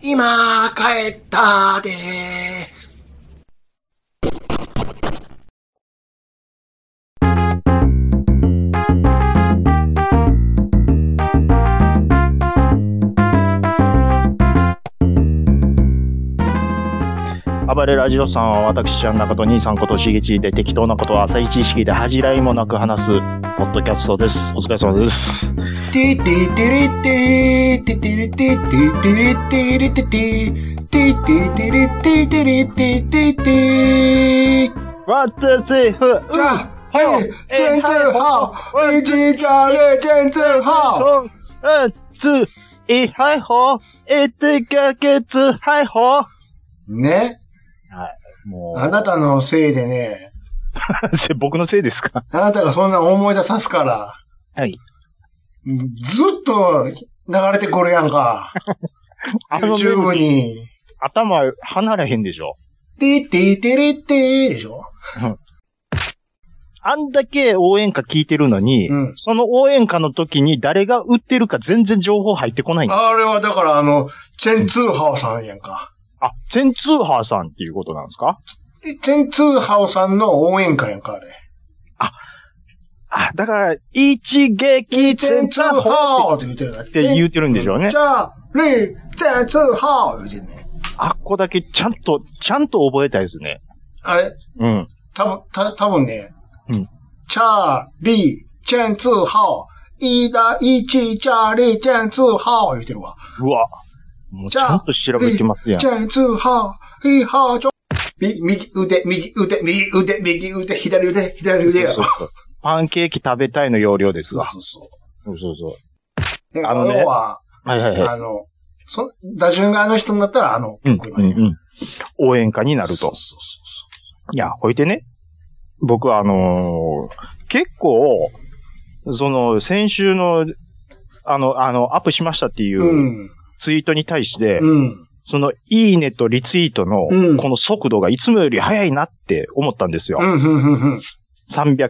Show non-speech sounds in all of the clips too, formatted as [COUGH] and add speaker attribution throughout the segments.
Speaker 1: 今帰ったで
Speaker 2: 暴れラジオさんは私ちゃん中と兄さんことしげちで適当なことは浅い知識で恥じらいもなく話すポッドキャストです。お疲れ様です。
Speaker 1: てててれてててれてててれてれてててててれててれててて
Speaker 2: ワッツーフー
Speaker 1: 啊！嘿，天字号，一起打猎天字号。
Speaker 2: トンうんついはいほいてかけつはいほは
Speaker 1: ね、
Speaker 2: い。も
Speaker 1: あなたのせいでね、
Speaker 2: う、僕のせいですか
Speaker 1: あなたがそんな思い出さすから、
Speaker 2: はい。
Speaker 1: ずっと流れてくるやんか。
Speaker 2: あのメロ
Speaker 1: YouTube
Speaker 2: ディー
Speaker 1: に。
Speaker 2: 頭離れへんでしょ。
Speaker 1: てててれてでしょ
Speaker 2: あんだけ応援歌聞いてるのに、
Speaker 1: うん
Speaker 2: その応援歌の時に誰が売ってるか全然情報入ってこないんだ。
Speaker 1: あれはだからあの、チェンツーハオさんやんか。
Speaker 2: あ、チェンツーハーさんっていうことなんですか
Speaker 1: チェンツーハオさんの応援歌やんか、あれ。
Speaker 2: あ、だから、一撃
Speaker 1: チェンツーハオって言ってるっ
Speaker 2: って言うてるんでしょうね
Speaker 1: じゃあ、レイ、チェンツーハオ言うてんね。
Speaker 2: あっこだけちゃんと、ちゃんと覚えたいですね。
Speaker 1: あれ
Speaker 2: うん。
Speaker 1: 多分、た、多分ね。
Speaker 2: うん
Speaker 1: チャーリー、チェンツーハオ、イーダイチチャーリー、チェンツーハオ言うてるわ。
Speaker 2: うわ。もうち
Speaker 1: チャ
Speaker 2: ゃ
Speaker 1: ー
Speaker 2: んと調べてますやん
Speaker 1: リー。チェンツーハオ、イーハーチョ。み右腕、右腕、右腕、右腕、左腕、左腕や
Speaker 2: そ
Speaker 1: ろ
Speaker 2: う。そうパンケーキ食べたいの要領です
Speaker 1: そう
Speaker 2: わ。
Speaker 1: そうそ。
Speaker 2: そうそうそうあのね
Speaker 1: 要は、
Speaker 2: う。はいはいはい。
Speaker 1: あの、そ、打順があの人になったら、あの、
Speaker 2: うん、
Speaker 1: 曲
Speaker 2: うん、うん。応援歌になる
Speaker 1: そうそ
Speaker 2: と
Speaker 1: う。そうそ。
Speaker 2: いや、ほいてね。僕はあのー結構、その、先週の、あの、あの、アップしましたっていう
Speaker 1: う。
Speaker 2: うんツイートに対して、
Speaker 1: うん。
Speaker 2: その、いいねとリツイートの
Speaker 1: うん、
Speaker 2: この速度がいつもより速いなって思ったんですよ
Speaker 1: う。ん、うん、うん、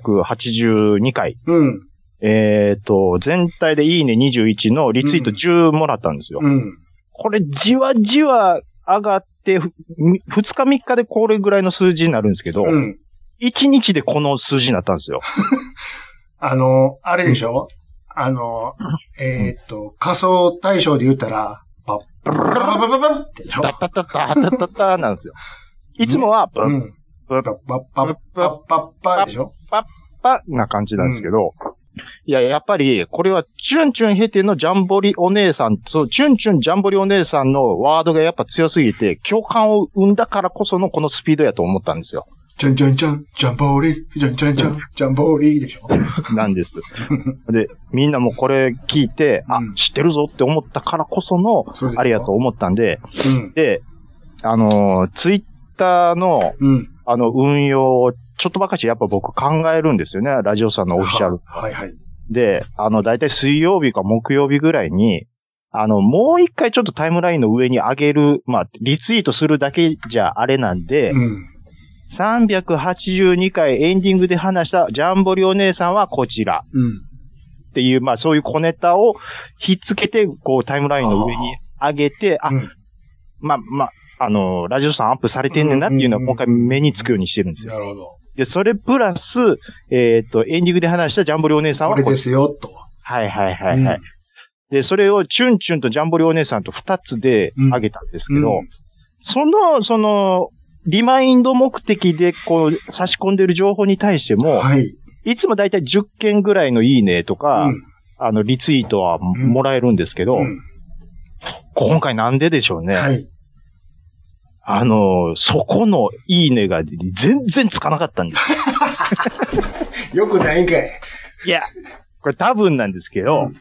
Speaker 2: 382回。
Speaker 1: うん。
Speaker 2: えっ、と、全体でいいね21のリツイート
Speaker 1: うん
Speaker 2: 10もらったんですよ。
Speaker 1: うん。
Speaker 2: これ、じわじわ上がって、ふみ2日3日でこれぐらいの数字になるんですけど、
Speaker 1: うん。
Speaker 2: 1日でこの数字になったん
Speaker 1: [LAUGHS]
Speaker 2: ですよ。
Speaker 1: あの、あれでしょ、あの、えーっと、仮想対象で言ったら、パッ、ブルブルブルブルってでしょ
Speaker 2: タタタタタタタなんですよ。いつもは、パ
Speaker 1: う
Speaker 2: ッ
Speaker 1: ん。
Speaker 2: パ
Speaker 1: パッ
Speaker 2: ッ
Speaker 1: パッパッパッパッパでしょ
Speaker 2: パな感じなんですけど、いや、やっぱり、これは、チュンチュンヘテのジャンボリお姉さん、そう、チュンチュンジャンボリお姉さんのワードがやっぱ強すぎて、共感を生んだからこそのこのスピードやと思ったんですよ。
Speaker 1: ジャンジャンジャン、ジャンボーリー、ジャンジャンジャン、ジャンボーリーでしょ
Speaker 2: [LAUGHS] なんです。で、みんなもこれ聞いて、あ
Speaker 1: うん、
Speaker 2: 知ってるぞって思ったからこその
Speaker 1: そうで、す
Speaker 2: あれやと思ったんで、
Speaker 1: うん。
Speaker 2: で、あのーツイッターの、
Speaker 1: うん。
Speaker 2: あの、運用を、ちょっとばかしやっぱ僕考えるんですよね、ラジオさんのオフィシャル。
Speaker 1: はいはい。
Speaker 2: で、あの、だいたい水曜日か木曜日ぐらいに、あの、もう一回ちょっとタイムラインの上に上げる、まあ、リツイートするだけじゃあれなんで、
Speaker 1: うん。
Speaker 2: 382回エンディングで話したジャンボリお姉さんはこちら。
Speaker 1: うん。
Speaker 2: っていう、まあそういう小ネタをひっつけて、こうタイムラインの上に上げて、あ、
Speaker 1: うん
Speaker 2: まあまあ、あのー、ラジオさんアップされてんねんなっていうのは
Speaker 1: うん
Speaker 2: 今回目につくようにしてるんですよ。
Speaker 1: なるほど。
Speaker 2: で、それプラス、えっ、と、エンディングで話したジャンボリお姉さん
Speaker 1: こ
Speaker 2: は
Speaker 1: れ
Speaker 2: こ
Speaker 1: で
Speaker 2: っち。
Speaker 1: すよ、と。
Speaker 2: はいはいはいはい。で、それをチュンチュンとジャンボリお姉さんと二つで上げたんですけど、
Speaker 1: うんうん
Speaker 2: その、その、リマインド目的でこう差し込んでる情報に対しても、
Speaker 1: はい。
Speaker 2: いつもだいたい10件ぐらいのいいねとか、
Speaker 1: うん
Speaker 2: あの、リツイートはも
Speaker 1: うん
Speaker 2: もらえるんですけど、
Speaker 1: うん
Speaker 2: 今回なんででしょうね。
Speaker 1: はい。
Speaker 2: あの、そこのいいねが全然つかなかったんですよ。
Speaker 1: よくないんかい。
Speaker 2: いや、これ多分なんですけど、
Speaker 1: うん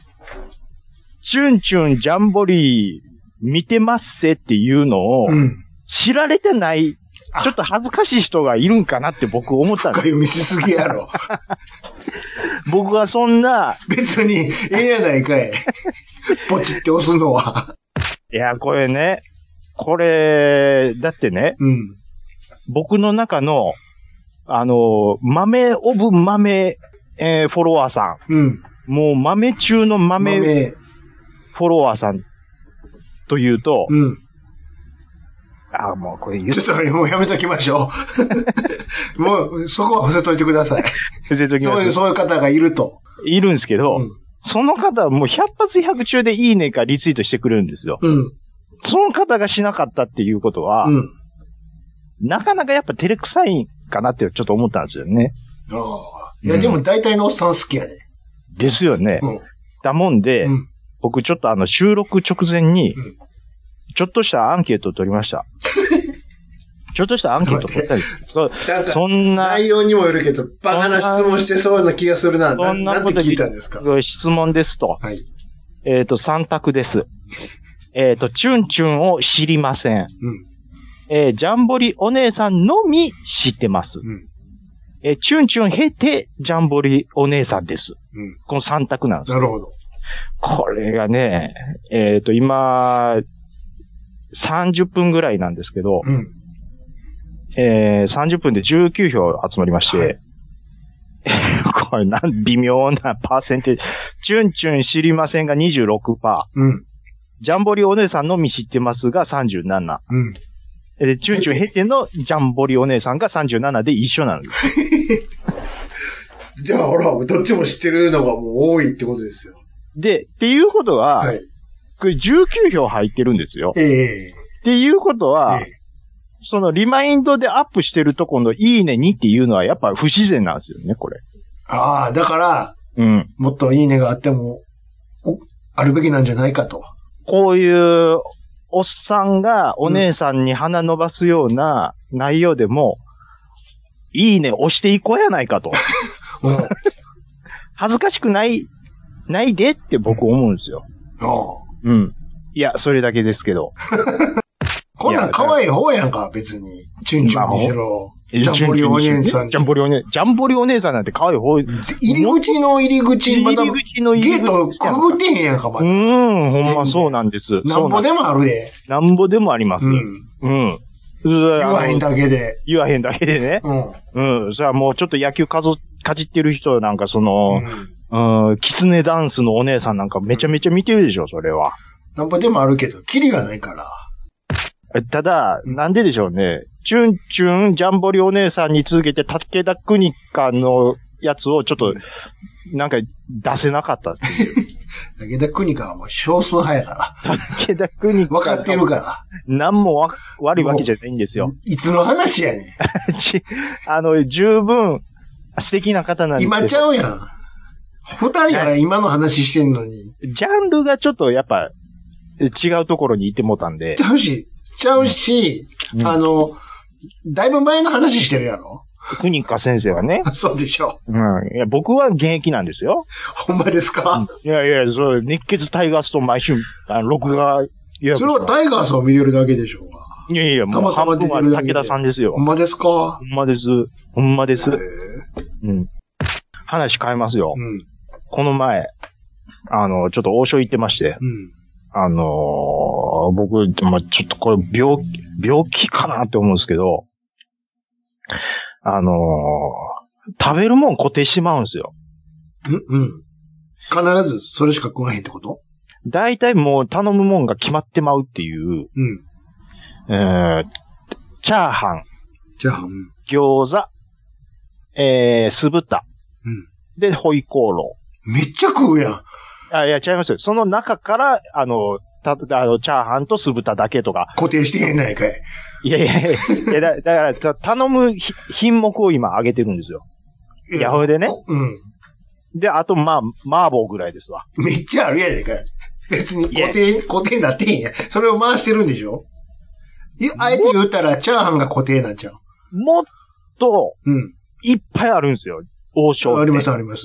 Speaker 2: チュンチュンジャンボリー見てますせっていうのを、
Speaker 1: うん。
Speaker 2: 知られてない、
Speaker 1: あ
Speaker 2: ちょっと恥ずかしい人がいるんかなって僕思ったん
Speaker 1: 深
Speaker 2: です。
Speaker 1: 読みしすぎやろ。
Speaker 2: 僕はそんな、
Speaker 1: 別に、ええやないか [LAUGHS] い。ポチって押すのは。
Speaker 2: いや、これね、これ、だってね、
Speaker 1: うん。
Speaker 2: 僕の中の、あの、豆オブ豆、えーフォロワーさ
Speaker 1: うん。
Speaker 2: ん、もう豆中の豆フォロワーさんというと、
Speaker 1: うん。
Speaker 2: あ、もうこれ言っ
Speaker 1: ちょっともうやめときましょ [LAUGHS] う。もう、そこは伏せといてください。
Speaker 2: て説明し
Speaker 1: そう
Speaker 2: ま
Speaker 1: いう、
Speaker 2: す。
Speaker 1: そういう方がいると。
Speaker 2: いるんですけど、
Speaker 1: うん
Speaker 2: その方はもう100発100中でいいねかリツイートしてくれるんですよ。
Speaker 1: うん。
Speaker 2: その方がしなかったっていうことは、
Speaker 1: うん。
Speaker 2: なかなかやっぱ照れくさいかなってちょっと思ったんですよね。
Speaker 1: ああ。いや、でも大体のおっさん好きやね。
Speaker 2: ですよね。
Speaker 1: うん。
Speaker 2: だもんで、
Speaker 1: うん
Speaker 2: 僕ちょっとあの収録直前に
Speaker 1: うん、
Speaker 2: ちょっとしたアンケートを取り
Speaker 1: [LAUGHS]
Speaker 2: ました。ちょっとしたアンケートを取ったんです。そ
Speaker 1: なんか、
Speaker 2: そんな
Speaker 1: 内容にもよるけど、バカな質問してそうな気がするな。
Speaker 2: そ
Speaker 1: なん
Speaker 2: な
Speaker 1: なん
Speaker 2: こ
Speaker 1: て
Speaker 2: と
Speaker 1: 聞いたんですか
Speaker 2: 質問ですと。
Speaker 1: はい。
Speaker 2: えっ、と、3択です。えっ、と、チュンチュンを知りません。
Speaker 1: うん。
Speaker 2: えージャンボリお姉さんのみ知ってます。
Speaker 1: うん
Speaker 2: えーチュンチュン経て、ジャンボリお姉さんです。
Speaker 1: うん。
Speaker 2: この3択なんです。
Speaker 1: なるほど。
Speaker 2: これがね、えっ、と、今、30分ぐらいなんですけど、
Speaker 1: うん。
Speaker 2: えー、30分で19票集まりまして、
Speaker 1: はい
Speaker 2: [LAUGHS] これなん、微妙なパーセンテージ。チュンチュン知りませんが26%パ
Speaker 1: うん。
Speaker 2: ー。ジャンボリお姉さんのみ知ってますが37。
Speaker 1: うん。
Speaker 2: で、チュンチュン経てのジャンボリお姉さんが37で一緒なんです。
Speaker 1: じゃあ、ほら、どっちも知ってるのがもう多いってことですよ。
Speaker 2: で、っていうことは、
Speaker 1: はい。
Speaker 2: これ19票入ってるんですよ。
Speaker 1: ええ
Speaker 2: っていうことは、
Speaker 1: ええ
Speaker 2: そのリマインドでアップしてるとこのいいねにっていうのはやっぱ不自然なんですよね、これ。
Speaker 1: ああ、だから、
Speaker 2: うん。
Speaker 1: もっといいねがあっても、おあるべきなんじゃないかと。
Speaker 2: こういう、おっさんがお姉さんに鼻伸ばすような内容でも、いいね押していこうやないかと。 [LAUGHS]
Speaker 1: うん。あ
Speaker 2: 恥ずかしくない、ないでって僕思うんですよ。
Speaker 1: あ。
Speaker 2: うん。いや、それだけですけど。
Speaker 1: こんなん可愛い方やんか、別に。チュンチュンにしろ。ジャンボリお姉さんに
Speaker 2: ジャンボリお姉、ジャンボリお姉さんなんて可愛い方、入
Speaker 1: 入り口の入り口、まだ、
Speaker 2: り口の
Speaker 1: ゲ
Speaker 2: 入り
Speaker 1: ート
Speaker 2: 口やんか
Speaker 1: くぐってへんやんか、ま
Speaker 2: う
Speaker 1: だ。
Speaker 2: ん、ほんまそうなんです。
Speaker 1: なんぼでもあるで。
Speaker 2: そうなんなんぼでもあります。
Speaker 1: う
Speaker 2: うんん。。うん。言
Speaker 1: 言わへんだけで。
Speaker 2: 言わへんだけでね。
Speaker 1: うん。
Speaker 2: うん。それはもうちょっと野球かぞ、かじってる人なんかそうの、
Speaker 1: ん。
Speaker 2: うん、キツネダンスのお姉さんなんかめちゃめちゃ見てるでしょ、それは。
Speaker 1: なんぼでもあるけど、キリがないから。
Speaker 2: えただ、
Speaker 1: うん
Speaker 2: なんででしょうね。チュンチュン、ジャンボリお姉さんに続けて、竹田クニカのやつをちょっと、なんか出せなかったっていう。
Speaker 1: だ
Speaker 2: [LAUGHS]
Speaker 1: けど、国かはもう少数派やから。
Speaker 2: 竹田クニカ。
Speaker 1: 分かってるから。
Speaker 2: なんもわ悪いわけじゃないんですよ。
Speaker 1: いつの話やねん。
Speaker 2: [LAUGHS] ちあの、十分、素敵な方なんです
Speaker 1: 今
Speaker 2: け
Speaker 1: ち
Speaker 2: ど、
Speaker 1: ゃうやん。二人が今の話してんのに。
Speaker 2: ジャンルがちょっとやっぱ、違うところに行ってもうた
Speaker 1: [LAUGHS]
Speaker 2: んで
Speaker 1: ち、ゃうし、ちゃうし、
Speaker 2: うん
Speaker 1: あの、だいぶ前の話してるやろ [LAUGHS]
Speaker 2: クニカ先生はね、
Speaker 1: そうでしょ。
Speaker 2: うん、いや僕は現役なんですよ。
Speaker 1: ほんまですか、
Speaker 2: いやいや、そう、熱血タイガースと毎週、あの録画予約
Speaker 1: それは
Speaker 2: してま
Speaker 1: タイガースを見てるだけでしょうが。
Speaker 2: すいやいや、もう
Speaker 1: たま
Speaker 2: 半
Speaker 1: た
Speaker 2: 分
Speaker 1: ま
Speaker 2: は
Speaker 1: 出てるだけで
Speaker 2: 武田さんですよ
Speaker 1: ほ。んまですか
Speaker 2: ほんまです。ほんまで
Speaker 1: え
Speaker 2: す
Speaker 1: ー。
Speaker 2: うん。話変えますよ
Speaker 1: う。ん、
Speaker 2: この前、あの、ちょっと王将行ってまして、
Speaker 1: うん。
Speaker 2: あのー僕、まあ、ちょっとこれ病気、病気かなって思うんですけど、あのー食べるもん固定しまうんですよ。
Speaker 1: うん、うん。必ずそれしか食わへんってこと
Speaker 2: 大体もう頼むもんが決まってまうっていう、
Speaker 1: うん。
Speaker 2: えー、チャーハン、
Speaker 1: じゃあ、うん。
Speaker 2: 餃子、えー、酢豚、
Speaker 1: うん
Speaker 2: で、ホイコーロ
Speaker 1: めっちゃ食うやん。
Speaker 2: ー。あ、いや、違いますよ。その中から、あの、た、あの、チャーハンと酢豚だけとか、
Speaker 1: 固定してへんないかい。
Speaker 2: いやいやいや、いやだだからた、頼むひ品目を今上げてるんですよ。いやほいでね
Speaker 1: こうん。
Speaker 2: で、あと、まあ、麻婆ぐらいですわ。
Speaker 1: めっちゃあるやでかい。別に
Speaker 2: いや
Speaker 1: 固定、固定になってへんやん。それを回してるんでしょいやあえて言うたら、チャーハンが固定になっちゃう。
Speaker 2: もっと、
Speaker 1: うん。
Speaker 2: いっぱいあるんですよ。王将って。
Speaker 1: あります、あります。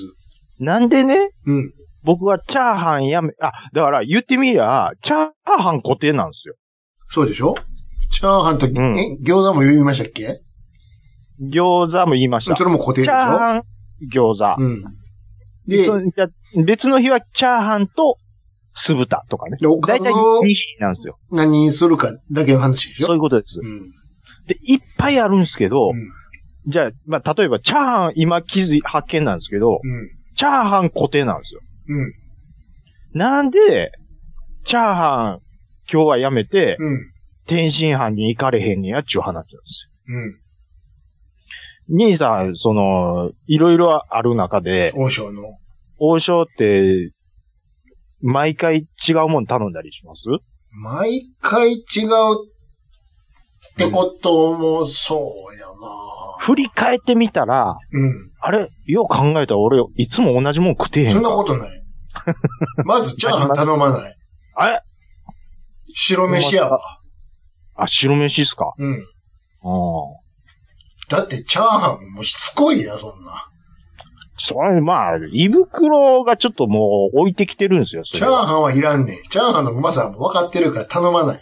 Speaker 2: なんでね、
Speaker 1: うん。
Speaker 2: 僕はチャーハンやめ、あ、だから言ってみりゃ、チャーハン固定なんですよ。
Speaker 1: そうでしょチャーハンと、
Speaker 2: ん
Speaker 1: え、餃子も言いましたっけ
Speaker 2: 餃子も言いました。
Speaker 1: それも固定
Speaker 2: チ
Speaker 1: でし
Speaker 2: ャー
Speaker 1: ょ
Speaker 2: ハン、餃子。
Speaker 1: うん。で、
Speaker 2: そうじゃ別の日はチャーハンと酢豚とかね
Speaker 1: でお。か
Speaker 2: 大
Speaker 1: ず
Speaker 2: 体
Speaker 1: を
Speaker 2: 2品なんですよ。
Speaker 1: 何にするかだけの話でしょ
Speaker 2: そういうことです。
Speaker 1: うん。
Speaker 2: で、いっぱいあるんですけど、
Speaker 1: うん
Speaker 2: じゃあ、まあ、例えば、チャーハン、今、気づい、発見なんですけど、
Speaker 1: うん。
Speaker 2: チャーハン固定なんですよ。
Speaker 1: うん。
Speaker 2: なんで、チャーハン、今日はやめて、
Speaker 1: うん。
Speaker 2: 天津飯に行かれへんねやっちゅう話なんですよ。
Speaker 1: うん。
Speaker 2: 兄さん、その、いろいろある中で、
Speaker 1: 王将の。
Speaker 2: 王将って、毎回違うもん頼んだりします
Speaker 1: 毎回違うってことも、そうやな
Speaker 2: 振り返ってみたら、
Speaker 1: う
Speaker 2: あれ、よう考えたら俺、いつも同じもん食ってへん
Speaker 1: ん。そん
Speaker 2: か。
Speaker 1: なことない。
Speaker 2: [LAUGHS]
Speaker 1: まず、チャーハン頼まない。
Speaker 2: あれ
Speaker 1: 白飯やわ。
Speaker 2: あ、白飯っすか
Speaker 1: うん。
Speaker 2: うん。
Speaker 1: だって、チャーハンもうしつこいや、そんな。
Speaker 2: それ、まあ、胃袋がちょっともう置いてきてるんですよ、そ
Speaker 1: チ
Speaker 2: れ
Speaker 1: ャー
Speaker 2: は。
Speaker 1: ハンはいらんねん。チャーハンのうまさはもう分かってるから頼ま
Speaker 2: [LAUGHS]
Speaker 1: ない。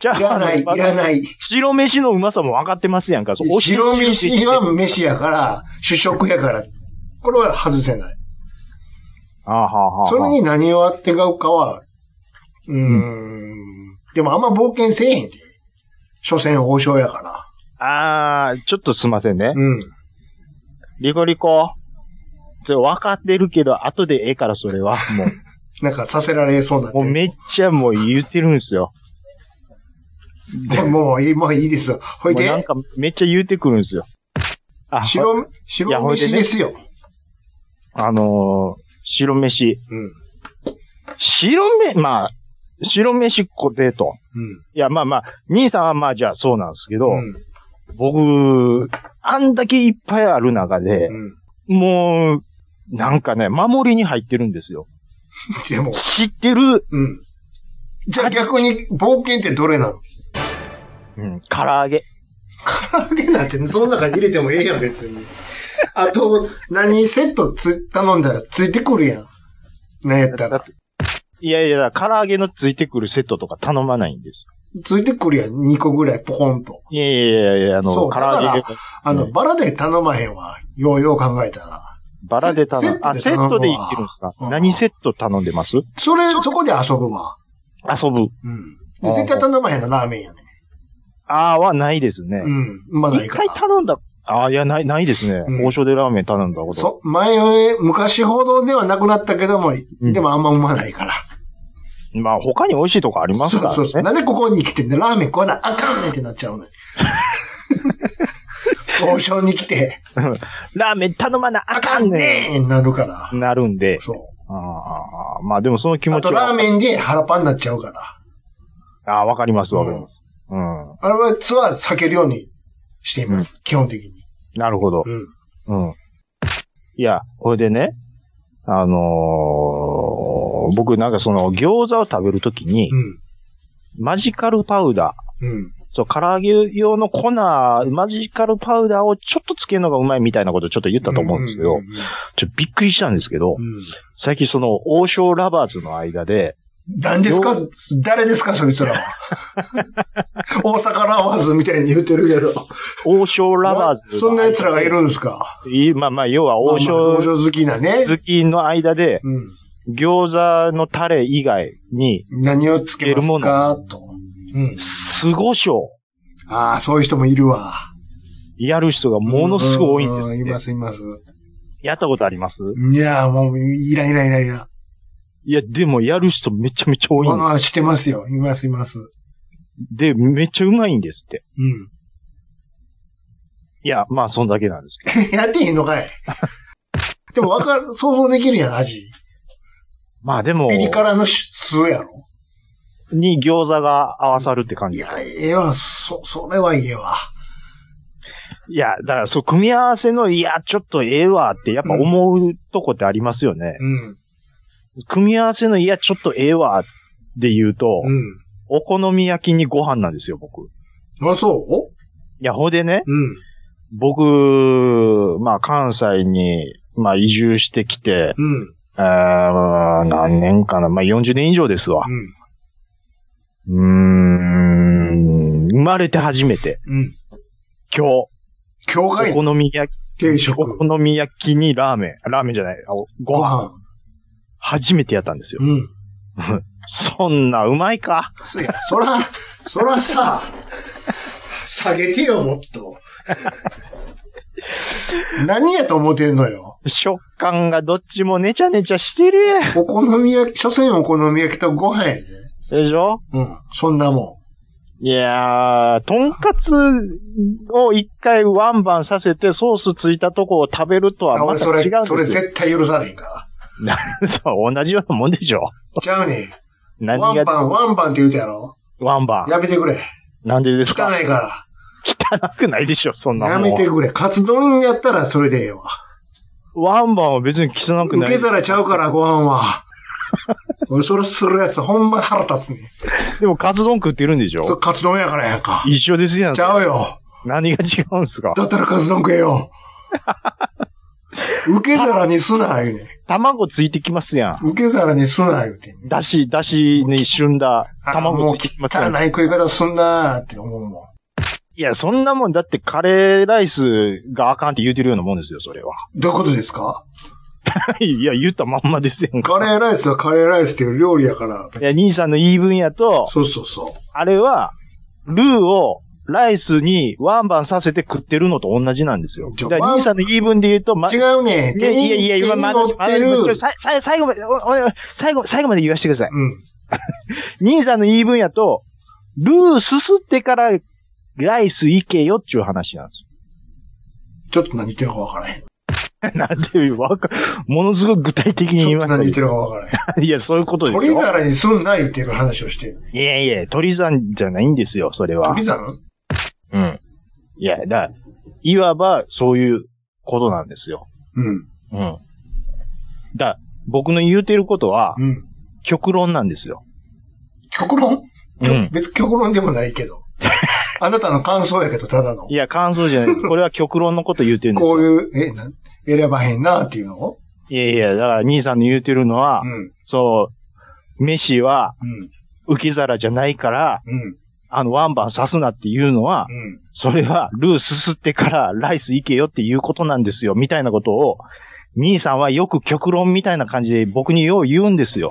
Speaker 2: チャー
Speaker 1: いらない、い
Speaker 2: ハン
Speaker 1: らない。
Speaker 2: 白飯のうまさも分かってますやんか。そう
Speaker 1: 白飯は飯やから、主食やから、これは外せない。
Speaker 2: あはあはあ。
Speaker 1: それに何をあってがうかは、うーん、でもあんま冒険せえへんて。所詮王将やか
Speaker 2: あー、ちょっとすいませんね
Speaker 1: ら。。うん。
Speaker 2: リコリコ。それ分かってるけど、後でええから、それは。
Speaker 1: なんかさせられそうになっ [LAUGHS]
Speaker 2: もう、も
Speaker 1: て
Speaker 2: うめっちゃもう言ってるんですよ。
Speaker 1: る。もういい、もういいですよ。ほい
Speaker 2: もう
Speaker 1: で
Speaker 2: な、んかめっちゃ言うてくるんですよ。あ、ほ
Speaker 1: 白、
Speaker 2: いや
Speaker 1: 白
Speaker 2: ほいで
Speaker 1: 飯
Speaker 2: ね
Speaker 1: ですよ。
Speaker 2: あのー、白飯。
Speaker 1: うん。
Speaker 2: 白め、まあ、白飯固定と。いや、まあまあ、兄さんはまあじゃあそうなんですけど、
Speaker 1: うん。うん。
Speaker 2: 僕、あんだけいっぱいある中で、
Speaker 1: うん。
Speaker 2: もう、なんかね、守りに入ってるんですよ。
Speaker 1: でも、
Speaker 2: 知ってる、
Speaker 1: うん。じゃあ逆に冒険ってどれなの [LAUGHS]
Speaker 2: うん、唐揚げ。
Speaker 1: 唐揚げなんて、その中に入れてもええやん、別に。あと、何セットつ、頼んだらついてくるやん。なんやったら。
Speaker 2: だっていやいや、唐揚げのついてくるセットとか頼まないんです。
Speaker 1: ついてくるやん、2個ぐらい、ポコンと。
Speaker 2: いやいやいやいや、あの、
Speaker 1: そう
Speaker 2: 唐揚
Speaker 1: だ
Speaker 2: げ
Speaker 1: かあの、
Speaker 2: うん
Speaker 1: バラで頼まへんわ。ようよう考えたら。
Speaker 2: バラで頼む。あ、
Speaker 1: セ
Speaker 2: セ
Speaker 1: ッ
Speaker 2: ッ
Speaker 1: ト
Speaker 2: ト
Speaker 1: で
Speaker 2: で
Speaker 1: 頼む
Speaker 2: 言
Speaker 1: わ
Speaker 2: ってるんですか
Speaker 1: うん
Speaker 2: 何セット頼んでます
Speaker 1: それ、そこで遊ぶわ。
Speaker 2: 遊ぶ。
Speaker 1: うん。で絶対頼まへんのラーメンやね。
Speaker 2: あーはないですね。
Speaker 1: うん。まあない
Speaker 2: 一
Speaker 1: から
Speaker 2: 回。頼んだ、あーいや、ない、ないですね
Speaker 1: う。ん
Speaker 2: 王将でラーメン頼んだこと。
Speaker 1: そ、前、昔ほどではなくなったけども、
Speaker 2: ん
Speaker 1: でもあんまうまないから。
Speaker 2: まあ、他に美味しいとこあります
Speaker 1: そ
Speaker 2: から
Speaker 1: うそうそう。
Speaker 2: ね。
Speaker 1: なんでここに来てんだラーメン食わなあかんねんってなっちゃ
Speaker 2: [LAUGHS]
Speaker 1: うのよ。王将に来て、
Speaker 2: ラーメン頼まな
Speaker 1: あ
Speaker 2: あ
Speaker 1: か
Speaker 2: か
Speaker 1: ん
Speaker 2: んね
Speaker 1: ねんなるから。
Speaker 2: んなるんで。
Speaker 1: そ
Speaker 2: あーまあ、でもその気
Speaker 1: う。
Speaker 2: 持
Speaker 1: あ
Speaker 2: ち
Speaker 1: とラー
Speaker 2: は。
Speaker 1: メンで腹パンになっちゃうから。
Speaker 2: ああー、わかります、わかり
Speaker 1: うん
Speaker 2: ます。うん。
Speaker 1: あれはツアー避けるようにしています。基本的に。
Speaker 2: なるほど。
Speaker 1: うん。
Speaker 2: うん。いや、これでね、あのー僕なんかその餃子を食べるときに、
Speaker 1: うん。
Speaker 2: マジカルパウダー、
Speaker 1: うん。
Speaker 2: そう、唐揚げ用の粉、マジカルパウダーをちょっとつけるのがうまいみたいなことをちょっと言ったと思うんですけど、
Speaker 1: うん
Speaker 2: ちょっとびっくりしたんですけど
Speaker 1: う、ん。
Speaker 2: 最近その王将ラバーズの間で、
Speaker 1: 何ですか誰ですかそいつら
Speaker 2: [LAUGHS]
Speaker 1: は。大阪ラワーズみたいに言ってるけど。
Speaker 2: 王将ラバーズの間で。
Speaker 1: そんな奴らがいるんですか
Speaker 2: いまあまあ、要は王
Speaker 1: まあまあ王
Speaker 2: 将
Speaker 1: 将好きなね。
Speaker 2: 好きの間で、
Speaker 1: うん。
Speaker 2: 餃子のタレ以外に、
Speaker 1: 何をつけま
Speaker 2: つける
Speaker 1: す
Speaker 2: も
Speaker 1: かと。うん。
Speaker 2: 酢胡椒
Speaker 1: ああ、そういう人もいるわ。
Speaker 2: やる人がものすごい多いんです
Speaker 1: うう
Speaker 2: って
Speaker 1: います、います。
Speaker 2: やったことあります
Speaker 1: いやー、もう、いらいらいらいら。
Speaker 2: いや、でもやる人めちゃめちゃ多いん
Speaker 1: ああ、してますよ。います、います。
Speaker 2: で、めっちゃうまいんですって。
Speaker 1: うん。 [LAUGHS]
Speaker 2: いや、まあ、そんだけなんですけど。
Speaker 1: やってへんのかい。 [LAUGHS] でもわかる、想像できるやん、味。
Speaker 2: まあでも、
Speaker 1: ピリ辛の酢やろ。
Speaker 2: に餃子が合わさるって感
Speaker 1: い
Speaker 2: じ。
Speaker 1: や、ええわ、そ、それはええわ。
Speaker 2: いや、だから、そう、組み合わせの、いや、ちょっとええわって、やっぱ思うとこってありますよね。
Speaker 1: うん。
Speaker 2: 組み合わせの、いや、ちょっとええわで言うと、
Speaker 1: う
Speaker 2: お好み焼きにご飯なんですよ、僕。い
Speaker 1: ん。あ、そ
Speaker 2: や、ほいでね、
Speaker 1: ううん。
Speaker 2: 僕、まあ、関西に、まあ、移住してきて、
Speaker 1: うん。
Speaker 2: えー、何年かな。まあ、40年以上ですわ。
Speaker 1: うん。
Speaker 2: うーん、生まれて初めて、
Speaker 1: うん。
Speaker 2: 今日、
Speaker 1: 教
Speaker 2: お
Speaker 1: 会の
Speaker 2: 好み焼き、
Speaker 1: 定
Speaker 2: お
Speaker 1: 食。
Speaker 2: 好み焼きにラーメン、ラーメンじゃない、あおご
Speaker 1: ご
Speaker 2: 飯、
Speaker 1: 飯。
Speaker 2: 初めてやったんですよ。
Speaker 1: うん。
Speaker 2: そんな、うまいか。
Speaker 1: そや、そら、そらさ、下げてよ、もっ
Speaker 2: [LAUGHS]
Speaker 1: と。何やと思ってんのよ。
Speaker 2: 食感がどっちもねちゃねちゃしてるやん
Speaker 1: お好み焼き、所詮お好み焼きとご飯やで。
Speaker 2: でしょ
Speaker 1: うん。そんなも
Speaker 2: いやー、とんかつを一回ワンバンさせてソースついたとこを食べると
Speaker 1: ん。
Speaker 2: はま
Speaker 1: 俺
Speaker 2: た
Speaker 1: そ
Speaker 2: 違うんです
Speaker 1: れ、
Speaker 2: よ。
Speaker 1: それ絶対許されへんか
Speaker 2: な [LAUGHS] そう、同じようなもんでしょ。
Speaker 1: ら。ちゃうねん。
Speaker 2: 何
Speaker 1: ワン
Speaker 2: が
Speaker 1: パン、ワンパンって言うたやろ
Speaker 2: ワンバン。
Speaker 1: やめてくれ。
Speaker 2: なんでです
Speaker 1: 汚
Speaker 2: か
Speaker 1: いか
Speaker 2: 汚くないでしょ、そんな
Speaker 1: ら。
Speaker 2: もん。
Speaker 1: やめてくれ。カツ丼やったらそれでええわ。
Speaker 2: ワンバンは別に汚
Speaker 1: 受
Speaker 2: くない。
Speaker 1: け皿ちゃうから、ご飯
Speaker 2: [LAUGHS]
Speaker 1: は。俺それするやつほんま腹立つねん。
Speaker 2: でもカツ丼食ってるんでし
Speaker 1: それ
Speaker 2: ょ
Speaker 1: カツ丼やからやんか。
Speaker 2: 一緒ですやん
Speaker 1: ち。ゃうよ。
Speaker 2: 何が違うんすか
Speaker 1: だったらカツ丼食えよ。
Speaker 2: [LAUGHS]
Speaker 1: 受け皿にすな、言うね
Speaker 2: 卵ついてきますやん。
Speaker 1: ん。受け皿にすな、言うてんねん。
Speaker 2: だし、だしに旬だ。
Speaker 1: あ
Speaker 2: 卵
Speaker 1: もう
Speaker 2: ついてきますや
Speaker 1: 汚
Speaker 2: ん。
Speaker 1: い食い方すんなーって思うもん。
Speaker 2: いや、そんなもんだってカレーライスがあかんって言うてるようなもんですよ、そ
Speaker 1: [LAUGHS]
Speaker 2: れは。
Speaker 1: どういうことですか
Speaker 2: いや、言ったまんまですやんか。
Speaker 1: カレーライスはカレーライスっていう料理やから。
Speaker 2: いや、兄さんの言い分やと、
Speaker 1: そうそうそ
Speaker 2: あれは、ルーをライスにワンバンさせて食ってるのと同じなんですよ。
Speaker 1: じゃ
Speaker 2: だ
Speaker 1: あ
Speaker 2: から兄さんの言い分で言うと、ま
Speaker 1: う。違うねん。
Speaker 2: いや
Speaker 1: 手に、
Speaker 2: いやいや、
Speaker 1: 手
Speaker 2: 今、
Speaker 1: に
Speaker 2: ま
Speaker 1: 持
Speaker 2: だ、
Speaker 1: ってる。
Speaker 2: まだ、ささ最後まで、おおお最後、最後まで言わせてください。
Speaker 1: うん。
Speaker 2: 兄さんの言い分やと、ルーすすってからライス行けよっていう話なんですよ。 [LAUGHS]
Speaker 1: ちょっと何言ってるかわからへん。ち
Speaker 2: なんていう、わか、ものすごく具体的に言い
Speaker 1: ょっ
Speaker 2: ま
Speaker 1: と
Speaker 2: した
Speaker 1: 何
Speaker 2: け [LAUGHS]
Speaker 1: 言ってる
Speaker 2: ど
Speaker 1: かわからへん。
Speaker 2: いや、そういうことです
Speaker 1: 鳥
Speaker 2: よ。
Speaker 1: 皿にすんな言ってる話をしてる。
Speaker 2: いやいや、鳥さんじゃないんですよ、それは
Speaker 1: 鳥。皿
Speaker 2: うん。いや、だからいわば、そういうことなんですよ。
Speaker 1: うん。
Speaker 2: うん。だ、僕の言うてることは、
Speaker 1: うん。
Speaker 2: 極論なんですよ。
Speaker 1: 極論、
Speaker 2: うん
Speaker 1: 別に極論でもないけ
Speaker 2: [LAUGHS]
Speaker 1: ど。あなたの感想やけど、ただの
Speaker 2: い。や、感想じゃないです。これは極論のこと言うてるんですよ。
Speaker 1: こういう、え、なん選ばへんなっていうのを
Speaker 2: いやいや、だから兄さんの言うてるのは、
Speaker 1: うん。うん。
Speaker 2: そう、飯は受け皿じゃないから、
Speaker 1: うん。
Speaker 2: あの、ワンバン刺すなっていうのは、
Speaker 1: うん。
Speaker 2: それはルーすすってからライス行けよっていうことなんですよ、みたいなことを、兄さんはよく極論みたいな感じで僕によう言うんですよ。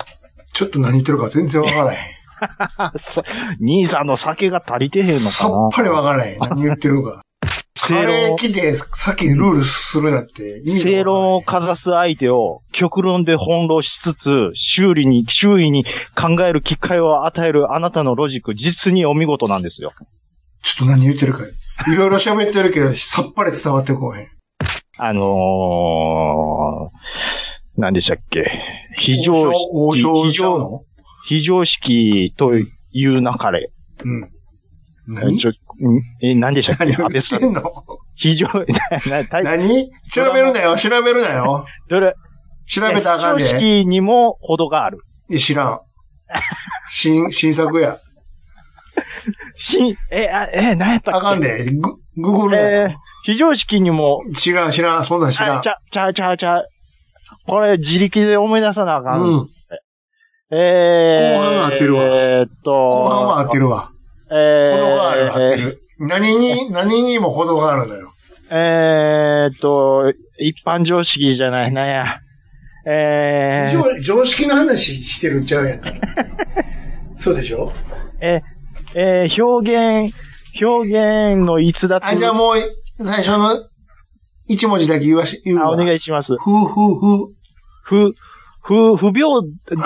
Speaker 1: ちょっと何言ってるか全然わからへん。
Speaker 2: さ兄さんの酒が足りてへんのかな
Speaker 1: さっぱりわからへん。何言ってるか。カ
Speaker 2: 正
Speaker 1: レ
Speaker 2: 論
Speaker 1: ー
Speaker 2: を、
Speaker 1: 来て、先にルールするなって意味
Speaker 2: 正
Speaker 1: が
Speaker 2: 論
Speaker 1: わ
Speaker 2: を
Speaker 1: からへん
Speaker 2: かざす相手を極論で翻弄しつつ、周囲に、周囲に考える機会を与えるあなたのロジック、実にお見事なんですよ。
Speaker 1: ちょっと何言ってるか。いろいろ喋ってるけど、さっぱり伝わってこうへん。
Speaker 2: あのー、何でしたっけ非常
Speaker 1: 王将王将
Speaker 2: 識。非
Speaker 1: ちゃう
Speaker 2: 常
Speaker 1: の
Speaker 2: 非常識という中で、
Speaker 1: うん。何
Speaker 2: ちょんえ、何でしたっけ
Speaker 1: 何を言
Speaker 2: 安倍
Speaker 1: っ
Speaker 2: さ
Speaker 1: て
Speaker 2: ん。
Speaker 1: んの
Speaker 2: 非常、 [LAUGHS] な、な、大
Speaker 1: 何調べるなよ、調べるなよ。
Speaker 2: どれ、
Speaker 1: 調べたらあかん
Speaker 2: 非常
Speaker 1: で。
Speaker 2: 識にも程がある。
Speaker 1: いや知らん。新、新作や。
Speaker 2: し、え、あ、え、何やったっけ
Speaker 1: あかんで。グ、ググるな
Speaker 2: え
Speaker 1: よ
Speaker 2: ー、非常識にも、
Speaker 1: 知らん、知らん。そんなん知ら
Speaker 2: あ
Speaker 1: ん
Speaker 2: ち。ゃ、ちゃ、ちゃ、ちゃ、これ自力で思い出さなあかん。
Speaker 1: うん。
Speaker 2: えー、
Speaker 1: 後半合ってるわ
Speaker 2: えーっと、
Speaker 1: 後半は合ってるわ。
Speaker 2: えー、
Speaker 1: ほどがある、合って
Speaker 2: る。
Speaker 1: る。何に、何にもほどがあるのよ。
Speaker 2: えーっと、一般常識じゃない、なんや。え
Speaker 1: 常
Speaker 2: ー、
Speaker 1: 常識の話してるんちゃうやんか。そうでしょ
Speaker 2: えー、えー表現、表現の逸脱。
Speaker 1: あ、じゃあもう、最初の一文字だけ言わし、言う
Speaker 2: あ
Speaker 1: わ。
Speaker 2: お願いします。
Speaker 1: ふうふうふう。
Speaker 2: ふ、ふ、不平、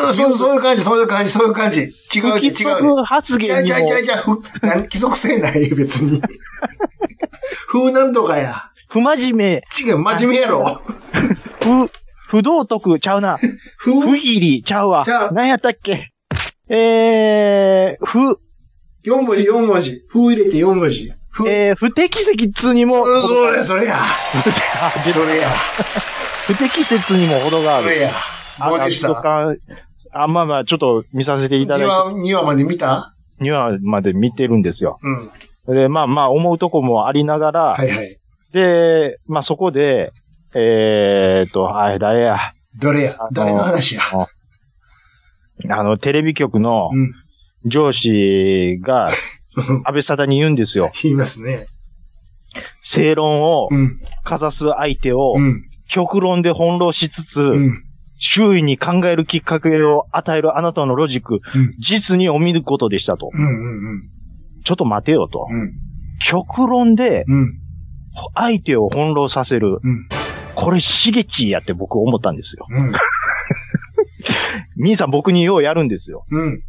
Speaker 1: あそう、そういう感じ、そういう感じ、そういう感じ。違
Speaker 2: 不
Speaker 1: う、違う。
Speaker 2: 規
Speaker 1: じゃ
Speaker 2: 則発
Speaker 1: じゃ
Speaker 2: 言に
Speaker 1: じ
Speaker 2: も
Speaker 1: ゃじゃじゃ、ふ、なん規則性ないよ、別に。 [LAUGHS] ふうなんとかや。
Speaker 2: 不真面
Speaker 1: 違う、真面目やろ。
Speaker 2: 目、不、不道徳ちゃうな。
Speaker 1: ふ
Speaker 2: 不
Speaker 1: う、
Speaker 2: 義理ちゃうわ
Speaker 1: ちゃう。
Speaker 2: 何やったっけえー、不、
Speaker 1: 四文字、四文字。ふう入れて四文字。ふう、
Speaker 2: えー、不適切にも、
Speaker 1: うんそれ、それや。
Speaker 2: あ出た
Speaker 1: それや。
Speaker 2: [LAUGHS] 不適切にも程があ
Speaker 1: それ
Speaker 2: る。
Speaker 1: や。どうでし
Speaker 2: あなん
Speaker 1: た
Speaker 2: とかあ、まあまあ、ちょっと見させてい
Speaker 1: ?2
Speaker 2: ただいて、
Speaker 1: 話、二話まで見た
Speaker 2: 2話まで見てるんですよ。
Speaker 1: うん。
Speaker 2: で、まあまあ、思うとこもありながら、
Speaker 1: はいはい。
Speaker 2: で、まあそこで、えーっと、あれ、誰や、
Speaker 1: どれや
Speaker 2: あのー
Speaker 1: 誰の話や
Speaker 2: あの、テレビ局の
Speaker 1: うん。
Speaker 2: 上司が、安倍沙汰に言うんですよ。
Speaker 1: [LAUGHS] 言いますね。
Speaker 2: 正論を
Speaker 1: うん。
Speaker 2: かざす相手を
Speaker 1: う、ん。
Speaker 2: 極論で翻弄しつつ、
Speaker 1: うん。
Speaker 2: 周囲に考えるきっかけを与えるあなたのロジック、
Speaker 1: うん
Speaker 2: 実にお見ることでしたと。
Speaker 1: うん。うん。
Speaker 2: ちょっと待てよと。
Speaker 1: うん。
Speaker 2: 極論で
Speaker 1: うん。
Speaker 2: 相手を翻弄させ
Speaker 1: う
Speaker 2: る。
Speaker 1: ん。
Speaker 2: これ、しげちやって僕思ったんですよ。
Speaker 1: うん。
Speaker 2: 兄さん僕にようやるんですよ。
Speaker 1: うん。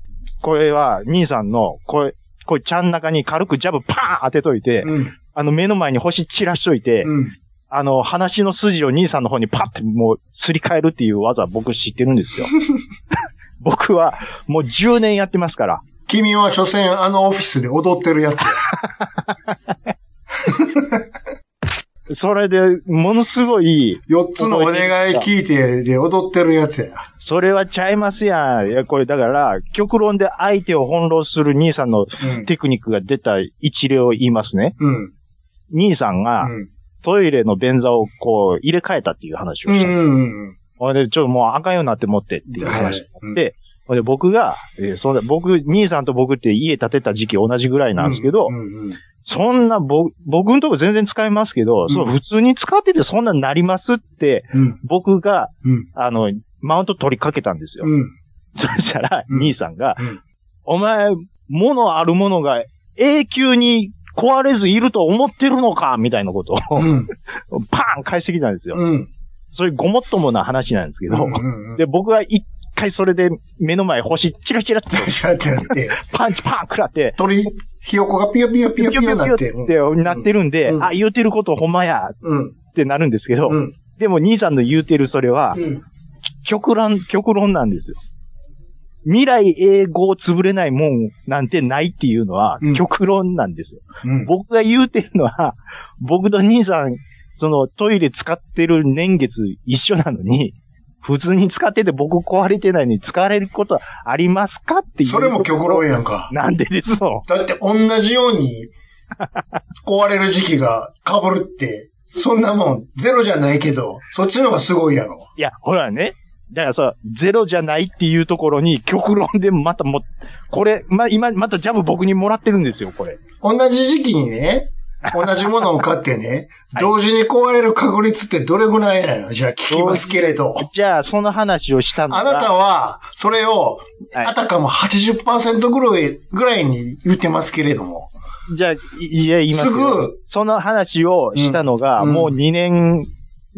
Speaker 2: これは、兄さんの、これ、これ、ちゃん中に軽くジャブパーン当てといて、
Speaker 1: うん。
Speaker 2: あの、目の前に星散らしといて、
Speaker 1: うん。
Speaker 2: あの、話の筋を兄さんの方にパッてもうすり替えるっていう技僕知ってるんですよ。 [LAUGHS] 僕はもう10年やってますから。
Speaker 1: 君は所詮あのオフィスで踊ってるやつや。
Speaker 2: それで、ものすごい、
Speaker 1: 四つのお願い聞いてで踊ってるやつや。
Speaker 2: それはちゃいますやん。いや、これだから、極論で相手を翻弄する兄さんの
Speaker 1: うん。
Speaker 2: テクニックが出た一例を言いますね。
Speaker 1: うん。
Speaker 2: 兄さんが
Speaker 1: うん。
Speaker 2: トイレの便座をこう入れ替えたっていう話を
Speaker 1: う
Speaker 2: し
Speaker 1: ん
Speaker 2: て。
Speaker 1: うん。うん。
Speaker 2: ほんで、ちょっともうあかんようになって持ってっていう話。
Speaker 1: うん
Speaker 2: でほんで、僕が、えーそんな、僕、兄さんと僕って家建てた時期同じぐらいなんですけど、
Speaker 1: うんうんうん
Speaker 2: そんな、ぼ、僕のとこ全然使いますけど、
Speaker 1: ん
Speaker 2: そう、普通に使っててそんなになりますって、
Speaker 1: うん。
Speaker 2: 僕が、
Speaker 1: うん。
Speaker 2: あの、マウント取りかけたんですよ。
Speaker 1: うん。
Speaker 2: そしたら、
Speaker 1: うん
Speaker 2: 兄さんが、
Speaker 1: うん
Speaker 2: お前、物あるものが永久に壊れずいると思ってるのかみたいなことを、 [LAUGHS]
Speaker 1: うん。
Speaker 2: パーン返してきたんですよ。
Speaker 1: うん。
Speaker 2: そういうごもっともな話なんですけど、
Speaker 1: うん。
Speaker 2: で、僕は一回それで目の前星チラチラって
Speaker 1: シャーってなって、
Speaker 2: パンチパーン食らって、
Speaker 1: 鳥、ひよこがピヨピヨピヨピヨなって。
Speaker 2: ってなってるんで、
Speaker 1: うん
Speaker 2: あ、言うてることほんまや
Speaker 1: うん。
Speaker 2: ってなるんですけど、
Speaker 1: うん。
Speaker 2: でも兄さんの言うてるそれは、
Speaker 1: うん。
Speaker 2: 極論、極論なんですよ。未来英語を潰れないもんなんてないっていうのは
Speaker 1: うん、
Speaker 2: 極論なんですよ。
Speaker 1: うん。
Speaker 2: [LAUGHS] 僕が言うてるのは、僕と兄さん、そのトイレ使ってる年月一緒なのに、普通に使ってて僕壊れてないのに使われることありますかっていう。
Speaker 1: それも極論やんか。
Speaker 2: なんでですの
Speaker 1: だって同じように壊れる時期が被るって、そんなもんゼロじゃないけど、そっちの方がすごいやろ。
Speaker 2: いや、ほらね。だからさ、ゼロじゃないっていうところに、極論でまたも、これ、ま、今、またジャブ僕にもらってるんですよ、これ。
Speaker 1: 同じ時期にね、同じものを買ってね、
Speaker 2: はい
Speaker 1: 同時に壊れる確率ってどれぐらいなのじゃあ聞きますけれど。
Speaker 2: じゃあ、その話をしたのが
Speaker 1: あなたは、それを、
Speaker 2: はい
Speaker 1: あたかも80%ぐらい、ぐらいに言ってますけれども。
Speaker 2: じゃあ、いいや、言います
Speaker 1: す
Speaker 2: よ
Speaker 1: ぐ、
Speaker 2: その話をしたのが、
Speaker 1: うん
Speaker 2: もう2年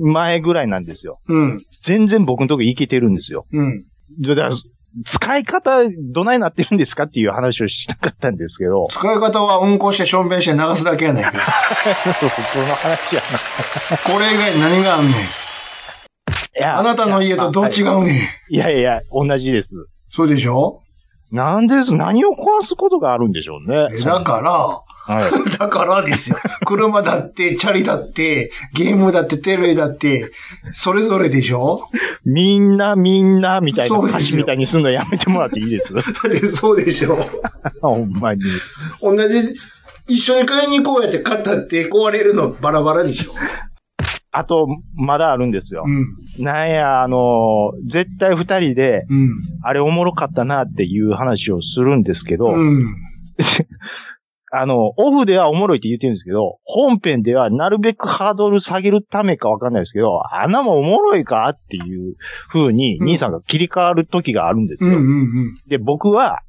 Speaker 2: 前ぐらいなんですよ。
Speaker 1: うん、
Speaker 2: 全然僕のとこ行けてるんですよ。
Speaker 1: うん、
Speaker 2: だから、使い方、どないなってるんですかっていう話をしたかったんです
Speaker 1: [LAUGHS]
Speaker 2: けど、
Speaker 1: 使い方は運行して、しょんべんして流すだけやない
Speaker 2: [LAUGHS]
Speaker 1: か。
Speaker 2: その話は
Speaker 1: これ以外に何があんねん。
Speaker 2: いや
Speaker 1: あなたの家とどう違うねん。
Speaker 2: いやいや、同じです。
Speaker 1: そうでしょ
Speaker 2: なんです、何を壊すことがあるんでしょうね。
Speaker 1: えだから、
Speaker 2: はい。
Speaker 1: だからですよ。車だって、チャリだって、ゲームだって、テレビだって、それぞれでしょ [LAUGHS]
Speaker 2: みんなみんなみたいな
Speaker 1: そうですよ
Speaker 2: 歌詞みたいにするのやめてもらっていいで
Speaker 1: [LAUGHS]
Speaker 2: す
Speaker 1: だってそうでしょ
Speaker 2: ほんまに。
Speaker 1: 同じ、一緒に買いに行こうやって買ったって壊れるのバラバラでしょ
Speaker 2: あと、まだあるんですよ
Speaker 1: う。ん、
Speaker 2: なんや、あのー絶対二人で、
Speaker 1: うん。
Speaker 2: あれおもろかったなっていう話をするんですけど、
Speaker 1: うん。
Speaker 2: あの、オフではおもろいって言ってるんですけど、本編ではなるべくハードル下げるためかわかんないですけど、あんなもんおもろいかっていう風に、
Speaker 1: うん
Speaker 2: 兄さんが切り替わる時があるんです
Speaker 1: うん
Speaker 2: よ。
Speaker 1: うん
Speaker 2: で、僕は、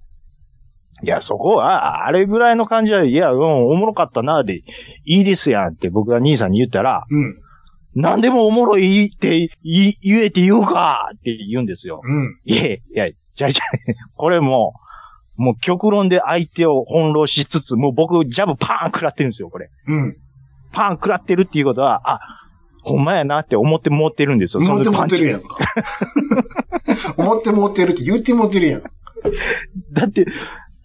Speaker 2: いや、そこは、あれぐらいの感じは、いや、うん、おもろかったな、で、いいですやんって僕が兄さんに言ったら、
Speaker 1: うん。
Speaker 2: 何でもおもろいって言言えて言うかって言うんですよ。
Speaker 1: うん。
Speaker 2: いやいや、じゃあじゃあ [LAUGHS] これもう、もう極論で相手を翻弄しつつ、もう僕、ジャブパーン食らってるんですよ、これ。
Speaker 1: うん。
Speaker 2: パーン食らってるっていうことは、あ、ほんまやなって思って持ってるんですよ。
Speaker 1: 思って
Speaker 2: その
Speaker 1: 持
Speaker 2: パ
Speaker 1: っ
Speaker 2: ン
Speaker 1: て
Speaker 2: チ
Speaker 1: るやんか。 [LAUGHS] 思って持ってるって言って持ってるやん。
Speaker 2: [LAUGHS] だって、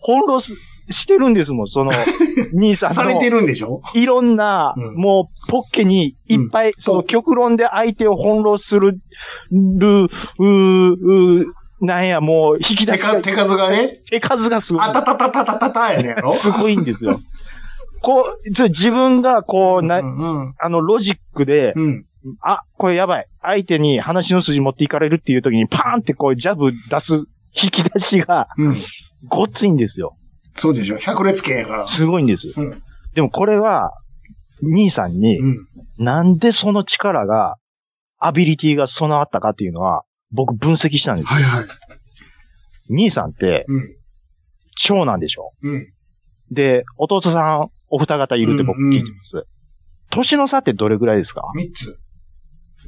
Speaker 2: 翻弄すしてるんですもん、
Speaker 1: [LAUGHS]
Speaker 2: その、兄さんの。
Speaker 1: されてるんでしょ
Speaker 2: いろんな、
Speaker 1: うん
Speaker 2: もう、ポッケにいっぱい、その極論で相手を翻弄する、る、う、う、なんや、もう、引き出
Speaker 1: 手
Speaker 2: しが
Speaker 1: か、手数がね、
Speaker 2: 手数がすごい
Speaker 1: あ。たたたたたたたやねんや
Speaker 2: [LAUGHS]
Speaker 1: ろ
Speaker 2: すごいんです [LAUGHS] よ。こう、ちょ自分が、こう、な、
Speaker 1: うんうん。
Speaker 2: あの、ロジックで、
Speaker 1: うん。
Speaker 2: あ、これやばい。相手に話の筋持っていかれるっていう時に、パーンってこうジャブ出す引き出しが、
Speaker 1: うん。
Speaker 2: ごっついんですよ。
Speaker 1: そうでしょ。百列拳やから。
Speaker 2: すごいんです。
Speaker 1: うん。
Speaker 2: でもこれは、兄さんに
Speaker 1: う、ん。
Speaker 2: なんでその力が、アビリティが備わったかっていうのは、僕分析したんです。
Speaker 1: はいはい。
Speaker 2: 兄さんって、
Speaker 1: うん。
Speaker 2: 長男でしょ
Speaker 1: うん。
Speaker 2: で、弟さん、お二方いるって僕聞いてます。年の差ってどれぐらいですか
Speaker 1: 三つ。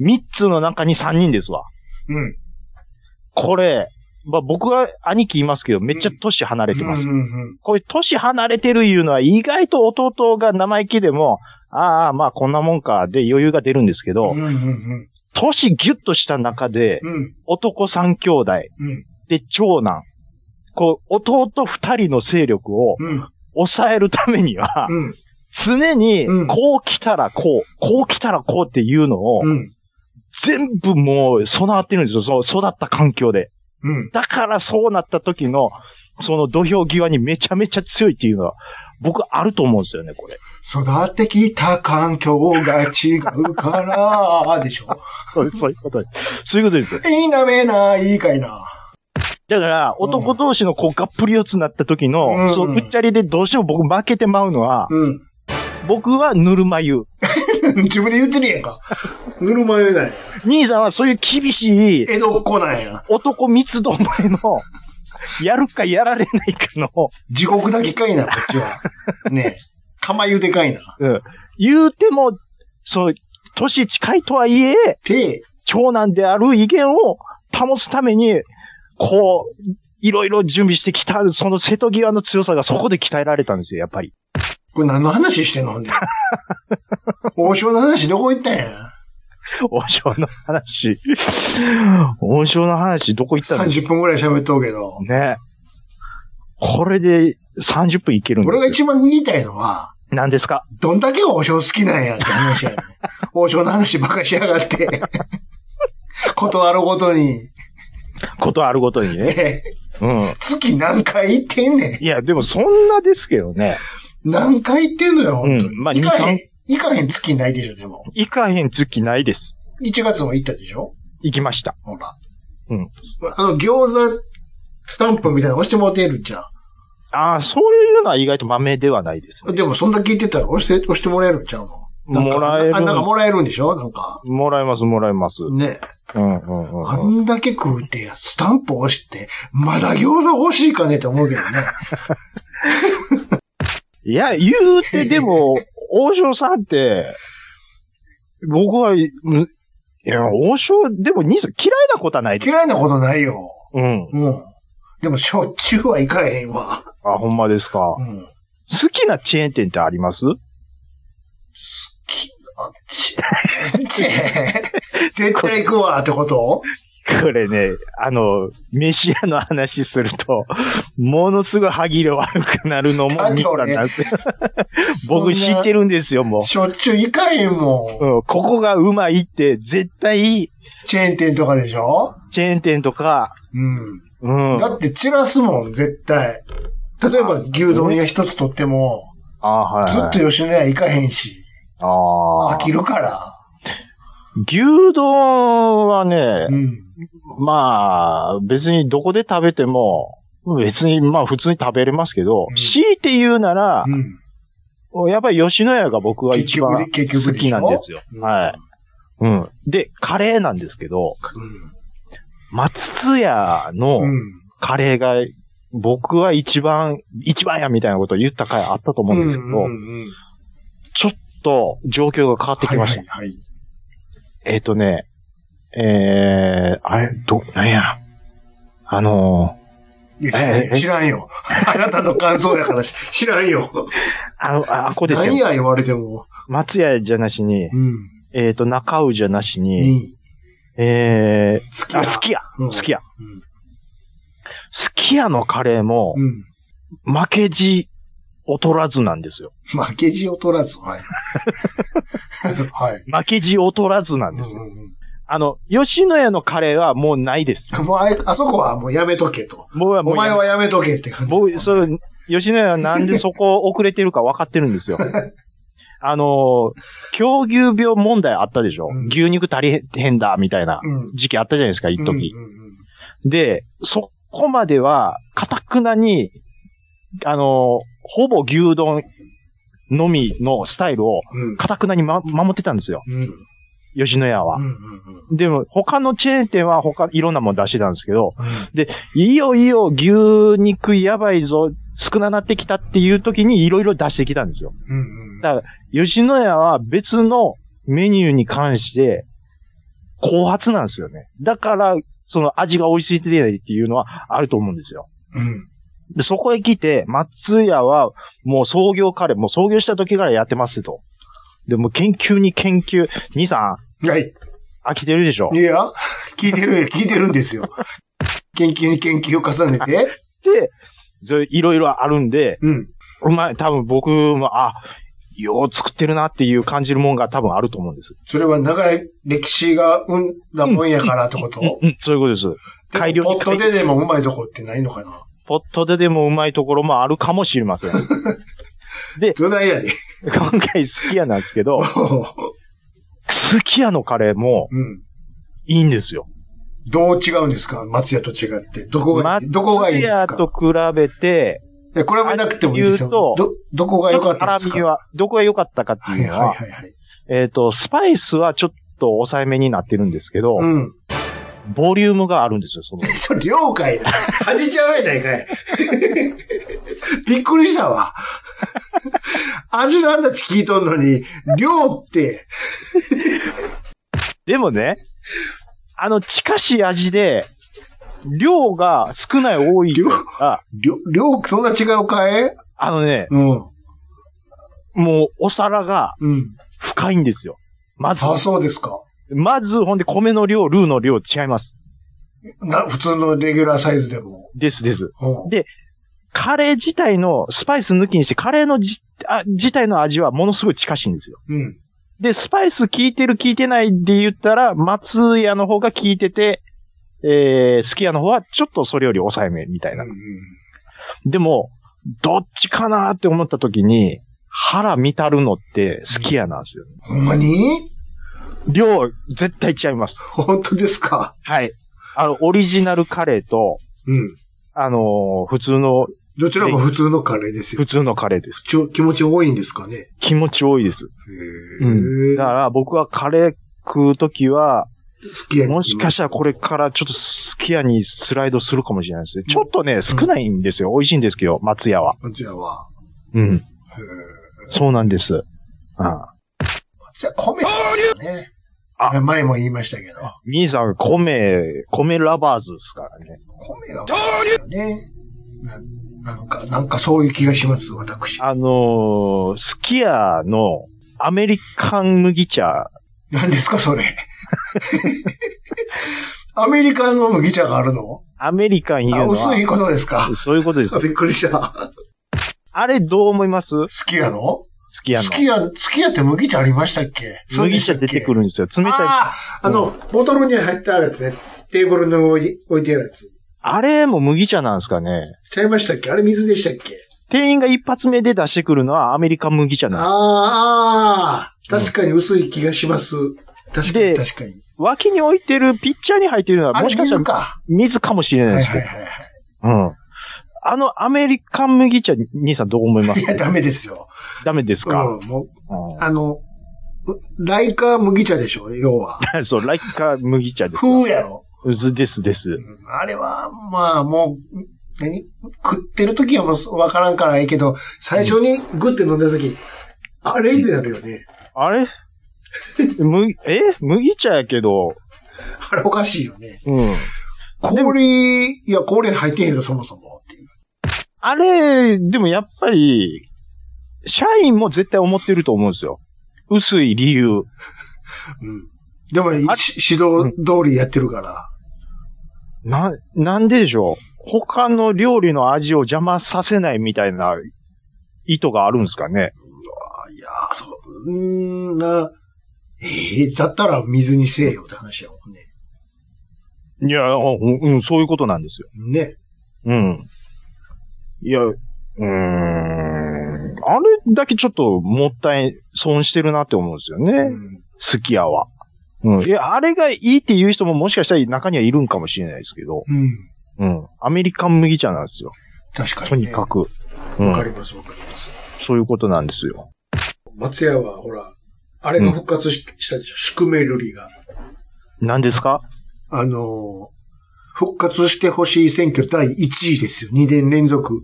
Speaker 2: 三つの中に三人ですわ。
Speaker 1: うん。
Speaker 2: これ、まあ、僕は兄貴いますけど、めっちゃ年離れてます。
Speaker 1: うんうん
Speaker 2: こういう年離れてるいうのは、意外と弟が生意気でも、ああ、まあこんなもんか、で余裕が出るんですけ
Speaker 1: うん。
Speaker 2: ど、
Speaker 1: うんうん
Speaker 2: 年ギュッとした中で、
Speaker 1: うん。うん。
Speaker 2: 男三兄弟、
Speaker 1: うん。
Speaker 2: で長男、こう、弟二人の勢力を
Speaker 1: うん。
Speaker 2: 抑えるためには、
Speaker 1: うん。
Speaker 2: 常に
Speaker 1: うん、
Speaker 2: こう来たらこう、こう来たらこうっていうのを
Speaker 1: う、ん。
Speaker 2: 全部もう備わってるんですよ、その育った環境で。
Speaker 1: うん。
Speaker 2: だからそうなった時の、その土俵際にめちゃめちゃ強いっていうのは、僕あると思うんですよね、これ。
Speaker 1: 育ってきた環境が違うから、でしょ。 [LAUGHS]
Speaker 2: そうそういうことです。そういうことです。
Speaker 1: 否めないかいな。
Speaker 2: だから、
Speaker 1: うん
Speaker 2: 男同士のこう、がっぷり四つになった時の、
Speaker 1: うんうん
Speaker 2: そう、うっちゃりでどうしても僕負けてまうのは、
Speaker 1: うん。 [LAUGHS]
Speaker 2: 僕はぬるま湯。
Speaker 1: 自分で言ってるやんか。ぬるま湯だよ。
Speaker 2: 兄さんはそういう厳しい、
Speaker 1: 江戸っ子なんや。
Speaker 2: 男密度前の、やるかやられないかの、
Speaker 1: 地獄だけかいな、こっちは。ねえ。釜湯でかいな。
Speaker 2: うん。言うても、そう、年近いとはいえ、
Speaker 1: て、
Speaker 2: 長男である威厳を保つために、こう、いろいろ準備してきた、その瀬戸際の強さがそこで鍛えられたんですよ、やっぱり。 [LAUGHS]
Speaker 1: これ何の話してんのほんで。王将の話どこ行ったんや。
Speaker 2: 王将の話。 [LAUGHS] 王将の話、どこ行ったんです
Speaker 1: 30分ぐらい喋っとうけど
Speaker 2: か。ね。これで30分いけるんです
Speaker 1: 俺
Speaker 2: よ
Speaker 1: が一番言いたいのは、
Speaker 2: 何ですか
Speaker 1: どんだけ王将好きなんやって話やね。王将の話ばっかりしやが
Speaker 2: [LAUGHS]
Speaker 1: って。ことあるごとに、
Speaker 2: ことあるごとに
Speaker 1: [LAUGHS]
Speaker 2: ね。
Speaker 1: え
Speaker 2: うん。
Speaker 1: 月何回行ってんね
Speaker 2: いや、でもそんなですけどね。
Speaker 1: ん。何回行ってんのよ、本当に。
Speaker 2: うんまあ
Speaker 1: 行かへん、
Speaker 2: 二
Speaker 1: 行かへん月ないでしょ、でも。
Speaker 2: 行かへん月ないです。
Speaker 1: 1月も行ったでしょ
Speaker 2: 行きました。
Speaker 1: ほら。
Speaker 2: うん。
Speaker 1: あの、餃子、スタンプみたいなの押してもらってるじゃ
Speaker 2: ああ、そういうのは意外と豆ではないです、
Speaker 1: ん。でも、そんだけ言ってたら押して、押してもらえるんちゃうのなんか
Speaker 2: もらえる
Speaker 1: あ、なんかもらえるんでしょなんか。
Speaker 2: もらえます、もらえます。
Speaker 1: ね。
Speaker 2: うんうんうんうん。
Speaker 1: あんだけ食うて、スタンプ押して、まだ餃子欲しいかねって思うけどね。
Speaker 2: いや、言うて
Speaker 1: [LAUGHS]
Speaker 2: でも、王将さんって、僕は、むいや、王将、でも兄さん嫌いなことはないです。
Speaker 1: 嫌いなことないよ。
Speaker 2: うん。
Speaker 1: うん。でも、しょっちゅうは行かれへんわ。
Speaker 2: あ、ほんまですか。
Speaker 1: うん。
Speaker 2: 好きなチェーン店ってあります
Speaker 1: きあち、
Speaker 2: [LAUGHS]
Speaker 1: ち、絶対行くわってこと
Speaker 2: これね、あの、飯屋の話すると、ものすごい歯切れ悪くなるのも
Speaker 1: だって
Speaker 2: 兄さんな
Speaker 1: 俺
Speaker 2: んですよ。僕知って
Speaker 1: る。
Speaker 2: るんですよ、もう。
Speaker 1: しょっちゅう行かへんもん。
Speaker 2: うん、ここがうまいって、絶対、
Speaker 1: チェーン店とかでしょ
Speaker 2: チェーン店とか、
Speaker 1: うん。
Speaker 2: うん。
Speaker 1: だって散らすもん、絶対。例えば牛丼屋一つ取っても、
Speaker 2: あはい、はい。
Speaker 1: ずっと吉野家行かへんし、
Speaker 2: あ
Speaker 1: 飽
Speaker 2: あ。
Speaker 1: きるから。
Speaker 2: 牛丼は
Speaker 1: う
Speaker 2: ね、
Speaker 1: ん。
Speaker 2: まあ、別にどこで食べても、別に、まあ普通に食べれますけど、
Speaker 1: うん
Speaker 2: 強いて言うなら、
Speaker 1: うん。
Speaker 2: やっぱり吉野家が僕は一番
Speaker 1: 結局で結局
Speaker 2: 好
Speaker 1: でし
Speaker 2: き
Speaker 1: ょ
Speaker 2: なんですよ。はい。うん。で、カレーなんですけど、松津屋の
Speaker 1: うん。うん。
Speaker 2: カレーが、僕は一番、一番やみたいなことを言った回あったと思うんですけど、
Speaker 1: んうん。
Speaker 2: ちょっと状況が変わってきました。
Speaker 1: はいはいはい。
Speaker 2: えっ、とね、えー、あれ、ど、なんや。あの
Speaker 1: いや
Speaker 2: ええ
Speaker 1: 知らんよ。あなたの感想やからし知らんよ。
Speaker 2: ー、あ、あ、あこ [LAUGHS] です
Speaker 1: 何
Speaker 2: よ。
Speaker 1: や言われても。
Speaker 2: 松屋じゃなしに
Speaker 1: う、ん。
Speaker 2: えっ、と、中尾じゃなしに、
Speaker 1: に、
Speaker 2: え
Speaker 1: 好き
Speaker 2: ー、
Speaker 1: や
Speaker 2: あ、。好きや。
Speaker 1: うん
Speaker 2: 好きや。
Speaker 1: うん
Speaker 2: 好きやのカレーも、
Speaker 1: うん。
Speaker 2: 負けじ劣らずなんですよ。
Speaker 1: 負けじを取らず、
Speaker 2: [LAUGHS]
Speaker 1: はい。はい。
Speaker 2: 負けじ劣らずなん
Speaker 1: うん
Speaker 2: ですよ。
Speaker 1: うん
Speaker 2: あの、吉野家のカレーはもうないです。
Speaker 1: うんもうあいあそこはもうやめとけと。
Speaker 2: 僕はも
Speaker 1: お
Speaker 2: うやめ
Speaker 1: 前はやめとけって感じ。 [LAUGHS]
Speaker 2: 僕、そう、吉野家はなんでそこ遅れてるか分かってるんですよ。あのー、狂牛病問題あったでしょ、
Speaker 1: うん
Speaker 2: 牛肉足りへんだ、みたいな
Speaker 1: うん。
Speaker 2: 時期あったじゃないですか、一時、
Speaker 1: うんうんうん
Speaker 2: で、そこまでは、かたくなに、あのー、ほぼ牛丼のみのスタイルを、
Speaker 1: うん。
Speaker 2: かたくなに、ま、守ってたんですよ。
Speaker 1: うん。
Speaker 2: 吉野家は
Speaker 1: うん。。うん。
Speaker 2: でも、他のチェーン店は他、いろんなもん出してたんですけど、
Speaker 1: うん。
Speaker 2: いいよいいよ、牛肉やばいぞ、少ななってきたっていう時にいろいろ出してきたんですよ。
Speaker 1: うん。
Speaker 2: だ吉野家は別のメニューに関して、後発なんですよね。だから、その味が美味しいってないっていうのはあると思うんですよ。
Speaker 1: うん。
Speaker 2: で、そこへ来て、松屋はもう創業カレー、もう創業した時からやってますと。で、もう研究に研究、兄さ
Speaker 1: はい。
Speaker 2: ん、飽きてるでしょ
Speaker 1: いや、聞いてる、聞いてるんですよ。研究に研究を重ねて。
Speaker 2: で、それいろいろあるんで、
Speaker 1: うん。
Speaker 2: うまい、多分僕も、あ、よう作ってるなっていう感じるもんが多分あると思うんです。
Speaker 1: それは長い歴史が生んだもんやからってこと
Speaker 2: うん、そういうことです。改
Speaker 1: で
Speaker 2: 良
Speaker 1: もポットででもうまいとこってないのかな
Speaker 2: ポットででもうまいところもあるかもしれません。 [LAUGHS]
Speaker 1: どないやねん。
Speaker 2: 今回すき家なんですけど、すき家のカレーも
Speaker 1: うん。
Speaker 2: いいんですよ。
Speaker 1: どう違うんですか松屋と違って。どこが、どこがいいんです
Speaker 2: 松屋と
Speaker 1: か
Speaker 2: 比べて、
Speaker 1: いやこれはなくてもいいですよ。
Speaker 2: 言うと
Speaker 1: ど、どこが良かったんです
Speaker 2: 辛み
Speaker 1: か
Speaker 2: は、どこが良かったかって
Speaker 1: はい
Speaker 2: い
Speaker 1: はい
Speaker 2: うのは、
Speaker 1: はいはい。
Speaker 2: えっ、と、スパイスはちょっと抑えめになってるんですけど、
Speaker 1: うん。
Speaker 2: ボリュームがあるんですよ、その。
Speaker 1: [LAUGHS] それ、了解だ。恥ちゃうやないか [LAUGHS] い。びっくりしたわ。 [LAUGHS] 味の話聞いとんのに、量って、
Speaker 2: でもね、あの、近しい味で、量が少ない多い
Speaker 1: 量
Speaker 2: あ、
Speaker 1: 量、量、そんな違うかい
Speaker 2: あのね、
Speaker 1: うん。
Speaker 2: もうお皿が
Speaker 1: うん。
Speaker 2: 深いんですよ。まず、
Speaker 1: あ、そうですか。
Speaker 2: まず、ほんで米の量、ルーの量違います。
Speaker 1: な、普通のレギュラーサイズでも。
Speaker 2: ですです。
Speaker 1: うん。
Speaker 2: カレー自体の、スパイス抜きにして、カレーのじあ自体の味はものすごい近しいんですよ。
Speaker 1: うん。
Speaker 2: で、スパイス効いてる効いてないで言ったら、松屋の方が効いてて、えー、すき家の方はちょっとそれより抑えめみたいな。でも、どっちかなって思った時に、腹満たるのって好きやなんですよ。
Speaker 1: ほんまに
Speaker 2: 量、絶対違います。
Speaker 1: 本当ですか
Speaker 2: はい。あの、オリジナルカレーと、
Speaker 1: うん。
Speaker 2: あのー普通の、
Speaker 1: どちらも普通のカレーですよ
Speaker 2: 普。通のカレーです。
Speaker 1: ちょ気持ち多いんですかね
Speaker 2: 気持ち多いです。
Speaker 1: へ
Speaker 2: う
Speaker 1: ー
Speaker 2: ん。だから僕はカレー食うときは、
Speaker 1: 好きや
Speaker 2: もしかしたらこれからちょっとすき家にスライドするかもしれないですね。ちょっとね、少ないんですよ。美味しいんですけど、松屋は。
Speaker 1: 松屋は。
Speaker 2: うん。
Speaker 1: へー
Speaker 2: そうなんです。うん。
Speaker 1: 松屋、米ね。あ、前も言いましたけど。
Speaker 2: 兄さん、米、米ラバーズですからね。
Speaker 1: 米がね。ななんか、なんかそういう気がします、私。
Speaker 2: あのー、スキヤのアメリカン麦茶、
Speaker 1: 何ですか、それ。 [LAUGHS] アメリカの麦茶があるの
Speaker 2: アメリカンいう
Speaker 1: あ
Speaker 2: のは、
Speaker 1: 薄いことですか。 [LAUGHS]
Speaker 2: そういうことですよ。
Speaker 1: びっくりした。
Speaker 2: あれどう思います
Speaker 1: 好きやの
Speaker 2: スキヤの
Speaker 1: 好。きや、好きやって麦茶ありましたっけそうで
Speaker 2: 麦
Speaker 1: した
Speaker 2: 茶
Speaker 1: っけ
Speaker 2: 出てくるんですよ。冷たい。あ
Speaker 1: ああ、あの、ボトルに入ってあるやつね。テーブルの上に置いてあるやつ。
Speaker 2: れも麦茶なんですかね。
Speaker 1: ちゃいましたっけあれ水でしたっけ
Speaker 2: 店員が一発目で出してくるのはアメリカン麦茶なんで
Speaker 1: あーあー、確かに薄い気がします。確かに、
Speaker 2: で
Speaker 1: 確かに。
Speaker 2: す。脇に置いてるピッチャーに入ってるのは
Speaker 1: あ
Speaker 2: も
Speaker 1: れ
Speaker 2: しかした
Speaker 1: 水
Speaker 2: ら
Speaker 1: か。
Speaker 2: 水かもしれ
Speaker 1: は
Speaker 2: ない
Speaker 1: い
Speaker 2: で
Speaker 1: は
Speaker 2: す
Speaker 1: い
Speaker 2: け
Speaker 1: はいは
Speaker 2: ど。うん。あのアメリカン麦茶、兄さんどう思いま
Speaker 1: [LAUGHS] い。い
Speaker 2: す
Speaker 1: や、ダメですよ。
Speaker 2: ダメです
Speaker 1: う
Speaker 2: か、
Speaker 1: ん、もう、
Speaker 2: う
Speaker 1: あの、ライカ麦茶でしょ要は。
Speaker 2: ん、 [LAUGHS] そう、ライカ麦茶です。
Speaker 1: 風やろ。
Speaker 2: うずですです。
Speaker 1: うんあれは、まあ、もう、何食ってる時はもうわからんからいいけど、最初にグッて飲んだ時、あれってなるよね。
Speaker 2: あれむ、え麦茶やけど、
Speaker 1: あれおかしいよね。
Speaker 2: うん。
Speaker 1: 氷、いや、氷入ってへんぞ、そもそも。っていう。
Speaker 2: あれ、でもやっぱり、社員も絶対思ってると思うんですよ。薄い理由。
Speaker 1: うん。でも、
Speaker 2: あ
Speaker 1: し指導通りやってるから。
Speaker 2: な、なんででしょう他の料理の味を邪魔させないみたいな意図があるんですかね。
Speaker 1: いやー、そんな、えー、だったら水にせえよって話やもんね。
Speaker 2: いや、うん、うんそういうことなんですよ。
Speaker 1: ね。
Speaker 2: うん。いや、うーん。あれ、だけちょっともったい、損してるなって思うんですよね。
Speaker 1: うん
Speaker 2: すき家は。うん。いや、あれがいいっていう人ももしかしたら中にはいるんかもしれないですけど、
Speaker 1: うん。
Speaker 2: うん。アメリカン麦茶なんですよ。
Speaker 1: 確か
Speaker 2: と
Speaker 1: に、
Speaker 2: に
Speaker 1: ね。
Speaker 2: かく。う
Speaker 1: わか
Speaker 2: ん。
Speaker 1: ります、わかります。
Speaker 2: そういうことなんですよ。
Speaker 1: 松屋は、ほら、あれが復活し,、たでしょ、宿命瑠璃が。
Speaker 2: 何ですか
Speaker 1: あのー復活してほしい選挙第1位ですよ。2年連続。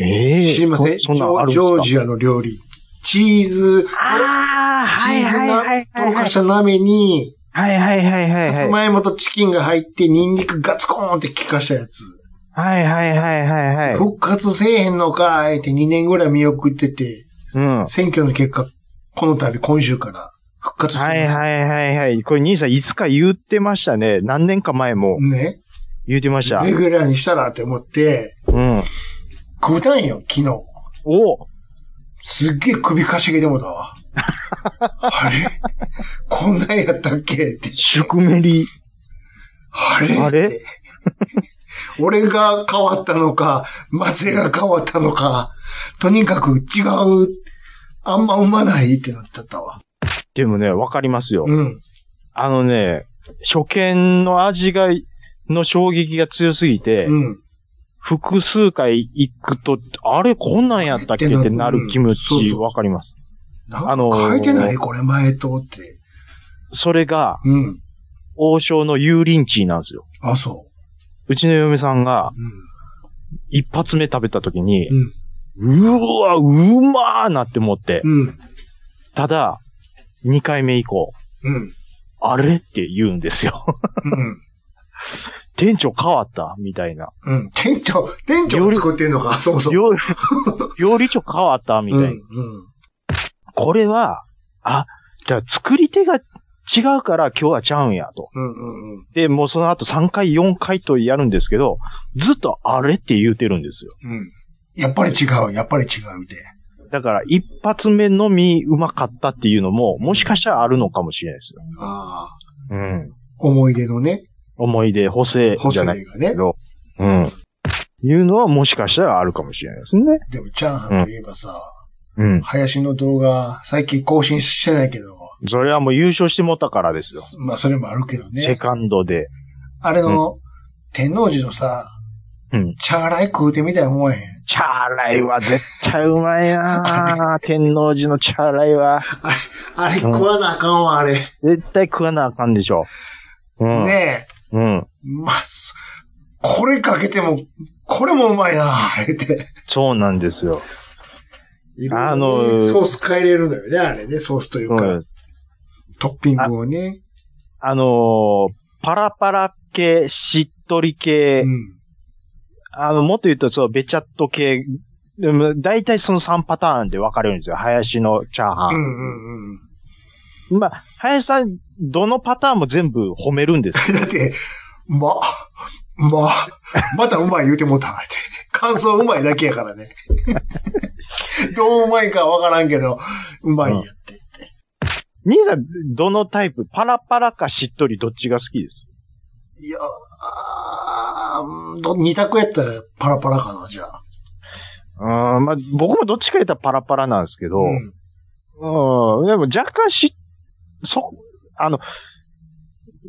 Speaker 2: ええ
Speaker 1: 知りません
Speaker 2: そそん
Speaker 1: ジ
Speaker 2: なんあ
Speaker 1: ョ
Speaker 2: るん
Speaker 1: ジ
Speaker 2: です
Speaker 1: ョー
Speaker 2: か
Speaker 1: ジアの料理。チーズ、チ
Speaker 2: ああ、はい
Speaker 1: ーズ
Speaker 2: はい
Speaker 1: な
Speaker 2: はい、
Speaker 1: と
Speaker 2: はい
Speaker 1: ろ
Speaker 2: は
Speaker 1: か
Speaker 2: い
Speaker 1: した鍋に、
Speaker 2: はいはいはいはいは
Speaker 1: さ
Speaker 2: い
Speaker 1: つ。まいもとチキンが入って、ニンニクガツコーンって効かしたやつ。
Speaker 2: はいはいはいはいはい。
Speaker 1: 復活せえへんのかーって2年ぐらい見送ってて、
Speaker 2: うん。は
Speaker 1: 選挙の結果、この度今週から復活
Speaker 2: い
Speaker 1: してます。
Speaker 2: はいはいはい。これ兄さんいつか言ってましたね。何年か前も
Speaker 1: ね。
Speaker 2: 言ってました。
Speaker 1: レギュラーにしたらって思って、
Speaker 2: うん。
Speaker 1: 食うたんよ、昨日。
Speaker 2: お
Speaker 1: すっげえ首かしげてもだ
Speaker 2: [LAUGHS]
Speaker 1: わ。あれこんなんやったっけって。
Speaker 2: 宿メリ。
Speaker 1: あれ
Speaker 2: あれ
Speaker 1: って俺が変わったのか、松江が変わったのか、とにかく違う、あんま生まないってなっちゃったわ。
Speaker 2: でもね、わかりますよ。
Speaker 1: うん。
Speaker 2: あのね、初見の味が、の衝撃が強すぎて、
Speaker 1: うん。
Speaker 2: 複数回行くと、あれこんなんやったっけ
Speaker 1: って
Speaker 2: っ
Speaker 1: な
Speaker 2: てなる気持
Speaker 1: うんそう
Speaker 2: ち
Speaker 1: そう
Speaker 2: わかります。
Speaker 1: な
Speaker 2: あ
Speaker 1: ん
Speaker 2: の
Speaker 1: か
Speaker 2: ー
Speaker 1: 変えてないこれ前とって。
Speaker 2: それが、
Speaker 1: うん。
Speaker 2: 王将の油淋鶏なんですよ。
Speaker 1: あ、そう
Speaker 2: ちの嫁さんが
Speaker 1: う。うん。
Speaker 2: 一発目食べた時に、
Speaker 1: うん
Speaker 2: うわ、うまーなって思って、
Speaker 1: うん。
Speaker 2: ただ、二回目以降、
Speaker 1: うん。
Speaker 2: あれって言うんですよ。 [LAUGHS]
Speaker 1: うん。
Speaker 2: 店長変わったみたいな。
Speaker 1: うん。店長、店長が作ってんのか、そもそも。
Speaker 2: 料料理長変わったみたいな。
Speaker 1: うん。うん。
Speaker 2: これは、あ、じゃあ作り手が違うから今日はちゃうんやと。
Speaker 1: うんうんうん。
Speaker 2: で、もうその後3回、4回とやるんですけど、ずっとあれって言うてるんですよ。
Speaker 1: うん。やっぱり違う、やっぱり違うみたい。
Speaker 2: だから一発目のみうまかったっていうのも、もしかしたらあるのかもしれないですよ。
Speaker 1: ああ。
Speaker 2: うん。
Speaker 1: 思い出のね、
Speaker 2: 思い出、補正
Speaker 1: 補
Speaker 2: じ
Speaker 1: 正
Speaker 2: ゃ
Speaker 1: が
Speaker 2: ないけ
Speaker 1: ね。
Speaker 2: ど。うん。いうのはもしかしたらあるかもしれないですね。
Speaker 1: でも、チャーハンといえばさ、
Speaker 2: うん。
Speaker 1: 林の動画、最近更新してないけど、
Speaker 2: それはもう優勝してもったからですよ。
Speaker 1: まあ、それもあるけど
Speaker 2: セ
Speaker 1: ね。
Speaker 2: カンドで。
Speaker 1: あれの、天王寺のさ、
Speaker 2: うん。
Speaker 1: チャーライ食うてみたい思わへん。
Speaker 2: チャーライは絶対うまいな
Speaker 1: [LAUGHS]
Speaker 2: ぁ天王寺のチャーライは。
Speaker 1: あれ食わなあかんわ、あれ。
Speaker 2: 絶対食わなあかんでしょ。うん。
Speaker 1: ねえ。
Speaker 2: うん。
Speaker 1: まあ、すこれかけても、これもうまいなあ、言うて。
Speaker 2: そうなんですよ。
Speaker 1: いろいろね
Speaker 2: あのー
Speaker 1: ソース変えれるのよね、あれね。ソースという
Speaker 2: そう
Speaker 1: か
Speaker 2: で、す
Speaker 1: トッピングをね。
Speaker 2: あのーパラパラ系、しっとり
Speaker 1: う
Speaker 2: 系、
Speaker 1: ん。
Speaker 2: あの、もっと言うと、そう、べちゃっと系、でも、大体その3パターンで分かれるんですよ。林のチャー
Speaker 1: うんう
Speaker 2: ハ
Speaker 1: んうん。
Speaker 2: ン。まあ、林さん、どのパターンも全部褒める
Speaker 1: [LAUGHS]
Speaker 2: んですよ。
Speaker 1: だって、ま、ま、またうまい言うてもうた。って感想うまいだけやからね。 [LAUGHS] どううまいかわからんけど、うまいやって。
Speaker 2: 兄さん、どのタイプパラパラかしっとりどっちが好きです
Speaker 1: いや、あーど二択やったらパラパラかな、じゃあ。
Speaker 2: うーん、まあ、僕もどっちか言ったらパラパラなんですけど、
Speaker 1: うん。
Speaker 2: うん、でも若干し、そ、あの、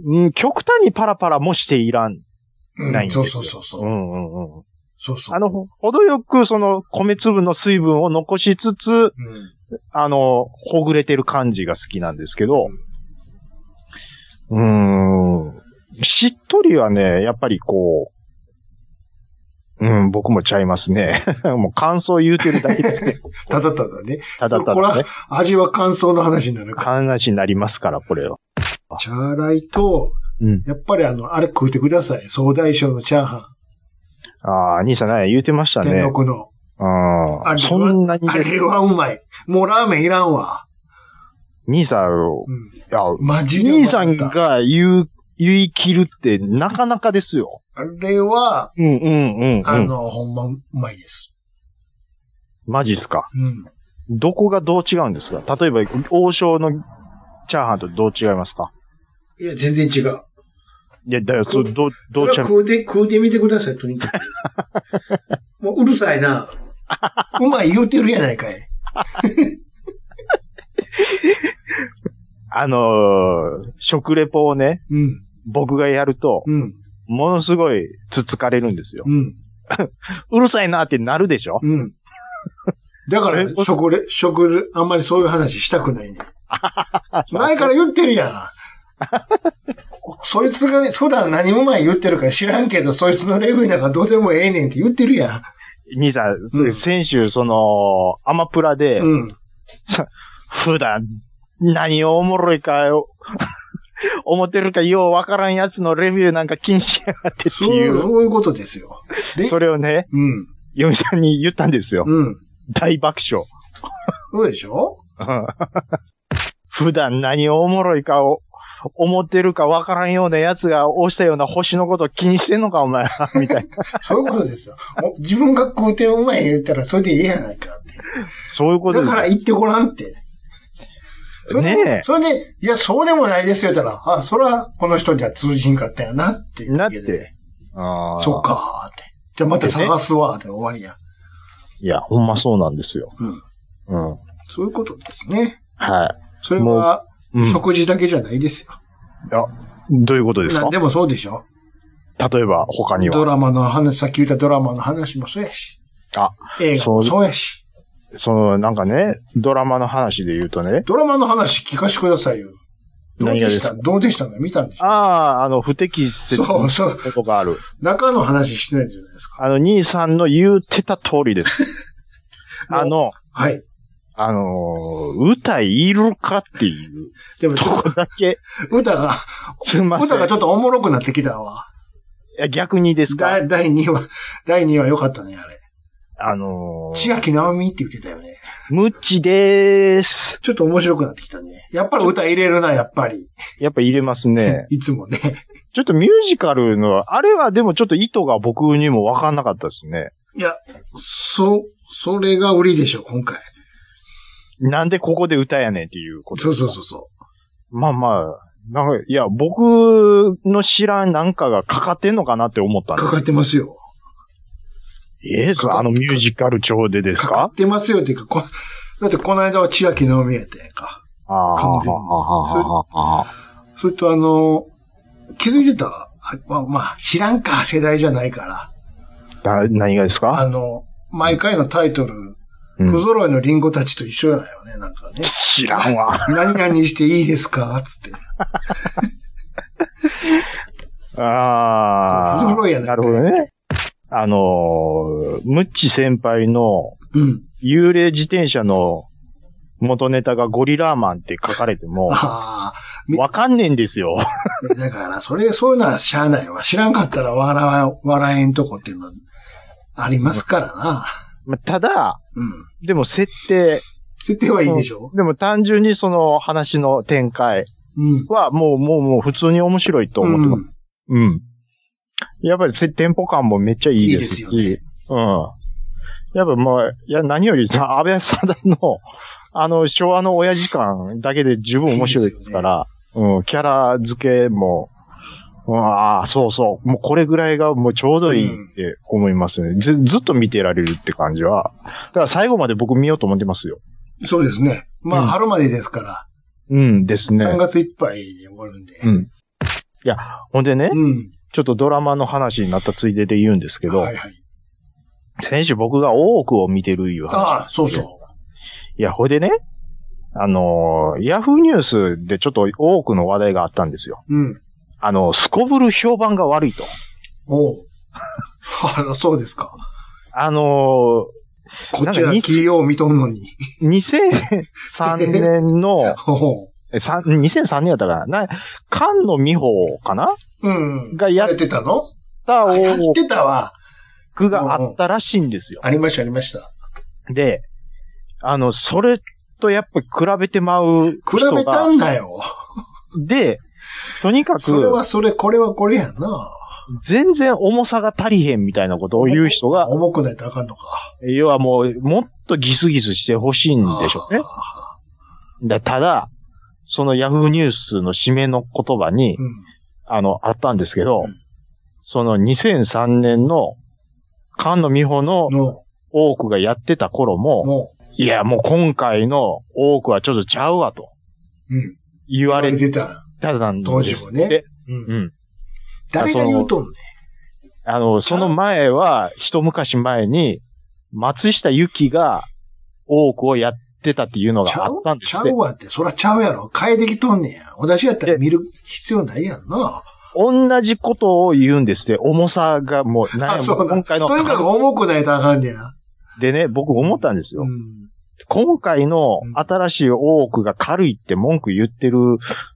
Speaker 2: うん、極端にパラパラもしていらん。
Speaker 1: うん
Speaker 2: ないんです
Speaker 1: そ
Speaker 2: よ
Speaker 1: うそうそうそうう。
Speaker 2: んうんうん。
Speaker 1: そうそう。
Speaker 2: あの、程よくその米粒の水分を残しつつ、
Speaker 1: うん、
Speaker 2: あの、ほぐれてる感じが好きなんですけど、うーん、しっとりはね、やっぱりこう、うん、僕もちゃいますね。 [LAUGHS] もう感想言うてるだけで
Speaker 1: [LAUGHS]
Speaker 2: すね。
Speaker 1: ただただね。
Speaker 2: ただた
Speaker 1: これ
Speaker 2: だ
Speaker 1: は
Speaker 2: ね。
Speaker 1: 味は感想の話になるから。
Speaker 2: 話になりますから、これは。
Speaker 1: チャーライと、
Speaker 2: うん
Speaker 1: やっぱりあの、あれ食うてください。総大将のチャーハ
Speaker 2: ああ、兄さんね、言うてました
Speaker 1: ン。
Speaker 2: ね。
Speaker 1: 天国の。
Speaker 2: あ
Speaker 1: あ
Speaker 2: あ、
Speaker 1: れは
Speaker 2: そんなに
Speaker 1: あ
Speaker 2: ね、
Speaker 1: れはうまい。もうラーメンいらんわ。
Speaker 2: 兄さんを、
Speaker 1: うん。
Speaker 2: いや、
Speaker 1: マジでうま
Speaker 2: 兄
Speaker 1: か
Speaker 2: さん
Speaker 1: った。
Speaker 2: が言う、言い切るってなかなかですよ。
Speaker 1: あれは、
Speaker 2: うんうんうん、
Speaker 1: あ
Speaker 2: うん。
Speaker 1: の、ほんまうまいです。
Speaker 2: マジっすか。
Speaker 1: うん。
Speaker 2: どこがどう違うんですか例えば、王将のチャーハンとどう違いますか
Speaker 1: いや、全然違う。
Speaker 2: いや、だよ、そうどう、
Speaker 1: こ
Speaker 2: どう
Speaker 1: れは
Speaker 2: 違う。
Speaker 1: 食うて、食うてみてください、と
Speaker 2: [LAUGHS]
Speaker 1: にかく。もううるさいな。うまい言うてるやないかい。
Speaker 2: あのー食レポをね、
Speaker 1: うん。
Speaker 2: 僕がやると、
Speaker 1: うん。
Speaker 2: ものすごいつつかれるんですよ。
Speaker 1: うん。
Speaker 2: うるさいなってなるでしょ
Speaker 1: うん。だから
Speaker 2: え、
Speaker 1: 食レ、食レ、あんまりそういう話したく
Speaker 2: [LAUGHS]
Speaker 1: ないね。前から言ってるやん。そいつが普段何うまい言ってるか知らんけど、そいつのレベルなんかどうでもええねんって言ってるや
Speaker 2: 兄さん、
Speaker 1: うん
Speaker 2: 先週、その、アマプラで、
Speaker 1: ん。うん。
Speaker 2: 普段、何をおもろいか、 [LAUGHS] 思ってるかようわからんやつのレビューなんか禁止やがってって
Speaker 1: そう
Speaker 2: い
Speaker 1: いう、
Speaker 2: う、
Speaker 1: そういうことですよ。
Speaker 2: そ
Speaker 1: で
Speaker 2: れをね、
Speaker 1: うん。
Speaker 2: 嫁さんに言ったんですよ。
Speaker 1: うん。
Speaker 2: 大爆笑。
Speaker 1: そうでしょ
Speaker 2: 普段何をおもろいかを、思ってるかわからんようなやつが押したような星のこと気にしてんのか、お前 [LAUGHS] は、みたいな。
Speaker 1: そういうことですよ。もう自分が食うてうまい言ったらそれでいいやないかって。
Speaker 2: そういうこと
Speaker 1: だ
Speaker 2: です
Speaker 1: から言ってごらんって。それで、
Speaker 2: ねえ
Speaker 1: それで、いや、そうでもないですよ、言ったら、あ、それはこの人には通じんかったよなっていうだけ
Speaker 2: なっ
Speaker 1: で。
Speaker 2: あー
Speaker 1: そっ。かーって。じゃあまた探すわーで終わりや。
Speaker 2: いや、ほんまそうなんですよ。うん。
Speaker 1: そういうことですね。
Speaker 2: は
Speaker 1: それ
Speaker 2: も
Speaker 1: は、
Speaker 2: い。うん。
Speaker 1: 食事だけじゃないですよ。
Speaker 2: あどういうことです
Speaker 1: な
Speaker 2: か
Speaker 1: んでもそうでしょ
Speaker 2: 例えば、他に
Speaker 1: ド
Speaker 2: は。
Speaker 1: ラマの話、さっき言ったドラマの話もそうやし。
Speaker 2: あ、
Speaker 1: 映画も
Speaker 2: そう
Speaker 1: そうやし。
Speaker 2: その、なんかね、ドラマの話で言うとね、
Speaker 1: ドラマの話聞かしてくださいよ。どう
Speaker 2: 何が
Speaker 1: で
Speaker 2: で
Speaker 1: し
Speaker 2: すか
Speaker 1: たどうでしたの見たんでしょ
Speaker 2: ああ、あの、不適切な
Speaker 1: そうそう
Speaker 2: ことがある。
Speaker 1: 中の話しないじゃないですか。
Speaker 2: あの、兄さんの言うてた通りです。
Speaker 1: [LAUGHS]
Speaker 2: あの、
Speaker 1: はい。
Speaker 2: あのー歌いるかっていう。
Speaker 1: で
Speaker 2: [LAUGHS]
Speaker 1: もちょ
Speaker 2: と
Speaker 1: っ
Speaker 2: こだけ、
Speaker 1: と、歌が、
Speaker 2: すんませ
Speaker 1: 歌が
Speaker 2: ん。
Speaker 1: ちょっとおもろくなってきたわ。
Speaker 2: いや逆にですか
Speaker 1: だ第2話、第2話良かったね、あれ。
Speaker 2: あのー
Speaker 1: 千秋直美って言ってたよね。
Speaker 2: 無知でーす。
Speaker 1: ちょっと面白くなってきたね。やっぱり歌入れるな、やっぱり。
Speaker 2: やっぱ入れま
Speaker 1: [LAUGHS]。
Speaker 2: すね
Speaker 1: いつもね。
Speaker 2: ちょっとミュージカルの、あれはでもちょっと意図が僕にもわかんなかったですね。
Speaker 1: いや、そ、それが売りでしょ、今回。
Speaker 2: なんでここで歌やねんっていうこと。
Speaker 1: そうそうそうそ
Speaker 2: まあまあ、なんか、いや、僕の知らんなんかがかかってんのかなって思ったん
Speaker 1: う。
Speaker 2: で
Speaker 1: かかってますよ。
Speaker 2: ええ
Speaker 1: かか
Speaker 2: あのミュージカル調でです
Speaker 1: かか
Speaker 2: か
Speaker 1: ってますよっていうか、こだってこの間は千秋直美やったやんか。
Speaker 2: ああ
Speaker 1: 完全にそれ
Speaker 2: あ
Speaker 1: それとあの、気づいてたあまあ、まあ、知らんか、世代じゃないから。
Speaker 2: あ。な何がです
Speaker 1: あ
Speaker 2: か
Speaker 1: の、毎回のタイトル、
Speaker 2: うん
Speaker 1: 不揃いのリンゴたちと一緒だよね、なんかね。
Speaker 2: 知らんわ。
Speaker 1: 何々していいですかつって。
Speaker 2: ああ。
Speaker 1: 不揃いやね
Speaker 2: なるほどね。あのー、ムッチ先輩の
Speaker 1: うん。
Speaker 2: 幽霊自転車の元ネタがゴリラーマンって書かれても、
Speaker 1: ああ、み
Speaker 2: わかんねえんですよ。
Speaker 1: だから、それ、そういうのはしゃあないわ。知らんかったら笑わ、笑えんとこっていうのはありますからな。
Speaker 2: まあただ、
Speaker 1: うん。
Speaker 2: でも設定、
Speaker 1: 設定はいいでしょ
Speaker 2: でも単純にその話の展開
Speaker 1: うん。
Speaker 2: はもうもうもう普通に面白いと思ってます。
Speaker 1: うん
Speaker 2: うん。やっぱりせテンポ感もめっちゃいいですし。
Speaker 1: いいです
Speaker 2: うん。やっぱまあ、いや、何より、さ [LAUGHS] 安倍さんの、あの、昭和の親父感だけで十分面白いですから、うん、キャラ付けも、うんああ、そうそう、もうこれぐらいがもうちょうどいいって思いますね。ず、ずっと見てられるって感じは。だから最後まで僕見ようと思ってますよ。
Speaker 1: そうですね。まあ、
Speaker 2: うん
Speaker 1: 春までですか
Speaker 2: うんです
Speaker 1: ら、3
Speaker 2: ね。
Speaker 1: 月いっぱいで終わるんで。
Speaker 2: うん。いや、ほんでね、
Speaker 1: うん。
Speaker 2: ちょっとドラマの話になったついでで言うんですけど、
Speaker 1: はいはい。
Speaker 2: 先週僕が多くを見てるいう話。
Speaker 1: ああ、そうそ
Speaker 2: いや、ほいでね、あのーヤフーニュースでちょっと多くの話題があったんですよ。
Speaker 1: う。うん。
Speaker 2: あの、すこぶる評判が悪いと。
Speaker 1: おう。あら、そうですか。
Speaker 2: あの
Speaker 1: こっち
Speaker 2: なん
Speaker 1: は
Speaker 2: かに
Speaker 1: 企業を見とんのに。
Speaker 2: ー、2003
Speaker 1: [LAUGHS]
Speaker 2: 年の、
Speaker 1: ほ
Speaker 2: えさん2003年やったかな、な菅野美穂かな
Speaker 1: う。うん。
Speaker 2: がやっ
Speaker 1: やってたの
Speaker 2: た
Speaker 1: あや
Speaker 2: 多
Speaker 1: ってたわ。
Speaker 2: くがあったらしいんですよ。
Speaker 1: ありました、ありました。
Speaker 2: で、あの、それとやっぱり比べてまう
Speaker 1: 比
Speaker 2: 人
Speaker 1: べた
Speaker 2: が、
Speaker 1: んだよ。
Speaker 2: で、とにかく、
Speaker 1: それはそれ、これはこれやんな。
Speaker 2: 全然重さが足りへんみたいなことを言う人が、
Speaker 1: 重くないとあかんのか。
Speaker 2: 要はもう、もっとギスギスしてほしいんでしょうね
Speaker 1: あ。あ。
Speaker 2: だただ、そのヤフーニュースの締めの言葉に、
Speaker 1: うん。
Speaker 2: あの、あったんですけど、
Speaker 1: うん
Speaker 2: その2003年の菅野美穂の
Speaker 1: の、
Speaker 2: 多くがやってた頃も、
Speaker 1: も
Speaker 2: いや、もう今回の多くはちょっとちゃうわと
Speaker 1: うん。
Speaker 2: 言わ
Speaker 1: あ
Speaker 2: れ
Speaker 1: れ
Speaker 2: て
Speaker 1: 出た。
Speaker 2: たん
Speaker 1: 当
Speaker 2: で
Speaker 1: 時
Speaker 2: す
Speaker 1: も
Speaker 2: っ
Speaker 1: ね
Speaker 2: て。
Speaker 1: うん。
Speaker 2: うん。
Speaker 1: 誰が言うとんねん。
Speaker 2: あの、その前は、一昔前に、松下由紀が多くをやってたっていうの
Speaker 1: ちゃ
Speaker 2: があっ
Speaker 1: う
Speaker 2: たんで
Speaker 1: ち
Speaker 2: す
Speaker 1: ゃ
Speaker 2: って
Speaker 1: う。わって、そらちゃうやろ。変えてきとんねや。私やったら見る必要ないやんな。
Speaker 2: 同じことを言うんですって、重さがもう、なん
Speaker 1: あ、
Speaker 2: や
Speaker 1: そうな
Speaker 2: 今
Speaker 1: ん
Speaker 2: 回の
Speaker 1: とにかく重くないとあかんねや。
Speaker 2: でね、僕思ったんですよ。
Speaker 1: うん。
Speaker 2: 今回の
Speaker 1: うん
Speaker 2: 新しい大奥が軽いって文句言ってる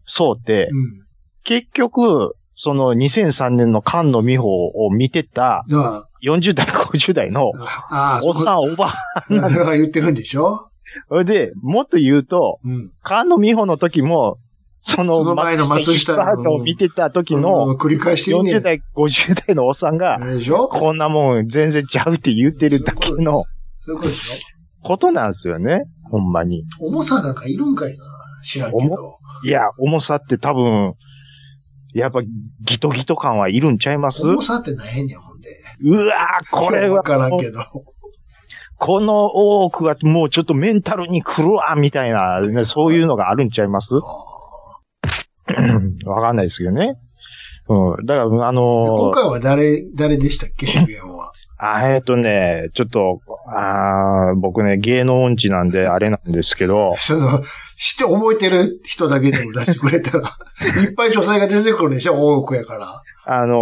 Speaker 2: 層って、
Speaker 1: うん。
Speaker 2: 結局、その2003年の菅野美穂を見てた
Speaker 1: だか
Speaker 2: 40代、50代の
Speaker 1: らああ、
Speaker 2: おっさん、おば
Speaker 1: そこそれが言ってるんでしょ
Speaker 2: あ、で、もっと言うと、
Speaker 1: うん。
Speaker 2: 菅野美穂の時も、その
Speaker 1: その前の松下
Speaker 2: 松下を見てた時
Speaker 1: うん
Speaker 2: の
Speaker 1: 繰り返してるね
Speaker 2: 40代、50代のおっさんが、
Speaker 1: あれでしょ
Speaker 2: こんなもん全然ちゃうって言ってるだけの
Speaker 1: そういうことでしょ
Speaker 2: ことなんですよね。ほんまに。
Speaker 1: 重さなんかいるんかいな。知らんけど。
Speaker 2: いや、重さって多分、やっぱギトギト感はいるんちゃいますうわ
Speaker 1: 重さってないねんもんで。
Speaker 2: ーこれは
Speaker 1: わ、からんけ
Speaker 2: [LAUGHS]
Speaker 1: ど。
Speaker 2: この多くはもうちょっとメンタルに来るわ、みたいな、ね、そういうのがあるんちゃいますうんわかんないですけどね。うん。だから、あ
Speaker 1: 今
Speaker 2: のー
Speaker 1: 回は誰、誰でしたっ
Speaker 2: [LAUGHS]
Speaker 1: け、主演は。
Speaker 2: あ、えっとね、ちょっと、あー僕ね、芸能音痴なんであれなんですけど、
Speaker 1: その、知って覚えてる人だけでも出してくれ
Speaker 2: [LAUGHS]
Speaker 1: たら、いっぱい女性が出てくるでしょ、多くやから。
Speaker 2: あの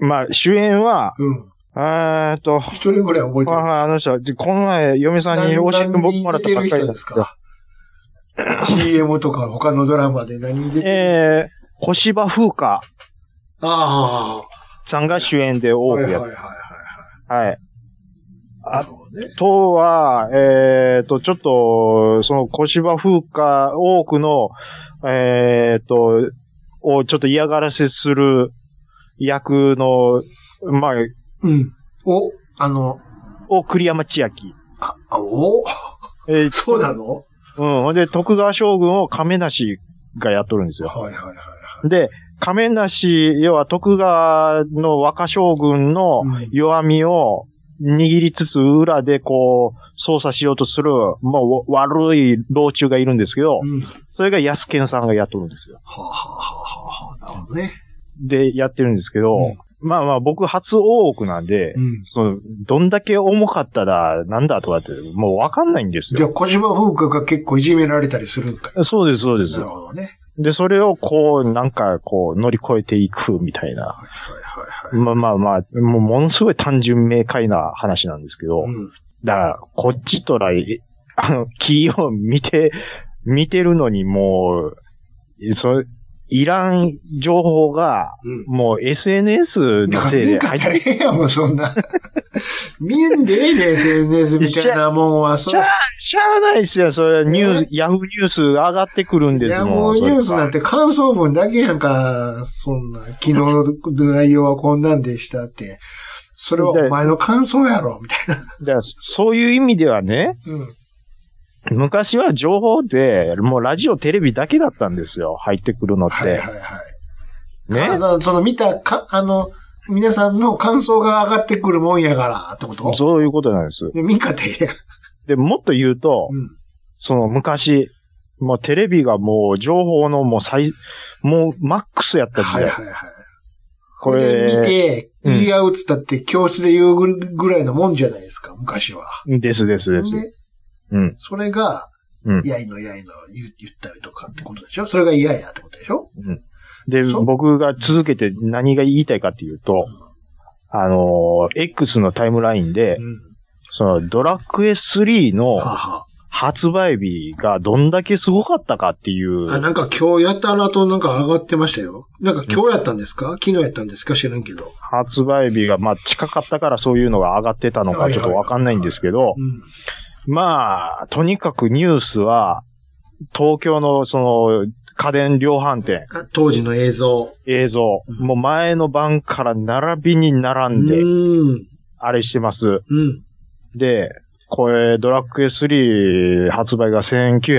Speaker 2: ーまあ、主演は、
Speaker 1: うん。
Speaker 2: えっと、
Speaker 1: 一人ぐらい覚えてる。
Speaker 2: ああの人、でこの前、嫁さんに教えてもらった
Speaker 1: 何
Speaker 2: ばっ
Speaker 1: に出
Speaker 2: か
Speaker 1: て
Speaker 2: り
Speaker 1: る人
Speaker 2: なん
Speaker 1: で
Speaker 2: ですすけど
Speaker 1: か ?CM とか他のドラマで何に出てる、
Speaker 2: えー、星葉風花
Speaker 1: あ
Speaker 2: さんが主演で
Speaker 1: あ、
Speaker 2: 多
Speaker 1: は
Speaker 2: く
Speaker 1: いはい
Speaker 2: や
Speaker 1: はいはい。
Speaker 2: はい。
Speaker 1: なるほどね。
Speaker 2: あとは、えっ、と、ちょっと、その、小芝風花、多くの、えっ、と、をちょっと嫌がらせする役の、まあ、
Speaker 1: うん。お、あの、
Speaker 2: を栗山千明。
Speaker 1: あ、あお
Speaker 2: えー
Speaker 1: そうなの
Speaker 2: うん。ほんで、徳川将軍を亀梨がやっとるんですよ。
Speaker 1: はいはいはい
Speaker 2: で、亀梨、要は徳川の若将軍の
Speaker 1: はい。
Speaker 2: 弱みを握りつつ裏でこう、操作しようとする、まあ、わ悪い老中がいるんですけど、
Speaker 1: うん。は
Speaker 2: それが安健さんがやっとるんですよ。
Speaker 1: あ、はあはあはあはあ、なるほどね。
Speaker 2: で、やってるんですけど、
Speaker 1: うん
Speaker 2: まあまあ僕初大奥なんで、
Speaker 1: うん。
Speaker 2: その、どんだけ重かったら、なんだとかって、もうわかんないんです
Speaker 1: じゃあ、
Speaker 2: よ。
Speaker 1: 小島風花が結構いじめられたりするんかい。
Speaker 2: そうです、そうで
Speaker 1: なる
Speaker 2: す。
Speaker 1: ほどね。
Speaker 2: で、それをこう、なんかこう、乗り越えていくみたいな。
Speaker 1: はいはい
Speaker 2: まあまあまあ、もうものすごい単純明快な話なんですけど、
Speaker 1: はいはい。うん。
Speaker 2: だから、こっちとらい、あの、木を見て、見てるのにもう、そいらん情報が、
Speaker 1: うん。
Speaker 2: もう SNS
Speaker 1: だ
Speaker 2: の
Speaker 1: から、
Speaker 2: せい
Speaker 1: 見
Speaker 2: で
Speaker 1: んか
Speaker 2: 入
Speaker 1: っ
Speaker 2: った
Speaker 1: らええやん、もうそんな。見んでええで、SNS みたいなもんは、そ
Speaker 2: しゃあ
Speaker 1: う。、
Speaker 2: しゃあないっすよ。それ、ニュー
Speaker 1: え
Speaker 2: ス、ヤフーニュース上がってくるんです
Speaker 1: ヤフ
Speaker 2: もん。
Speaker 1: ーニュースなん
Speaker 2: て。
Speaker 1: て感想文だけやんか、そんな。昨日の内容はこんなんでしたって。それはお前の感想やろ、みたい
Speaker 2: だからそういう意味ではね、
Speaker 1: な。うん。
Speaker 2: 昔は情報で、もうラジオ、テレビだけだったんですよ。入ってくるのっ
Speaker 1: はいは
Speaker 2: て。
Speaker 1: いはい。あ
Speaker 2: ね。
Speaker 1: のその見たか、あの、皆さんの感想が上がってくるもんやから、ってこと
Speaker 2: そういうことなんです。
Speaker 1: で見んかってええやん。
Speaker 2: で、もっと言うと、
Speaker 1: うん。
Speaker 2: その昔、もうテレビがもう情報のもう最、もうマックスやった時
Speaker 1: はい
Speaker 2: 代。
Speaker 1: はいはい。
Speaker 2: こ
Speaker 1: で見
Speaker 2: れ、
Speaker 1: て、
Speaker 2: うん
Speaker 1: 言い合うっつったって教室で言うぐらいのもんじゃないですか、昔は。
Speaker 2: ですですです。
Speaker 1: で、
Speaker 2: うん。
Speaker 1: それが
Speaker 2: うん、
Speaker 1: やいのやいの言う言ったりとかってことでしょそれが嫌やってことでしょ
Speaker 2: で、
Speaker 1: そう
Speaker 2: 僕が続けて何が言いたいかっていうと、あのー X のタイムラインで
Speaker 1: う、ん。
Speaker 2: そのドラクエ3の
Speaker 1: はあは
Speaker 2: 発売日がどんだけすごかったかっていう、
Speaker 1: あ。あ、なんか今日やったらとなんか上がってましたよ。なんか今日やったんですか昨日やったんですか知らんけど。
Speaker 2: 発売日がまあ近かったからそういうのが上がってたのかちょっとわかんないんですけど、
Speaker 1: うん。
Speaker 2: まあ、とにかくニュースは、東京のその家電量販店、
Speaker 1: あ当時の映像。
Speaker 2: 映像、
Speaker 1: うん
Speaker 2: もう前の晩から並びに
Speaker 1: う
Speaker 2: 並んで、
Speaker 1: ん。
Speaker 2: あれしてます。
Speaker 1: うん。
Speaker 2: で、これ、ドラッグ S3 発売が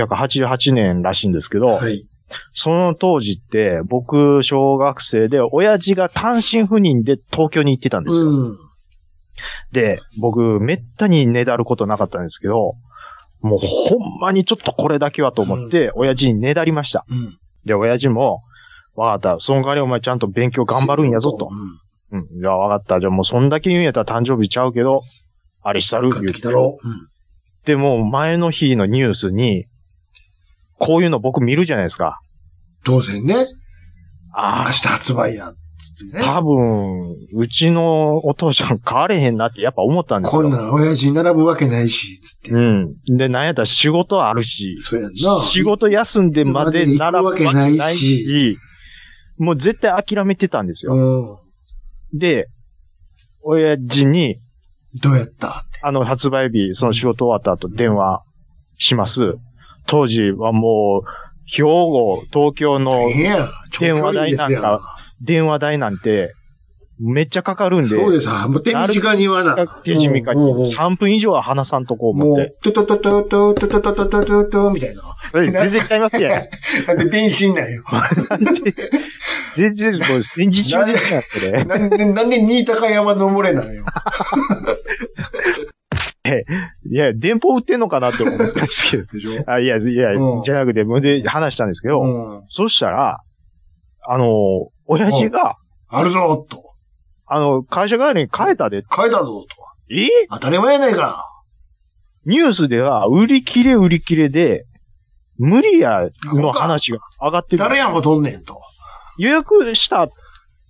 Speaker 2: 1988年らしいんですけど、
Speaker 1: はい。
Speaker 2: その当時って、僕、小学生で、親父が単身赴任で東京に行ってたんですよ。
Speaker 1: うん。
Speaker 2: で、僕、めったにねだることなかったんですけど、もうほんまにちょっとこれだけはと思って、親父にねだりました。
Speaker 1: うん。
Speaker 2: で、親父も、わかった、その代わりお前ちゃんと勉強頑張るんやぞと
Speaker 1: う。ん。
Speaker 2: うん。いや、わかった。じゃあもうそんだけ言うんやったら誕生日ちゃうけど、あれしたる
Speaker 1: 買ってきたろ。
Speaker 2: でも、前の日のニュースに、こういうの僕見るじゃないですか。
Speaker 1: 当然ね。明
Speaker 2: あ
Speaker 1: 日発売や。つって
Speaker 2: あ、
Speaker 1: ね。
Speaker 2: 多分、うちのお父ちゃん変われへんなってやっぱ思ったんです
Speaker 1: こ
Speaker 2: よ。
Speaker 1: んなん親父に並ぶわけないし、つって。
Speaker 2: うん。で、なんやったら仕事あるし、
Speaker 1: そうやんな。
Speaker 2: 仕事休んでまで並ぶわけな
Speaker 1: 行
Speaker 2: い
Speaker 1: くわけないし
Speaker 2: し、もう絶対諦めてたんです
Speaker 1: う
Speaker 2: よ。
Speaker 1: ん。
Speaker 2: で、親父に、
Speaker 1: どうやった
Speaker 2: あの、発売日、その仕事終わった後、電話します。当時はもう、兵庫、東京の
Speaker 1: 大変やん。
Speaker 2: 電話代なんか
Speaker 1: 長距離ですや
Speaker 2: 電話代なんて、めっちゃかかるんで、
Speaker 1: そうです。もう手短に言わな。
Speaker 2: 手短に
Speaker 1: うんうんうん
Speaker 2: 3分以上は話さんとこう思
Speaker 1: も
Speaker 2: って。
Speaker 1: う、トトトトトトトトトトトトみたいな。
Speaker 2: 全然ちゃいますやん。
Speaker 1: なんで電信なんよ。
Speaker 2: 全然、もう戦時中ですやん、それ。
Speaker 1: なんで、なんで新高山登れなんよ。
Speaker 2: いや、電報売ってんのかなって思ったんですけど。
Speaker 1: でしょ
Speaker 2: あいや、いや
Speaker 1: うん、
Speaker 2: じゃなくて、もうで、話したんですけど、
Speaker 1: うん。
Speaker 2: そしたら、あの、親父が、
Speaker 1: あるぞ、と。
Speaker 2: あの、会社帰りに変えたで、
Speaker 1: 変えたぞ、と。
Speaker 2: え
Speaker 1: 当たり前やないか。
Speaker 2: ニュースでは、売り切れ売り切れで、無理やの話が上がってくる。
Speaker 1: 誰やもとんねん、と。
Speaker 2: 予約した、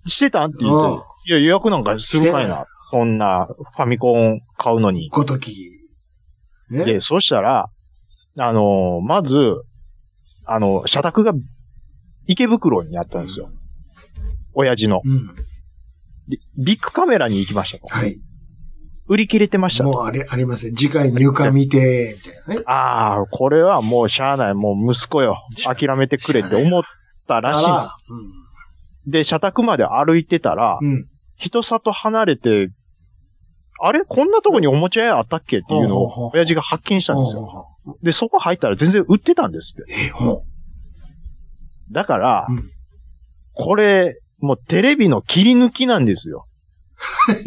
Speaker 2: してたって言っ
Speaker 1: うん
Speaker 2: て、いや、予約なんかするかいな。そんな、ファミコン買うのに。
Speaker 1: ごとき。ね。
Speaker 2: で、そしたら、あのーまず、あの、社宅が池袋にあったんですよ。親父の。
Speaker 1: うん。
Speaker 2: でビッグカメラに行きましたと。
Speaker 1: はい。
Speaker 2: 売り切れてましたと。
Speaker 1: もうあれ、ありません。次回入荷見て、みたいなね。
Speaker 2: ああ、これはもうしゃあない。もう息子よ。諦めてくれって思っ
Speaker 1: だ
Speaker 2: たらしいんで
Speaker 1: か
Speaker 2: す。で、社宅まで歩いてたら
Speaker 1: ら、、うん。
Speaker 2: 人里離れて、あれこんなとこにおもちゃ屋あったっけっていうの
Speaker 1: ほうほうほう
Speaker 2: を、親父が発見したんですよ。で、そこ入ったら全然売ってたんですって。
Speaker 1: え、ほ
Speaker 2: だから
Speaker 1: うん、
Speaker 2: これ、もうテレビの切り抜きなんですよ。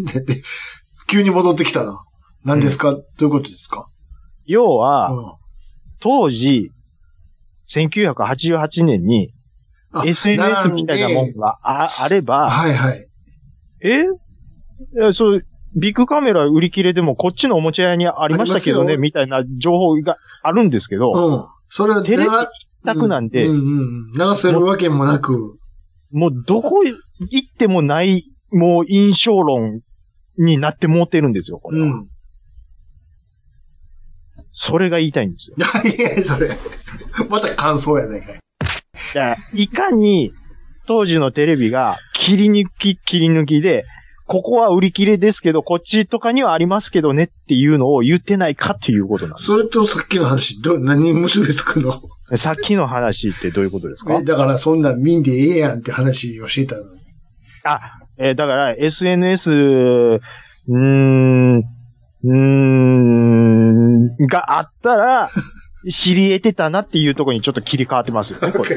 Speaker 1: う。 [LAUGHS] で、で、急に戻ってきたな。何ですかどういうことですか
Speaker 2: 要
Speaker 1: う
Speaker 2: は、
Speaker 1: ん。
Speaker 2: 当時、1988年に
Speaker 1: あ
Speaker 2: SNS みたいなもんがああれば、
Speaker 1: はいはい。
Speaker 2: えいやそう、ビッグカメラ売り切れでもこっちのおもちゃ屋にありましたけど
Speaker 1: あ
Speaker 2: ね、
Speaker 1: り
Speaker 2: みたいな情報があるんですけど、
Speaker 1: うん。それは
Speaker 2: テレビ
Speaker 1: な
Speaker 2: 一択なんで
Speaker 1: うんうんうん。流せるわけもなく、
Speaker 2: もうどこ行ってもない、もう印象論になってもうてるんですよ、これ
Speaker 1: う
Speaker 2: は。
Speaker 1: ん。 [LAUGHS]
Speaker 2: それが言いたいんですよ。
Speaker 1: いやいや、それ。 [LAUGHS] また感想やないかい。
Speaker 2: だからいかに、当時のテレビが切り抜き切り抜きで、ここは売り切れですけど、こっちとかにはありますけどねっていうのを言ってないかっていうことなんで
Speaker 1: それとさっきの話、ど、何結びつくの
Speaker 2: す。さっきの話ってどういうことですか
Speaker 1: え、だからそんなん見んでええやんって話をしてたのに。
Speaker 2: あ、えーだから SNS、うーん、うーん、があった
Speaker 1: [LAUGHS]
Speaker 2: ら、知り得てたなっていうところにちょっと切り替わってます
Speaker 1: [LAUGHS]
Speaker 2: よね、これ。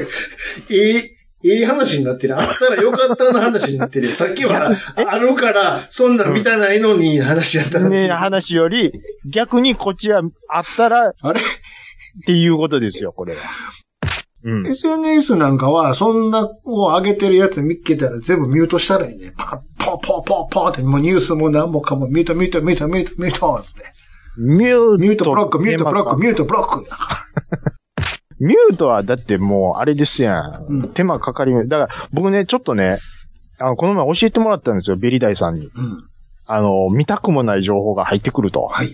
Speaker 1: ええ、ええ話になってる。あったらよかったの話になってる。さっきは、あるから、そんなん見たないのに話やったの
Speaker 2: ね
Speaker 1: に。あ
Speaker 2: 話より、逆にこっちはあったらっ
Speaker 1: れ
Speaker 2: ていうことですよ、これは。うん。
Speaker 1: ?SNS なんかは、そんなを上げてるやつ見っけたら全部ミュートしたらいいね。パッ、ポーポーポーポーって、もうニュースも何もかもミュートミュートミュートミュートミュートっつって。
Speaker 2: ミュート。
Speaker 1: ミュートブロック、ミュートブロック、
Speaker 2: ミュー
Speaker 1: ミュート
Speaker 2: ト。
Speaker 1: ブロック。
Speaker 2: はだってもう、あれですやん。
Speaker 1: うん
Speaker 2: 手間かかりめ、だから僕ね、ちょっとね、あの、この前教えてもらったんですよ、ベリダイさん
Speaker 1: う
Speaker 2: に。
Speaker 1: ん。
Speaker 2: あの、見たくもない情報が入ってくると。
Speaker 1: はい。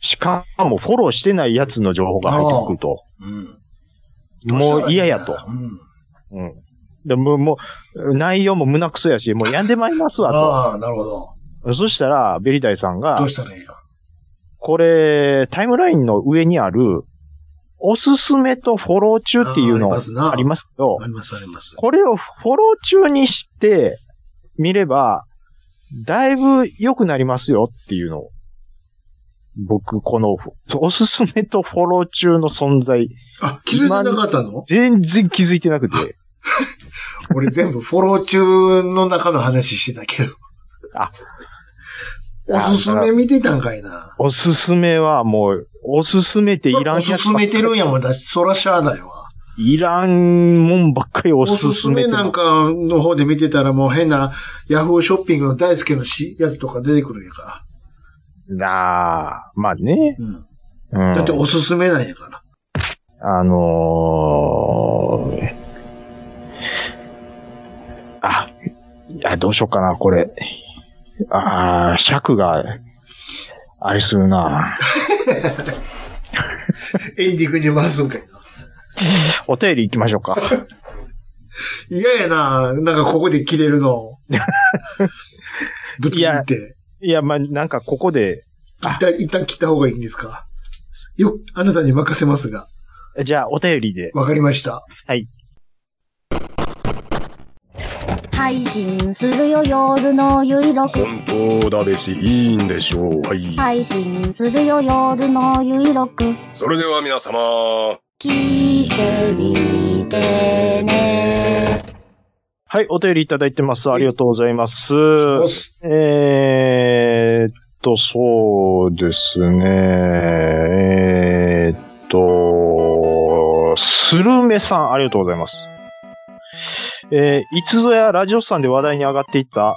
Speaker 2: しかもフォローしてないやつの情報が入ってくると。
Speaker 1: うん。
Speaker 2: もう嫌やと。
Speaker 1: うん。
Speaker 2: うん。でもう、もう、内容も胸くそやし、もう病んでまいりますわ
Speaker 1: ああ、なるほど。
Speaker 2: と。そしたら、ベリダイさん
Speaker 1: ど
Speaker 2: が
Speaker 1: う、したらいいよ。
Speaker 2: これ、タイムラインの上にある、おすすめとフォロー中っていうの
Speaker 1: あーありますな
Speaker 2: ありますけど、
Speaker 1: あります、あります。
Speaker 2: これをフォロー中にして見れば、だいぶ良くなりますよっていうのを、僕、この、おすすめとフォロー中の存在、
Speaker 1: あ、気づいてなかったの
Speaker 2: 全然気づいてなくて、
Speaker 1: 俺全部フォロー中の中の話してたけど。 [LAUGHS] おすすめ見てたんかいな。
Speaker 2: おすすめはもう、おすすめていらん
Speaker 1: お
Speaker 2: やつば
Speaker 1: す
Speaker 2: っ
Speaker 1: す
Speaker 2: か
Speaker 1: めてるんやもん、だし、そらしゃあないわ。
Speaker 2: いらんもんばっかりお
Speaker 1: お
Speaker 2: すすめ
Speaker 1: すすめなん
Speaker 2: か。
Speaker 1: かの方で見てたらもう変なヤフーショッピングの大好きのしやつとか出てくるんやか
Speaker 2: なあ、まあね。
Speaker 1: ら。うん。
Speaker 2: うん、
Speaker 1: だっておすすめなんやから。
Speaker 2: あのー、あ、いや、どうしようかな、これ。ああ、尺が、あれするな。
Speaker 1: エンディングに回すんかいな。
Speaker 2: お便り行きましょ
Speaker 1: [LAUGHS]
Speaker 2: うか。
Speaker 1: 嫌やな、なんかここで切れる [LAUGHS] の。ぶつ切って。
Speaker 2: いや、まあ、なんかここで、
Speaker 1: 一旦、一旦切った方がいいんですかよ、あなたに任せますが。
Speaker 2: じゃあ、お便りで。
Speaker 1: わかりました。
Speaker 2: はい。
Speaker 3: 配信するよ夜のゆいろく
Speaker 4: 本当だべし、いいんでしょう。はい。
Speaker 3: 配信するよ夜のゆいろく
Speaker 4: それでは皆様。
Speaker 3: 聞いてみてね
Speaker 2: はい、お便りいただいてます。ありがとうございます。
Speaker 1: おす
Speaker 2: えーっと、そうですね。えーっと、スルメさん、ありがとうございます。えーいつぞやラジオさんで話題に上がっていた、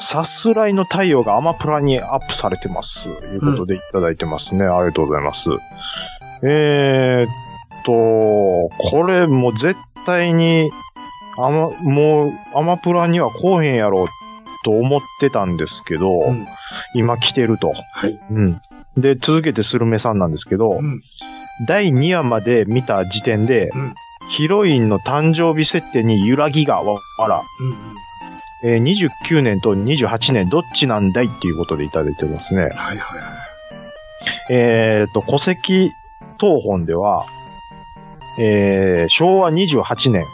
Speaker 2: さすらいの太陽がアマプラにアップされてます。ということでいただいてますね。ありがとうございます。えーっと、これもう絶対に、あま、もう、アマプラにはこうへんやろと思ってたんですけど、
Speaker 1: うん
Speaker 2: 今来てると。
Speaker 1: はい
Speaker 2: うん。で、続けてスルメさんなんですけど、
Speaker 1: うん
Speaker 2: 第2話まで見た時点で、
Speaker 1: うん
Speaker 2: ヒロインの誕生日設定に揺らぎがわあら、
Speaker 1: うん。
Speaker 2: えー29年と28年どっちなんだいっていうことでいただいてますね。
Speaker 1: はいはいは
Speaker 2: えっと、戸籍東本では、えー昭和28年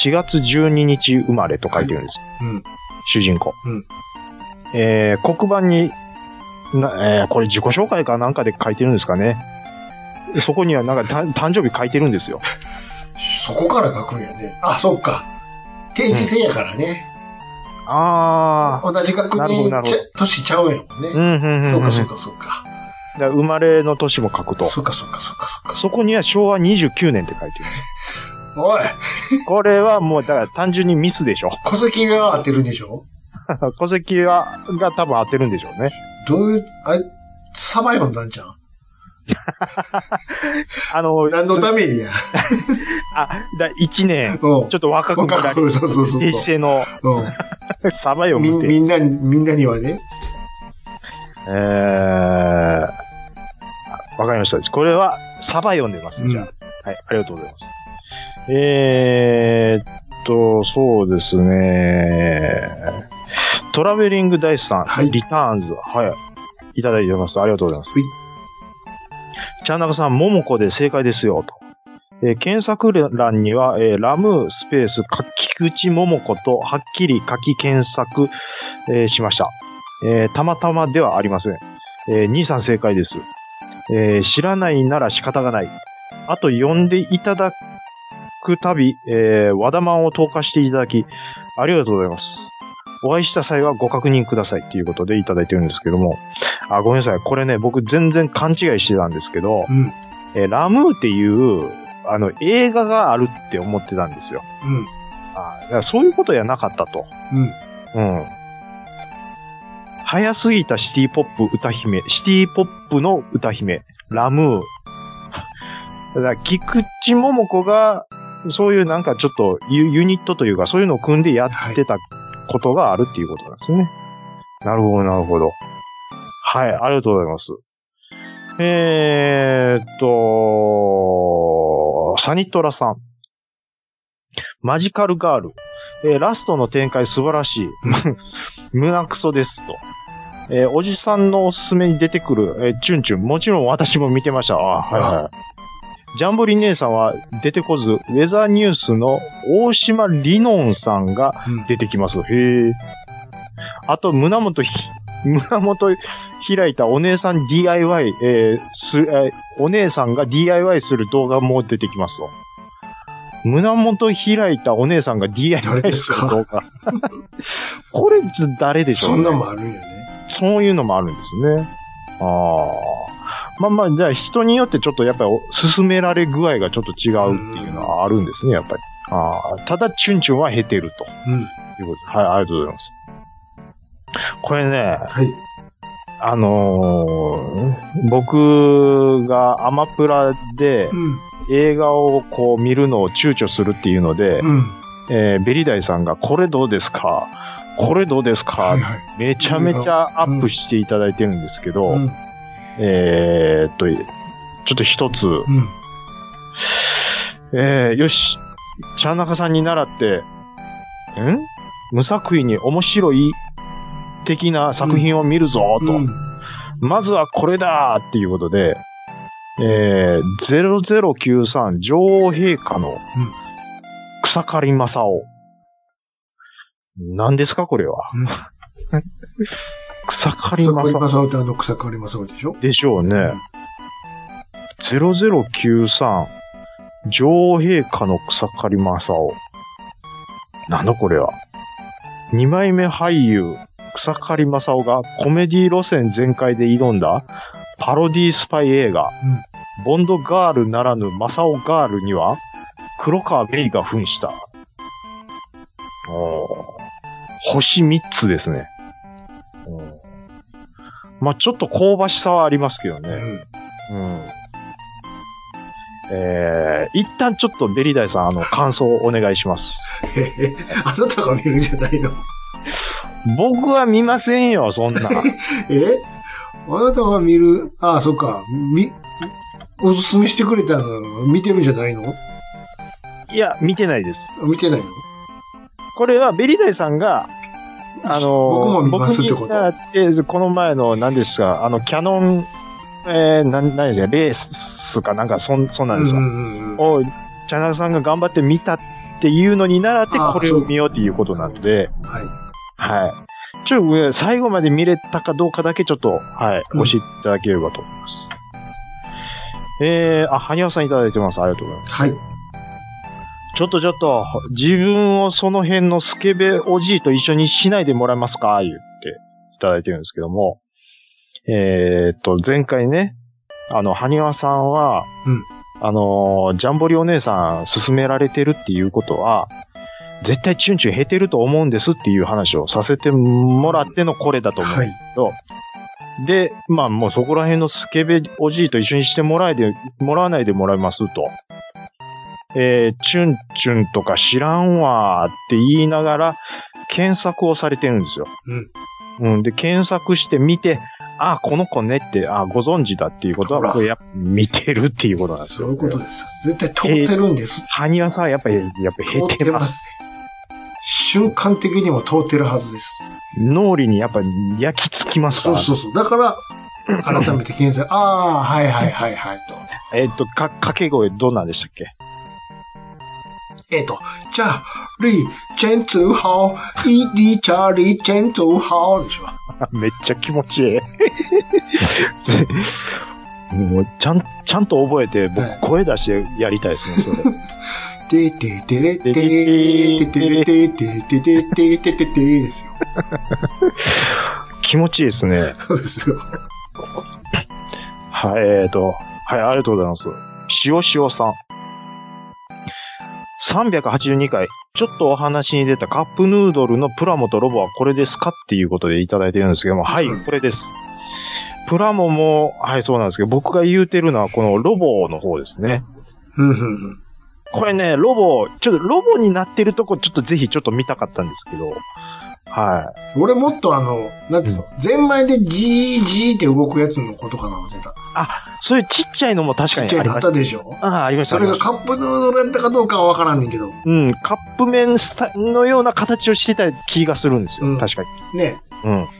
Speaker 2: 4月12日生まれと書いてるんです。
Speaker 1: はいうん
Speaker 2: 主人公。
Speaker 1: うん
Speaker 2: えー黒板に、なえーこれ自己紹介かなんかで書いてるんですかね。そこにはなんか誕誕生日書いてるんですよ。
Speaker 1: い。そこから書くんやね。あ、そっか。定時制やからね。
Speaker 2: あ
Speaker 1: 同じ学
Speaker 2: なるほ
Speaker 1: 年
Speaker 2: どなるほ
Speaker 1: ち
Speaker 2: ど
Speaker 1: ゃ、年ちゃうやもん
Speaker 2: ー。う
Speaker 1: ね。
Speaker 2: ん、うん、うん。
Speaker 1: そうか
Speaker 2: ん
Speaker 1: そ
Speaker 2: だ
Speaker 1: うかそうか。
Speaker 2: から生まれの年も書くと。
Speaker 1: そうかそうかそうかそうか。
Speaker 2: そこには昭和29年って書いてる。
Speaker 1: おい
Speaker 2: これはもう、だから単純にミスでしょ。
Speaker 1: 戸籍が合ってるんでしょ
Speaker 2: 戸籍は、が多分合ってるんでしょうね。
Speaker 1: どういう、あれ、サバイバルなんじゃん
Speaker 2: あの、
Speaker 1: 何のためにや。
Speaker 2: あ、だ1年、
Speaker 1: うん
Speaker 2: ちょっと若くな
Speaker 1: 若
Speaker 2: り、
Speaker 1: く、そうそうそう
Speaker 2: 平
Speaker 1: そ
Speaker 2: 成の
Speaker 1: う。
Speaker 2: サバイ
Speaker 1: う
Speaker 2: を
Speaker 1: ん。み
Speaker 2: 見、て、
Speaker 1: みんな、みんなにはね。
Speaker 2: えー、わかりました。これは、サバ読んでます、
Speaker 1: うん
Speaker 2: じゃあ。はい、ありがとうございます。えーっと、そうですね。トラベリングダイスさん、
Speaker 1: はい
Speaker 2: リターンズ、はい、いただいてます。ありがとうございます。
Speaker 1: はい
Speaker 2: ちゃんなかさん、ももこで正解ですよ、と。えー検索欄には、えーラムスペース書き口ももことはっきり書き検索、えーしました。えーたまたまではありません。えー、兄さん正解です。えー知らないなら仕方がない。あと、呼んでいただくたび、えー和田マンを投下していただき、ありがとうございます。お会いした際はご確認くださいっていうことでいただいてるんですけども、あ、ごめんなさい。これね、僕全然勘違いしてたんですけど
Speaker 1: う、ん。
Speaker 2: えーラムーっていう、あの、映画があるって思ってたんですよ。
Speaker 1: うん。
Speaker 2: あだからそういうことやなかったと。
Speaker 1: うん。
Speaker 2: うん。早すぎたシティポップ歌姫、シティポップの歌姫、ラムー。だから、菊池桃子が、そういうなんかちょっとユユニットというか、そういうのを組んでやってたことがあるっていうことなんですね。なるほど、なるほど。はい、ありがとうございます。えーっと、サニトラさん。マジカルガール。えーラストの展開素晴らしい。 [LAUGHS] 胸クソですと。えーおじさんのおすすめに出てくる、えーチュンチュン。もちろん私も見てました。あーはいはい。ジャンボリ姉さんは出てこず、ウェザーニュースの大島リノンさんが
Speaker 1: うん
Speaker 2: 出てきます。へえ。あと、胸元ひ、 [LAUGHS] 胸元開いたお姉さん DIY、えーす、えーお姉さんが DIY する動画も出てきますと。胸元開いたお姉さんが
Speaker 1: 誰
Speaker 2: DIY
Speaker 1: です
Speaker 2: す
Speaker 1: か
Speaker 2: [LAUGHS] る動画。これ、誰でしょ
Speaker 1: そ
Speaker 2: うんね
Speaker 1: なんもあるんやね。
Speaker 2: そういうのもあるんですね。ああ。まあまあ、じゃあ人によってちょっとやっぱりお勧められ具合がちょっと違うっていうのはあるんですね、やっぱり。ああ。ただ、チュンチュンは減ってると。
Speaker 1: うん。
Speaker 2: いうことではい、ありがとうございます。これね、
Speaker 1: はい。
Speaker 2: あのー僕がアマプラで
Speaker 1: うん。
Speaker 2: 映画をこう見るのを躊躇するっていうので、
Speaker 1: うん。
Speaker 2: えーベリダイさんがこれどうですかこれどうですか、
Speaker 1: はいはい。
Speaker 2: めちゃめちゃアップしていただいてるんですけど、
Speaker 1: うん。
Speaker 2: えーっと、ちょっと一つ、
Speaker 1: うん。
Speaker 2: えー、よし、チャンナカさんに習って、ん無作為に面白い的な作品を見るぞ、と。
Speaker 1: うん。
Speaker 2: まずはこれだっていうことで、えー、0093女王陛下の草刈正雄。何ですかこれは。
Speaker 1: うん
Speaker 2: 草刈
Speaker 1: 草刈
Speaker 2: 正雄
Speaker 1: 正雄ってあの草刈正雄でしょ
Speaker 2: でしょうね。0093女王陛下の草刈正雄。なんだこれは。二枚目俳優、草刈正雄がコメディ路線全開で挑んだパロディスパイ映画、ボンドガールならぬ正雄ガールには、黒川ベイが扮した。おー星3つですね。おーまあちょっと香ばしさはありますけどね。
Speaker 1: うん。
Speaker 2: うんえー、一旦ちょっとベリダイさん、あの、感想をお願いします。
Speaker 1: へへあなたが見るんじゃないの
Speaker 2: 僕は見ませんよ、そん [LAUGHS] な。
Speaker 1: えあなたが見る、ああ、そっか、み、おすすめしてくれたの見てるんじゃないの
Speaker 2: いや、見てないです。
Speaker 1: 見てないの
Speaker 2: これはベリダイさんが、あの、
Speaker 1: 僕も見ますってこと
Speaker 2: 僕にだって、この前の、何ですか、あの、キャノン、えー、なん、何ですか、レースかなんか、そん、そんなんです
Speaker 1: う
Speaker 2: よ。
Speaker 1: んうんうん。
Speaker 2: を、チャンナルさんが頑張って見たっていうのに習って、
Speaker 1: あー
Speaker 2: これを見ようっていうことなんで、
Speaker 1: はい。
Speaker 2: はい。ちょっとえー、最後まで見れたかどうかだけちょっと、はい、
Speaker 1: うん
Speaker 2: 教えていただければと思います。えー、あ、はにわさんいただいてます。ありがとうございます。
Speaker 1: はい。
Speaker 2: ちょっとちょっと、自分をその辺のスケベおじいと一緒にしないでもらえますか言っていただいてるんですけども、えー、っと、前回ね、あの、はにわさんは、
Speaker 1: うん
Speaker 2: あのー、ジャンボリお姉さん勧められてるっていうことは、絶対チュンチュン減ってると思うんですっていう話をさせてもらってのこれだと思う。
Speaker 1: はい。
Speaker 2: で、まあもうそこら辺のスケベおじいと一緒にしてもらえで、もらわないでもらいますと。えー、チュンチュンとか知らんわーって言いながら、検索をされてるんですよ。うん。で、検索して見て、あ、この子ねって、あ、ご存知だっていうこと
Speaker 1: ほら
Speaker 2: は、これやっぱ見てるっていうことなんです
Speaker 1: そ
Speaker 2: よ、
Speaker 1: ういうことですよ。絶対通ってるんです。
Speaker 2: ハニワさんはやっぱり、やっぱ減
Speaker 1: 通
Speaker 2: っ
Speaker 1: ってて
Speaker 2: ま。
Speaker 1: ますすね。瞬間的にも通ってるはずです。
Speaker 2: 脳裏にやっぱ焼き付きますか
Speaker 1: そ
Speaker 2: ら
Speaker 1: うそうそう。だから、改めて検査、ああ、はいはいはいはいと。
Speaker 2: えっ、と、か、掛け声どんなんでしたっけ
Speaker 1: えっ、と、じゃあ、リー、チェンツーハオ、イリー、チャーリー、チェンツーハオでしょ。
Speaker 2: めっちゃ気持ち [LAUGHS] いい。ぜもうちゃん、ちゃんと覚えて、僕、
Speaker 1: はい
Speaker 2: 声出してやりたいですね、そ [LAUGHS] れ。
Speaker 1: てててれてれててれててててててててですよ。
Speaker 2: 気持ちいいですね。
Speaker 1: そうですよ。
Speaker 2: はい、えーと、はい、ありがとうございます。塩塩さん。382回、ちょっとお話に出たカップヌードルのプラモとロボはこれですかっていうことでいただいてるんですけども、はい、これです。プラモも、はい、そうなんですけど、僕が言うてるのはこのロボの方ですね。
Speaker 1: うんうん
Speaker 2: これね、ロボ、ちょっとロボになってるとこ、ちょっとぜひちょっと見たかったんですけど、は
Speaker 1: うん。俺もっとあの、なんていうの、ゼンマイでじーじーって動くやつのことかな思ってた。
Speaker 2: い。そういうちっちゃいのも確
Speaker 1: ち
Speaker 2: か
Speaker 1: っ
Speaker 2: に
Speaker 1: ちゃ
Speaker 2: あ
Speaker 1: い
Speaker 2: り
Speaker 1: のあ
Speaker 2: ま
Speaker 1: っ
Speaker 2: した。
Speaker 1: たでしょ
Speaker 2: ああ、ありました。
Speaker 1: それがカップヌードルやったかどうかはわからんねんけど。
Speaker 2: うん、カップ麺スタのような形をしてた気がするんですよ。
Speaker 1: うん
Speaker 2: 確かに。
Speaker 1: ね。
Speaker 2: うん。 [LAUGHS]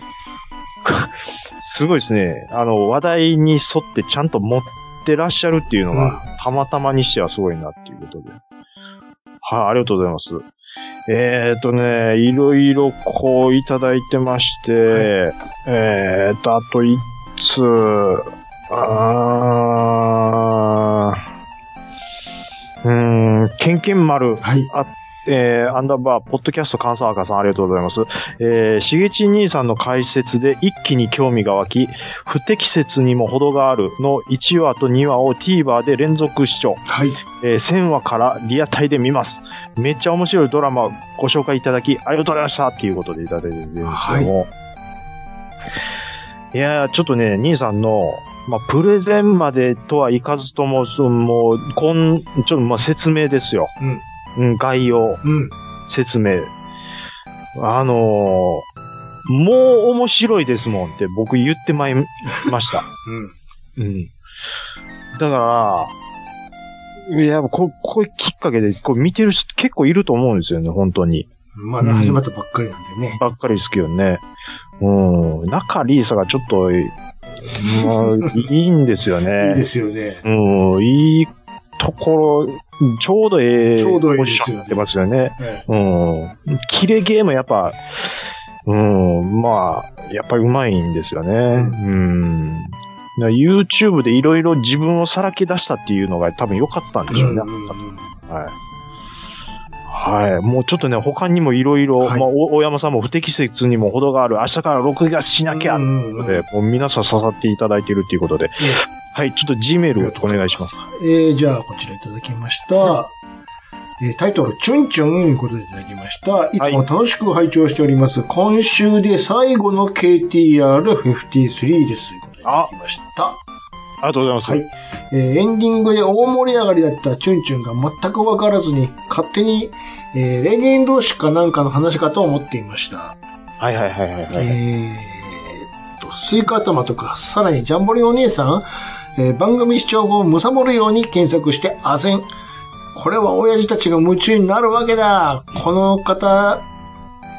Speaker 2: すごいですね。あの、話題に沿ってちゃんと持ってらっしゃるっていうのが、たまたまにしてはすごいなっていうことで。はい、ありがとうございます。えっ、ー、とね、いろいろこういただいてまして、えっ、ー、と、あと一通、あーうーん、ケンケン丸、
Speaker 1: はい。
Speaker 2: あえー、アンダーバー、ポッドキャスト関西赤さんありがとうございます。えー、しげち兄さんの解説で一気に興味が湧き、不適切にも程があるの1話と2話を TVer で連続視聴。
Speaker 1: はい。
Speaker 2: えー、1000話からリアタイで見ます。めっちゃ面白いドラマご紹介いただき、ありがとうございましたっていうことでいただいてるんですけども。い、やー、ちょっとね、兄さんの、まあ、プレゼンまでとはいかずとも、そのもう、こん、ちょっと、まあ、説明ですよ。うん。概要、
Speaker 1: うん。
Speaker 2: 説明。あのー、もう面白いですもんって僕言ってまいま
Speaker 1: [LAUGHS]
Speaker 2: した。
Speaker 1: うん。
Speaker 2: うん。だから、いや、ここれきっかけで、これ見てる人結構いると思うんですよね、本当に。
Speaker 1: まだ始まったばっかりなんでね。
Speaker 2: ばっかりですけどね。うん。中リーサがちょっと、まあ、いいんです
Speaker 1: [LAUGHS]
Speaker 2: よ
Speaker 1: いいで
Speaker 2: ね。
Speaker 1: すよね。
Speaker 2: うん、いいところ、ちょうどええ、
Speaker 1: ちょうどええ
Speaker 2: ポ
Speaker 1: で
Speaker 2: ジシ
Speaker 1: す
Speaker 2: ョン
Speaker 1: よね
Speaker 2: になってますよね。
Speaker 1: え
Speaker 2: うん。キレゲームやっぱ、うん、まあ、やっぱりうまいんですよね。うん。だから YouTube でいろいろ自分をさらけ出したっていうのが多分良かったん
Speaker 1: え
Speaker 2: でしょうね。
Speaker 1: うんうんうん
Speaker 2: はい。はい。もうちょっとね、他にもいろいろ、
Speaker 1: はい
Speaker 2: まあ、お大山さんも不適切にも程がある、明日から録画しなきゃ、
Speaker 1: う
Speaker 2: とい
Speaker 1: ん
Speaker 2: う
Speaker 1: うんう
Speaker 2: こ
Speaker 1: ん
Speaker 2: とで、もう皆さん刺さっていただいてるっていうことで。はい、ちょっと G メールお願いします。。
Speaker 1: えー、じゃあ、こちらいただきました。えータイトル、チュンチュンということでいただきました。いつも楽しく拝聴しております。今週で最後の KTR53 です。ということでいただきました。
Speaker 2: ありがとうございます。
Speaker 1: はい。えーエンディングで大盛り上がりだったチュンチュンが全くわからずに、勝手に、えーレゲエン同士かなんかの話かと思っていました。
Speaker 2: はい、はい、はいはいはい。
Speaker 1: えーっと、スイカ頭とか、さらにジャンボリお姉さん、えー番組視聴後をむさぼるように検索して、あぜん。これは親父たちが夢中になるわけだ。この方、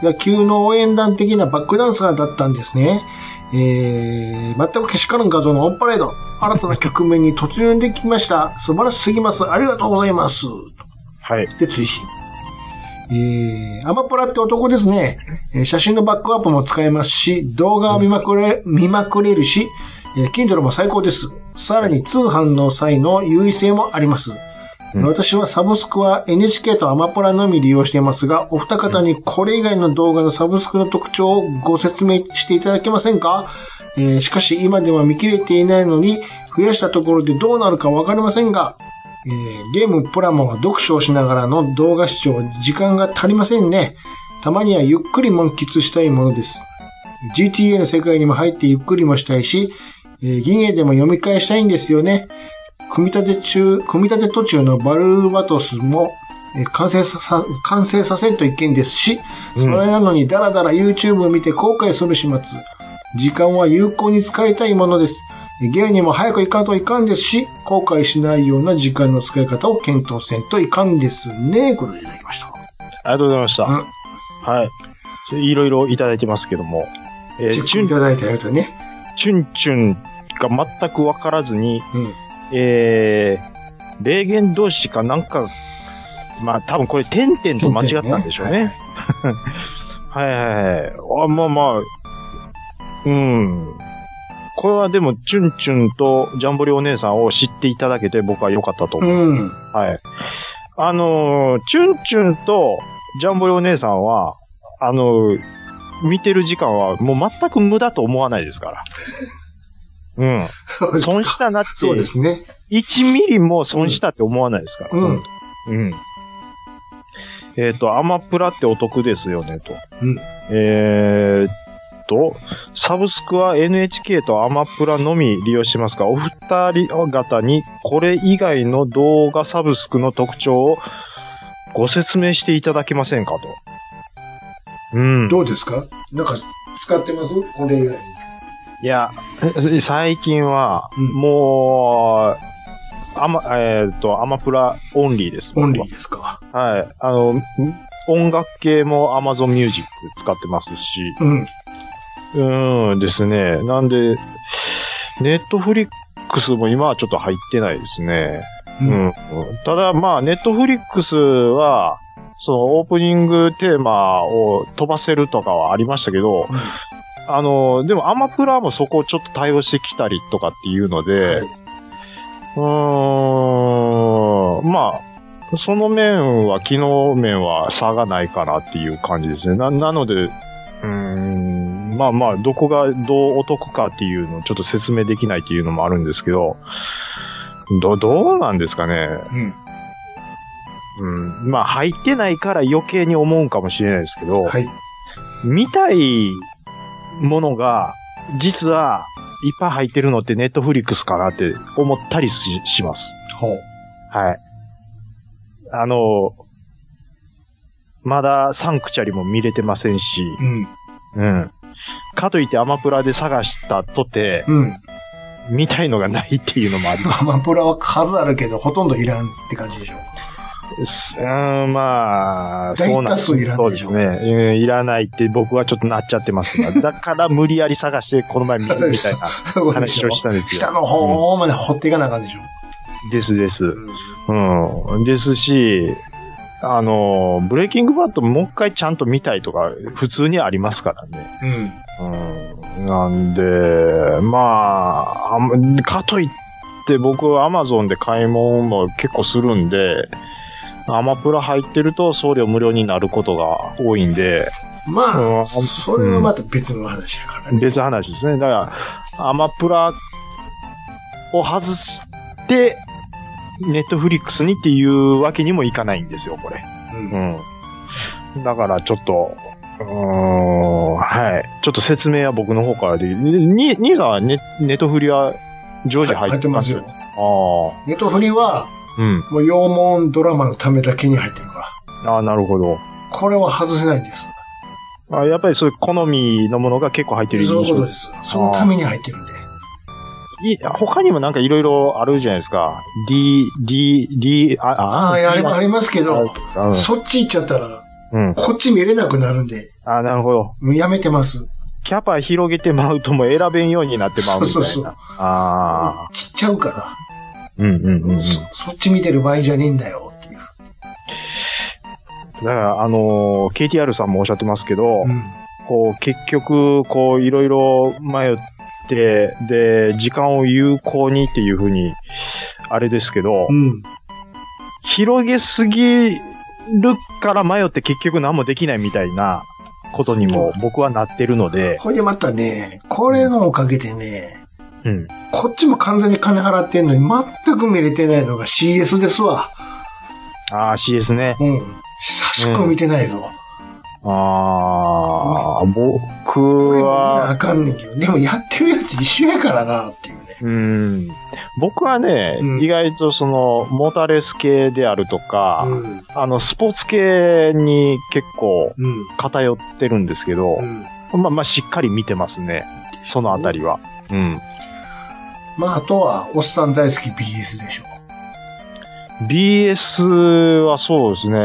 Speaker 1: 野球の応援団的なバックダンサーだったんですね。えー、全くけしからん画像のオンパレード。新たな局面に突入できました。素晴らしすぎます。ありがとうございます。
Speaker 2: はい。
Speaker 1: で、追伸。えー、アマプラって男ですね。えー写真のバックアップも使えますし、動画を見まくれ、見まくれるし、えー Kindle も最高です。さらに通販の際の優位性もあります。私はサブスクは NHK とアマプラのみ利用していますが、お二方にこれ以外の動画のサブスクの特徴をご説明していただけませんか、えーしかし今では見切れていないのに、増やしたところでどうなるかわかりませんが、えーゲームプラモは読書をしながらの動画視聴、時間が足りませんね。たまにはゆっくり満喫したいものです。GTA の世界にも入ってゆっくりもしたいし、えー銀英でも読み返したいんですよね。組み立て中、組み立て途中のバルバトスも、えー完成さ、完成させんといけんですし、
Speaker 2: うん
Speaker 1: それなのにダラダラ YouTube を見て後悔する始末。時間は有効に使いたいものです。えーゲーにも早く行かんといかんですし、後悔しないような時間の使い方を検討せんといかんですね。ことでいただきました。
Speaker 2: ありがとうございました。
Speaker 1: うん
Speaker 2: はい。いろいろいただいてますけども。えー
Speaker 1: チェッ
Speaker 2: チ
Speaker 1: ク
Speaker 2: ュ
Speaker 1: い
Speaker 2: ン、
Speaker 1: ただいたよとね。
Speaker 2: チュンチュンが全くわからずに、
Speaker 1: うん。
Speaker 2: えー、霊言同士かなんか、まあ多分これ点々と間違ったんでしょうね。はい [LAUGHS] はいはい。あ、まあまあ、うん。これはでも、チュンチュンとジャンボリお姉さんを知っていただけて僕は良かったと
Speaker 1: は
Speaker 2: 思
Speaker 1: いはい。
Speaker 2: う。
Speaker 1: [LAUGHS] うん。
Speaker 2: はい。あのー、チュンチュンとジャンボリお姉さんは、あのー、見てる時間はもう全く無駄と思わないですから。 [LAUGHS] うん。損したなって、
Speaker 1: そうですね。
Speaker 2: 1ミリも損したって思わないですから。
Speaker 1: うん。
Speaker 2: うん。えっ、と、アマプラってお得ですよね、と。
Speaker 1: うん
Speaker 2: えーっと、サブスクは NHK とアマプラのみ利用しますが、お二人方にこれ以外の動画サブスクの特徴をご説明していただけませんかと。うん。
Speaker 1: どうですかなんか、使ってますこれ以外に。
Speaker 2: いや、最近は、
Speaker 1: うん
Speaker 2: もう、アマ、えーっと、アマプラオンリーです。
Speaker 1: オンリーですか。
Speaker 2: はい。あの、ん音楽系も Amazon Music 使ってますし、
Speaker 1: うん。
Speaker 2: うーんですね。なんで、Netflix も今はちょっと入ってないですね。
Speaker 1: う
Speaker 2: うん。うんただ、まあ、Netflix は、そのオープニングテーマを飛ばせるとかはありましたけど、
Speaker 1: うん
Speaker 2: あの、でもアマプラもそこをちょっと対応してきたりとかっていうので、
Speaker 1: はいう
Speaker 2: ーん、まあ、その面は、機能面は差がないかなっていう感じですね。な、なので、うーん、まあまあ、どこがどうお得かっていうのをちょっと説明できないっていうのもあるんですけど、ど、どうなんですかね。
Speaker 1: うん。
Speaker 2: うん。まあ、入ってないから余計に思うんかもしれないですけど、
Speaker 1: はい。
Speaker 2: 見たいものが、実はいっぱい入ってるのってネットフリックスかなって思ったりしします。
Speaker 1: ほう。
Speaker 2: はい。あの、まだサンクチャリも見れてませんし、
Speaker 1: うん。
Speaker 2: うん。かといってアマプラで探したとて、
Speaker 1: うん。 [LAUGHS]
Speaker 2: 見たいのがないっていうのもありま
Speaker 1: アマプラは数あるけど、ほとんどいらんって感じでしょう。 [LAUGHS]
Speaker 2: す。うーん、まあ、
Speaker 1: 大
Speaker 2: そうなん
Speaker 1: 多数いらん
Speaker 2: そう
Speaker 1: で
Speaker 2: で
Speaker 1: し
Speaker 2: す
Speaker 1: ょ
Speaker 2: ね、うん。いらないって僕はちょっとなっちゃってますが。
Speaker 1: [LAUGHS]
Speaker 2: だから無理やり探して、この前見るみたいな話をしたんです
Speaker 1: 下
Speaker 2: よ。
Speaker 1: の方まで掘っていかなあかんでしょ。
Speaker 2: ですです。
Speaker 1: うん
Speaker 2: うん。ですし、あの、ブレイキングバットもう一回ちゃんと見たいとか、普通にありますからね。
Speaker 1: うん。
Speaker 2: うん。なんで、まあ、あんかといって僕はアマゾンで買い物も結構するんで、アマプラ入ってると送料無料になることが多いんで、
Speaker 1: ま
Speaker 2: う
Speaker 1: あ、
Speaker 2: ん
Speaker 1: それはまた別の話やからね。
Speaker 2: 別話ですね。だから、アマプラを外して、ネットフリックスにっていうわけにもいかないんですよ、これ。
Speaker 1: うん
Speaker 2: うん。だからちょっと、うーん、はい。ちょっと説明は僕の方からで、に、兄さんはネネットフリは常時入
Speaker 1: 入っ
Speaker 2: っ
Speaker 1: てて
Speaker 2: ま
Speaker 1: ますす
Speaker 2: よ
Speaker 1: よ。。
Speaker 2: ああ
Speaker 1: ネトフリは、
Speaker 2: ー、うん。
Speaker 1: もう羊毛ドラマのためだけに入ってるか
Speaker 2: ああ、なるほど。
Speaker 1: ら。これは外せないんです。
Speaker 2: あやっぱりそういう好みのものが結構入ってる印
Speaker 1: そういうこと
Speaker 2: 象
Speaker 1: です。そのために入ってるんで。
Speaker 2: いい他にもなんかいろいろあるじゃないですか。D、D、D、あ、
Speaker 1: ああ、いやあれもありますけど、
Speaker 2: あうん
Speaker 1: そっち行っちゃったら、
Speaker 2: うん。
Speaker 1: こっち見れなくなるんで、
Speaker 2: あなるほど。
Speaker 1: もうやめてます。
Speaker 2: キャパ広げてまうとも選べんようになってまうみたい
Speaker 1: そう
Speaker 2: な。
Speaker 1: そうそう
Speaker 2: ああ。
Speaker 1: ちっちゃうから、
Speaker 2: うんうんうん、うん。
Speaker 1: そそっち見てる場合じゃねえんだよっていう。
Speaker 2: だから、あのー KTR さんもおっしゃってますけど、
Speaker 1: うん。
Speaker 2: こう、結局、こう、いろいろ迷って、で、時間を有効にっていうふうに、あれですけど、
Speaker 1: うん。
Speaker 2: 広げすぎるから迷って結局何もできないみたいなことにも僕はなってるので、
Speaker 1: ほいでまたね、これのおかげでね、
Speaker 2: うん。
Speaker 1: こっちも完全に金払ってんのに全く見れてないのが CS ですわ。
Speaker 2: ああ、CS ね。
Speaker 1: うん。久しく見てないぞ。
Speaker 2: ああ、僕
Speaker 1: 俺も見な
Speaker 2: は、
Speaker 1: あかんねんけど。でもやってるやつ一緒やからなっていうね。
Speaker 2: うん。僕はね、
Speaker 1: うん
Speaker 2: 意外とその、モーターレース系であるとか、
Speaker 1: うん。
Speaker 2: あの、スポーツ系に結構
Speaker 1: うん。
Speaker 2: 偏ってるんですけど
Speaker 1: う、ん。
Speaker 2: まあまあしっかり見てますね。そのあたりは。うん。
Speaker 1: まあ、あとは、おっさん大好き BS でしょ。
Speaker 2: BS はそうですね。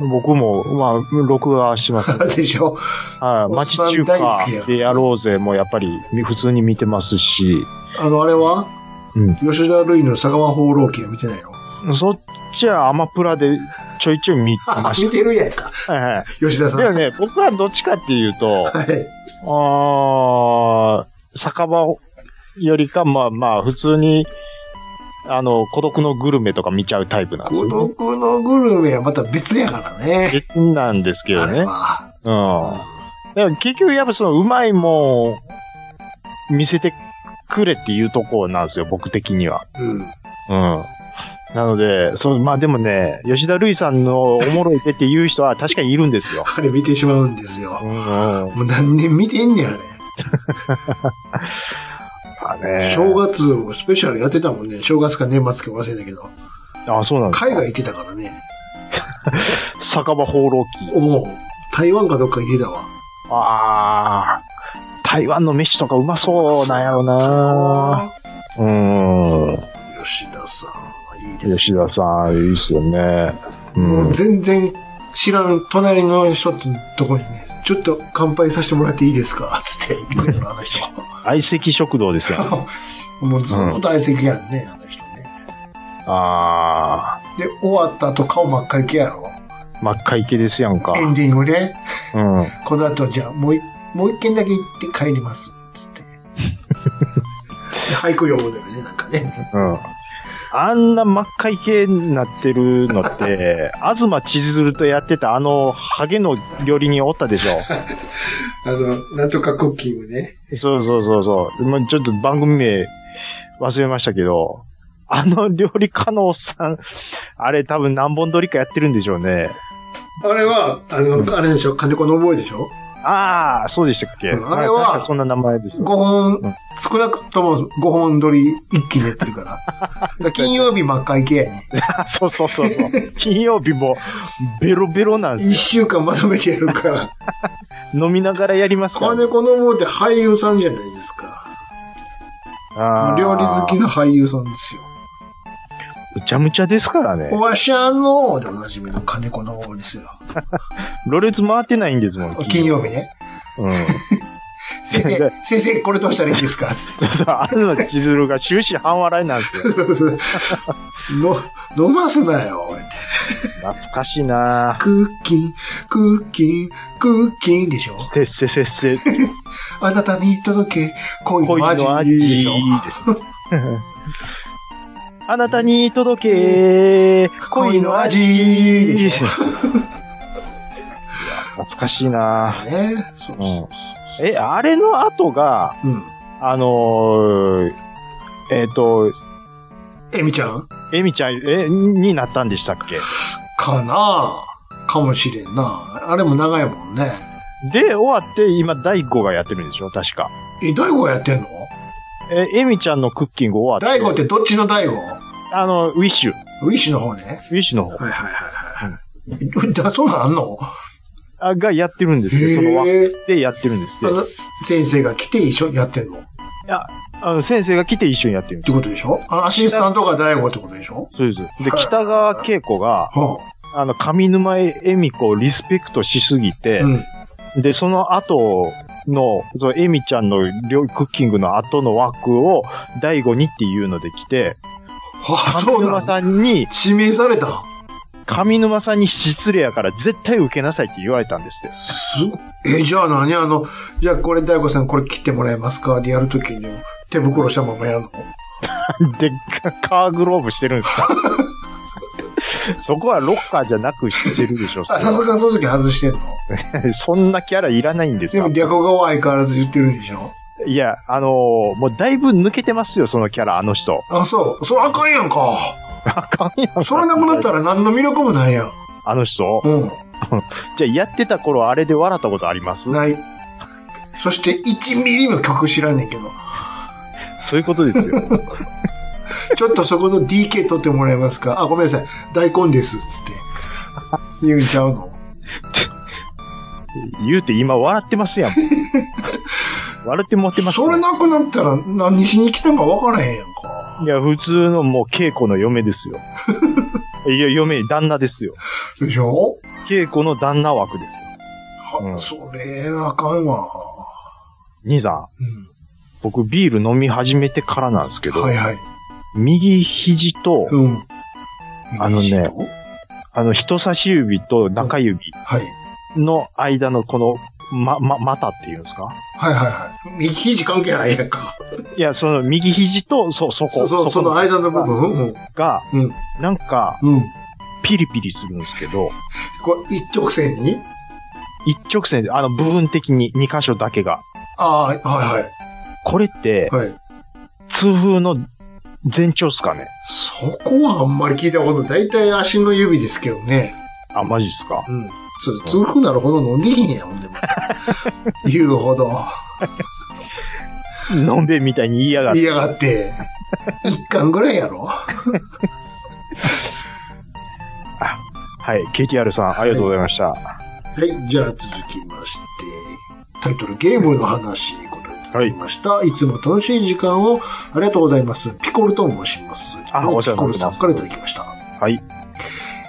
Speaker 2: 僕も、まあ、録画し
Speaker 1: [LAUGHS]
Speaker 2: てます、ね。
Speaker 1: でしょ。
Speaker 2: はい。
Speaker 1: おっ
Speaker 2: 町
Speaker 1: さん
Speaker 2: 中
Speaker 1: 大好きや
Speaker 2: 華でやろうぜもやっぱり普通に見てますし、
Speaker 1: あの、あれは
Speaker 2: うん
Speaker 1: 吉田類の佐川放浪記は見てないの
Speaker 2: そっちはアマプラでちょいちょい見てま
Speaker 1: [LAUGHS]
Speaker 2: し
Speaker 1: 見てるやんか。
Speaker 2: た。はいはい。
Speaker 1: 吉田さん。
Speaker 2: で
Speaker 1: は
Speaker 2: もね、僕はどっちかっていうと、
Speaker 1: い。
Speaker 2: あー酒場よりか、まあまあ、普通に、あの、孤独のグルメとか見ちゃうタイプなんです
Speaker 1: 孤
Speaker 2: よ、ね。
Speaker 1: 独のグルメはまた別やからね。
Speaker 2: 別なんですけど
Speaker 1: あれ
Speaker 2: ね。
Speaker 1: は。
Speaker 2: うん。だから結局やっぱその、うまいもんを見せてくれっていうところなんですよ、僕的には。
Speaker 1: うん。
Speaker 2: うん。なので、そう、まあでもね、吉田類さんのおもろいでっていう人は確かにいるんですよ。
Speaker 1: あれ見てしまうんですよ
Speaker 2: う。ん、うん。
Speaker 1: もう何年見てんねん、あれ。
Speaker 2: あね
Speaker 1: 正月もスペシャルやってたもんね。正月か年末か忘れたけど。
Speaker 2: あ、そうなんです
Speaker 1: 海外行ってたからね。
Speaker 2: 酒場放浪記。
Speaker 1: おう台湾かどっか行ってたわ。
Speaker 2: ああ、台湾の飯とかうまそうなんやろな。うーん。
Speaker 1: 吉田さん、いいですね
Speaker 2: 吉田さん、いいっすよね。う。
Speaker 1: もうん全然知らん隣の人ってとこにね、ちょっと乾杯させてもらっていいですか [LAUGHS] つって行くの、あの人。 [LAUGHS]
Speaker 2: 相席食堂ですよ。
Speaker 1: もうずっと相席やんね、あの人ね。
Speaker 2: ああ、
Speaker 1: で、終わった後顔真っ赤いけやろ。
Speaker 2: 真っ赤いけですやんか。
Speaker 1: エンディングで、
Speaker 2: うん。
Speaker 1: この後じゃあもうい、もう一軒だけ行って帰ります。つって。で俳句読むのよね、なんかね。
Speaker 2: うん。あんな真っ赤い系になってるのって、 [LAUGHS] 東千鶴とやってたあの、ハゲの料理人おったでしょ。
Speaker 1: あの、なんとかクッキングね。
Speaker 2: そうそうそうそう。まちょっと番組名忘れましたけど、あの料理家のおっさん、あれ多分何本撮りかやってるんでしょうね。
Speaker 1: あれは、あの、あれでしょ金子の覚えでしょ
Speaker 2: ああ、そうでしたっけ。
Speaker 1: うんあれは
Speaker 2: ま確かそんな名前でし
Speaker 1: ?5
Speaker 2: た。
Speaker 1: 本
Speaker 2: うん、
Speaker 1: 少なくとも5本撮り一気にやってるから。
Speaker 2: [LAUGHS]
Speaker 1: だから金曜日真っ赤い系やね。
Speaker 2: あそうそうそう
Speaker 1: [LAUGHS]
Speaker 2: そう。金曜日もベロベロなんです
Speaker 1: 1
Speaker 2: よ。
Speaker 1: 週間まとめてやるから。
Speaker 2: 飲みながらやりますからね、
Speaker 1: 金子の覚えって俳優さんじゃないですか。
Speaker 2: あー
Speaker 1: 料理好き。の俳優さんですよ。
Speaker 2: むちゃむちゃですからね。
Speaker 1: わしゃのーでおなじみの金子の覚えですよ。
Speaker 2: ロレツ回ってないんですもん。
Speaker 1: 金曜日ね。
Speaker 2: うん。
Speaker 1: 先
Speaker 2: [LAUGHS]
Speaker 1: 生、先生、これどうしたらいいですか
Speaker 2: そうそう、あの千鶴が終始半笑いなんですよ。
Speaker 1: の、飲ますなよ。
Speaker 2: 懐かしいなぁ。
Speaker 1: クッキン、クッキン、クッキンでしょ
Speaker 2: せっせせっせ、
Speaker 1: あなたに届け、恋
Speaker 2: 恋
Speaker 1: の味
Speaker 2: の味
Speaker 1: で
Speaker 2: で
Speaker 1: し
Speaker 2: す
Speaker 1: ょ。。
Speaker 2: [LAUGHS] あなたに届け、
Speaker 1: 恋の味でしょ。
Speaker 2: 懐かしいな
Speaker 1: ね。そうそ
Speaker 2: ぁ。え、あれの後が、
Speaker 1: う。うん。
Speaker 2: あのー、えっ、と、
Speaker 1: えみちゃん
Speaker 2: エミちゃん、え、になったんでしたっけ
Speaker 1: かなかもしれんな。あれも長いもんね。
Speaker 2: で、終わって、今、第5がやってるんでしょ確か。
Speaker 1: え、大悟がやってんの
Speaker 2: え、エミちゃんのクッキング終わっ
Speaker 1: 大
Speaker 2: て、
Speaker 1: 悟ってどっちの大悟
Speaker 2: あの、ウィッシュ、
Speaker 1: ウィッシュの方ね。 [LAUGHS]
Speaker 2: ウィッシュの方
Speaker 1: はいはいはいはい。だ、そんなんあんの
Speaker 2: あがやってるんですよ。その枠
Speaker 1: へえ。
Speaker 2: でやってるんです
Speaker 1: あ
Speaker 2: って。
Speaker 1: の先生が来て一緒にやってんのっ
Speaker 2: あの、先生が来て一緒にやってるんで
Speaker 1: てことでしょあのアシスタントが大悟ってことでしょ
Speaker 2: す。そうです。で、
Speaker 1: はい
Speaker 2: 北川景子が、
Speaker 1: は
Speaker 2: あの、上沼恵美子をリスペクトしすぎ
Speaker 1: あ、
Speaker 2: て
Speaker 1: う、ん。
Speaker 2: で、その後の、その恵美ちゃんの料理クッキングの後の枠を、第五にっていうので来て、
Speaker 1: はあ、そう
Speaker 2: 上
Speaker 1: な
Speaker 2: 沼
Speaker 1: の
Speaker 2: さんに、
Speaker 1: 指名された。
Speaker 2: 上沼さんに失礼やから絶対受けなさいって言われたんですって。
Speaker 1: すごえ、じゃあ何あの、じゃあこれ大悟さんこれ切ってもらえますかでやるときに手袋したままやるの [LAUGHS]
Speaker 2: で、かカーグローブしてるんですかそこはロッカーじゃなくしてるでしょ。それ
Speaker 1: あ、
Speaker 2: は
Speaker 1: さすがその時外してんの
Speaker 2: そんなキャラいらないんです
Speaker 1: で
Speaker 2: よ
Speaker 1: も。略語は相変わらず言ってるでしょ
Speaker 2: いや、あのーもうだいぶ抜けてますよ、そのキャラ、あの人。
Speaker 1: あ、そう。それあかんやんか。
Speaker 2: あかんやん。
Speaker 1: それなくなったら何の魅力もないやん。
Speaker 2: あの人。
Speaker 1: う
Speaker 2: じゃあ、やってた頃、あれで笑ったことあります
Speaker 1: ん。ない。そして1ミリの曲知らんねんけど。
Speaker 2: そういうことですよ。 [LAUGHS]
Speaker 1: ちょっとそこの DK 取ってもらえますかあ、ごめんなさい。大根です。つって。言うんちゃうの
Speaker 2: 言うて今笑ってま
Speaker 1: [LAUGHS]
Speaker 2: すやん。笑ってもってます
Speaker 1: そ
Speaker 2: よ、
Speaker 1: れなくなったら何しに来たんか分からへんやんか。
Speaker 2: いや、普通のもう稽古の嫁で
Speaker 1: [LAUGHS]
Speaker 2: すよ。いや、嫁、旦那ですよ。
Speaker 1: でしょ、
Speaker 2: 稽古の旦那枠です。
Speaker 1: は
Speaker 2: うん
Speaker 1: それあかんわ。
Speaker 2: 兄さん、
Speaker 1: う
Speaker 2: 僕ビール飲み始めてからなんですけど、
Speaker 1: ん。はいはい。
Speaker 2: 右肘と、
Speaker 1: うん。
Speaker 2: あのね
Speaker 1: いい人
Speaker 2: あの、人差し指と中指
Speaker 1: はい。
Speaker 2: の間のこの、ま、ま、股っていうんですか
Speaker 1: はいはいはい。右肘関係ないやんか。
Speaker 2: いや、その右肘と、そ、そこ。
Speaker 1: そうそう、そ
Speaker 2: こ
Speaker 1: の間の部分。うん。
Speaker 2: が、
Speaker 1: うん。
Speaker 2: なんか、
Speaker 1: うん。
Speaker 2: ピリピリするんですけど、
Speaker 1: こう、一直線に
Speaker 2: 一直線で、あの、部分的に2箇所だけが。
Speaker 1: ああ、はいは
Speaker 2: これって
Speaker 1: い。、はい。
Speaker 2: 痛風の前兆っすかね
Speaker 1: そこはあんまり聞いたことない。だいたい足の指ですけどね。
Speaker 2: あ、マジっすか
Speaker 1: うん。そう、痛風なるほど飲んでへんやん、ほん
Speaker 2: [LAUGHS]
Speaker 1: でも。言うほど。
Speaker 2: のんべえみたいに言いやがって。
Speaker 1: 言いやがって。一巻ぐらいやろ。
Speaker 2: はい、KTR さん、ありがとうございました。
Speaker 1: はい、じゃあ続きまして、タイトルゲームの話に答えていただきました。い、つも楽しい時間をありがとうございます。ピコルと申します。
Speaker 2: あお世
Speaker 1: ピ
Speaker 2: 話になってます
Speaker 1: コルさんからいただきました。
Speaker 2: はい。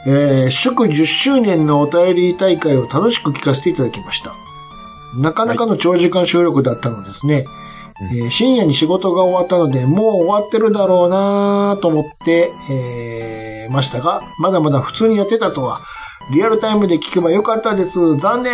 Speaker 1: えー、祝10周年のお便り大会を楽しく聞かせていただきました。なかなかの長時間収録だったのですね。えー深夜に仕事が終わったので、もう終わってるだろうなぁと思って、えーましたが、まだまだ普通にやってたとは、リアルタイムで聞けばよかったです。残念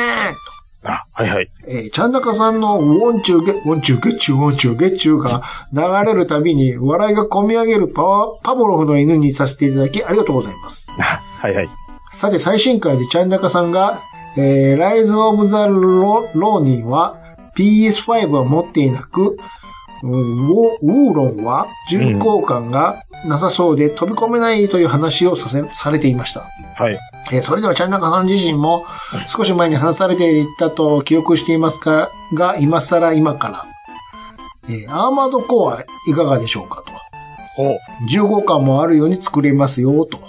Speaker 2: あはいはい。
Speaker 1: えー、ちゃんなかさんのウォンチューゲ、ウォンチューゲッチュウォンチューゲッチューが流れるたびに笑いが込み上げるパワー、パボロフの犬にさせていただきありがとうございます。
Speaker 2: はいはい。
Speaker 1: さて最新回でチャンナカさんが、えー、ライズ・オブ・ザ・ロローニンは PS5 は持っていなく、うんウォウーロンは重厚感がなさそうで飛び込めないという話をさせ、されていました。
Speaker 2: はい。
Speaker 1: えーそれではチャンナカさん自身も少し前に話されていたと記憶していますかが、今更今から。えーアーマードコアいかがでしょうかと。
Speaker 2: ほう。
Speaker 1: 15巻もあるように作れますよと。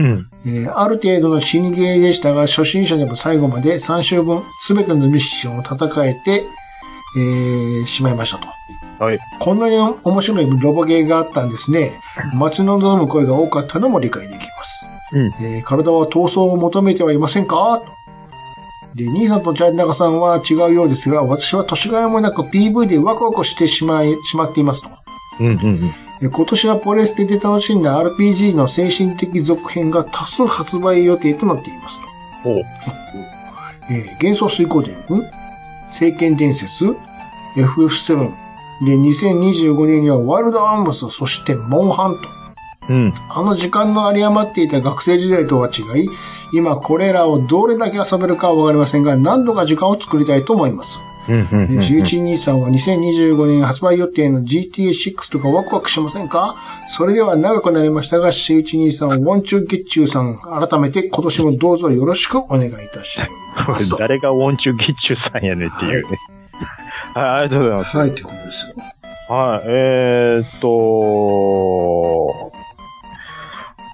Speaker 2: うん。
Speaker 1: えーある程度の死にゲーでしたが、初心者でも最後まで3週分、すべてのミッションを戦えて、えーしまいましたと。
Speaker 2: はい。
Speaker 1: こんなに面白いロボゲーがあったんですね。待ち望む声が多かったのも理解できます。
Speaker 2: うん
Speaker 1: えー体は闘争を求めてはいませんかとで、兄さんとチャンナカさんは違うようですが、私は年がいもなく PV でワクワクしてしまい、しまっていますと。
Speaker 2: うんうんうん。
Speaker 1: えー今年はポレステで楽しんだ RPG の精神的続編が多数発売予定となっていますと。
Speaker 2: ほう。
Speaker 1: えー幻想水光伝、ん聖剣伝説、FF7、で、2025年にはワイルドアンブス、そしてモンハンと。
Speaker 2: うん。
Speaker 1: あの時間の有り余っていた学生時代とは違い、今これらをどれだけ遊べるかはわかりませんが、何度か時間を作りたいと思います。
Speaker 2: うんうん
Speaker 1: えー1123さんは2025年発売予定の GTA6 とかワクワクしませんかそれでは長くなりましたが、1123さん、ウォンチューゲッチューさん、改めて今年もどうぞよろしくお願いいたしま
Speaker 2: これ
Speaker 1: す。
Speaker 2: 誰がウォンチュゲッチュさんやねんっていうね。はい、ありがとうございます。
Speaker 1: はい、ということですよ。
Speaker 2: はい、えー、っと、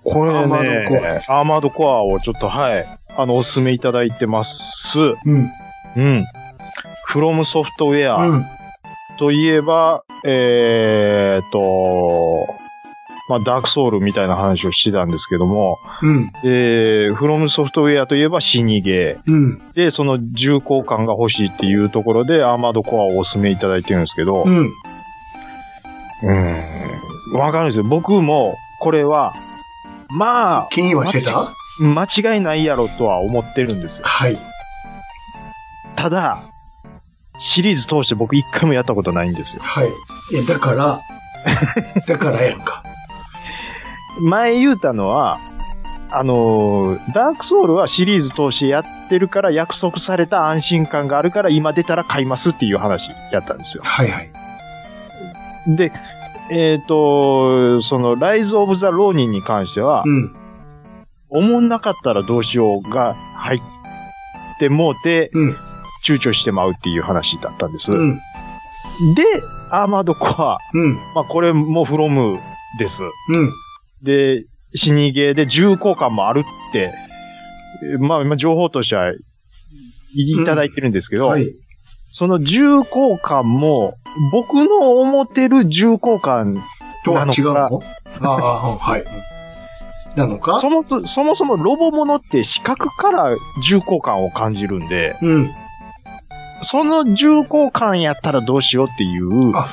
Speaker 2: これね、
Speaker 1: アーマードコアです
Speaker 2: アーマードコアをちょっと、はい、あの、お勧めいただいてます。
Speaker 1: うん。
Speaker 2: うん。フロムソフトウェ
Speaker 1: う
Speaker 2: ア
Speaker 1: ん。
Speaker 2: といえば、えー、っと、まあ、ダークソウルみたいな話をしてたんですけども、
Speaker 1: うん。
Speaker 2: えー、フロムソフトウェアといえば死にゲー。
Speaker 1: うん。
Speaker 2: で、その重厚感が欲しいっていうところで、アーマードコアをお勧めいただいてるんですけど
Speaker 1: う、ん。
Speaker 2: うん。わかるんですよ。僕も、これは、まあ、
Speaker 1: 気にはしてた
Speaker 2: 間違いないやろとは思ってるんですよ。
Speaker 1: はい。
Speaker 2: ただ、シリーズ通して僕一回もやったことないんですよ。
Speaker 1: はい。いや、だ
Speaker 2: [LAUGHS]
Speaker 1: から、だからやんか。
Speaker 2: 前言うたのは、あのーダークソウルはシリーズ通してやってるから約束された安心感があるから今出たら買いますっていう話やったんですよ。
Speaker 1: はいはい。
Speaker 2: で、えっ、と、その、ライズ・オブ・ザ・ローニンに関しては、
Speaker 1: うん。
Speaker 2: 思ん、なかったらどうしようが入ってもうて、
Speaker 1: うん。
Speaker 2: 躊躇してまうっていう話だったんです。
Speaker 1: うん。
Speaker 2: で、アーマードコア、
Speaker 1: うん。
Speaker 2: まあこれもフロムです。
Speaker 1: うん。
Speaker 2: で、死にゲーで重厚感もあるって、えーまあ今情報としてはいいただいてるんですけど、
Speaker 1: はい。
Speaker 2: その重厚感も、僕の思ってる重厚感
Speaker 1: とは違うのあ
Speaker 2: な
Speaker 1: あ、はい。なのか
Speaker 2: そもそ、そもそもロボものって視覚から重厚感を感じるんで、
Speaker 1: うん。
Speaker 2: その重厚感やったらどうしようっていう、
Speaker 1: あ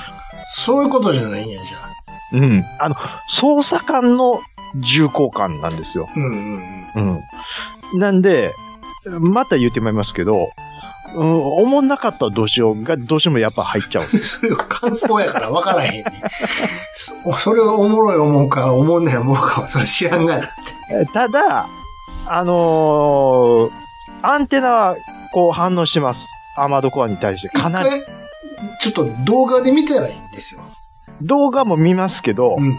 Speaker 1: そういうことじゃないんや、じゃあ。
Speaker 2: うん。あの、操作感の重厚感なんですよ。
Speaker 1: うんうんうん。
Speaker 2: うん。なんで、また言ってまいりますけど、うん、思んなかったらどうしようが、どうしてもやっぱ入っちゃ
Speaker 1: [LAUGHS]
Speaker 2: う。
Speaker 1: それを感想やから分からへんね。そ
Speaker 2: [LAUGHS]
Speaker 1: それをおもろい思うか、思んない思うかは、それ知らんがな。
Speaker 2: ただ、あのーアンテナはこう反応してます。アーマードコアに対して。
Speaker 1: 一
Speaker 2: かなり、
Speaker 1: 回、ちょっと動画で見たらいいんですよ。
Speaker 2: 動画も見ますけど、
Speaker 1: うん。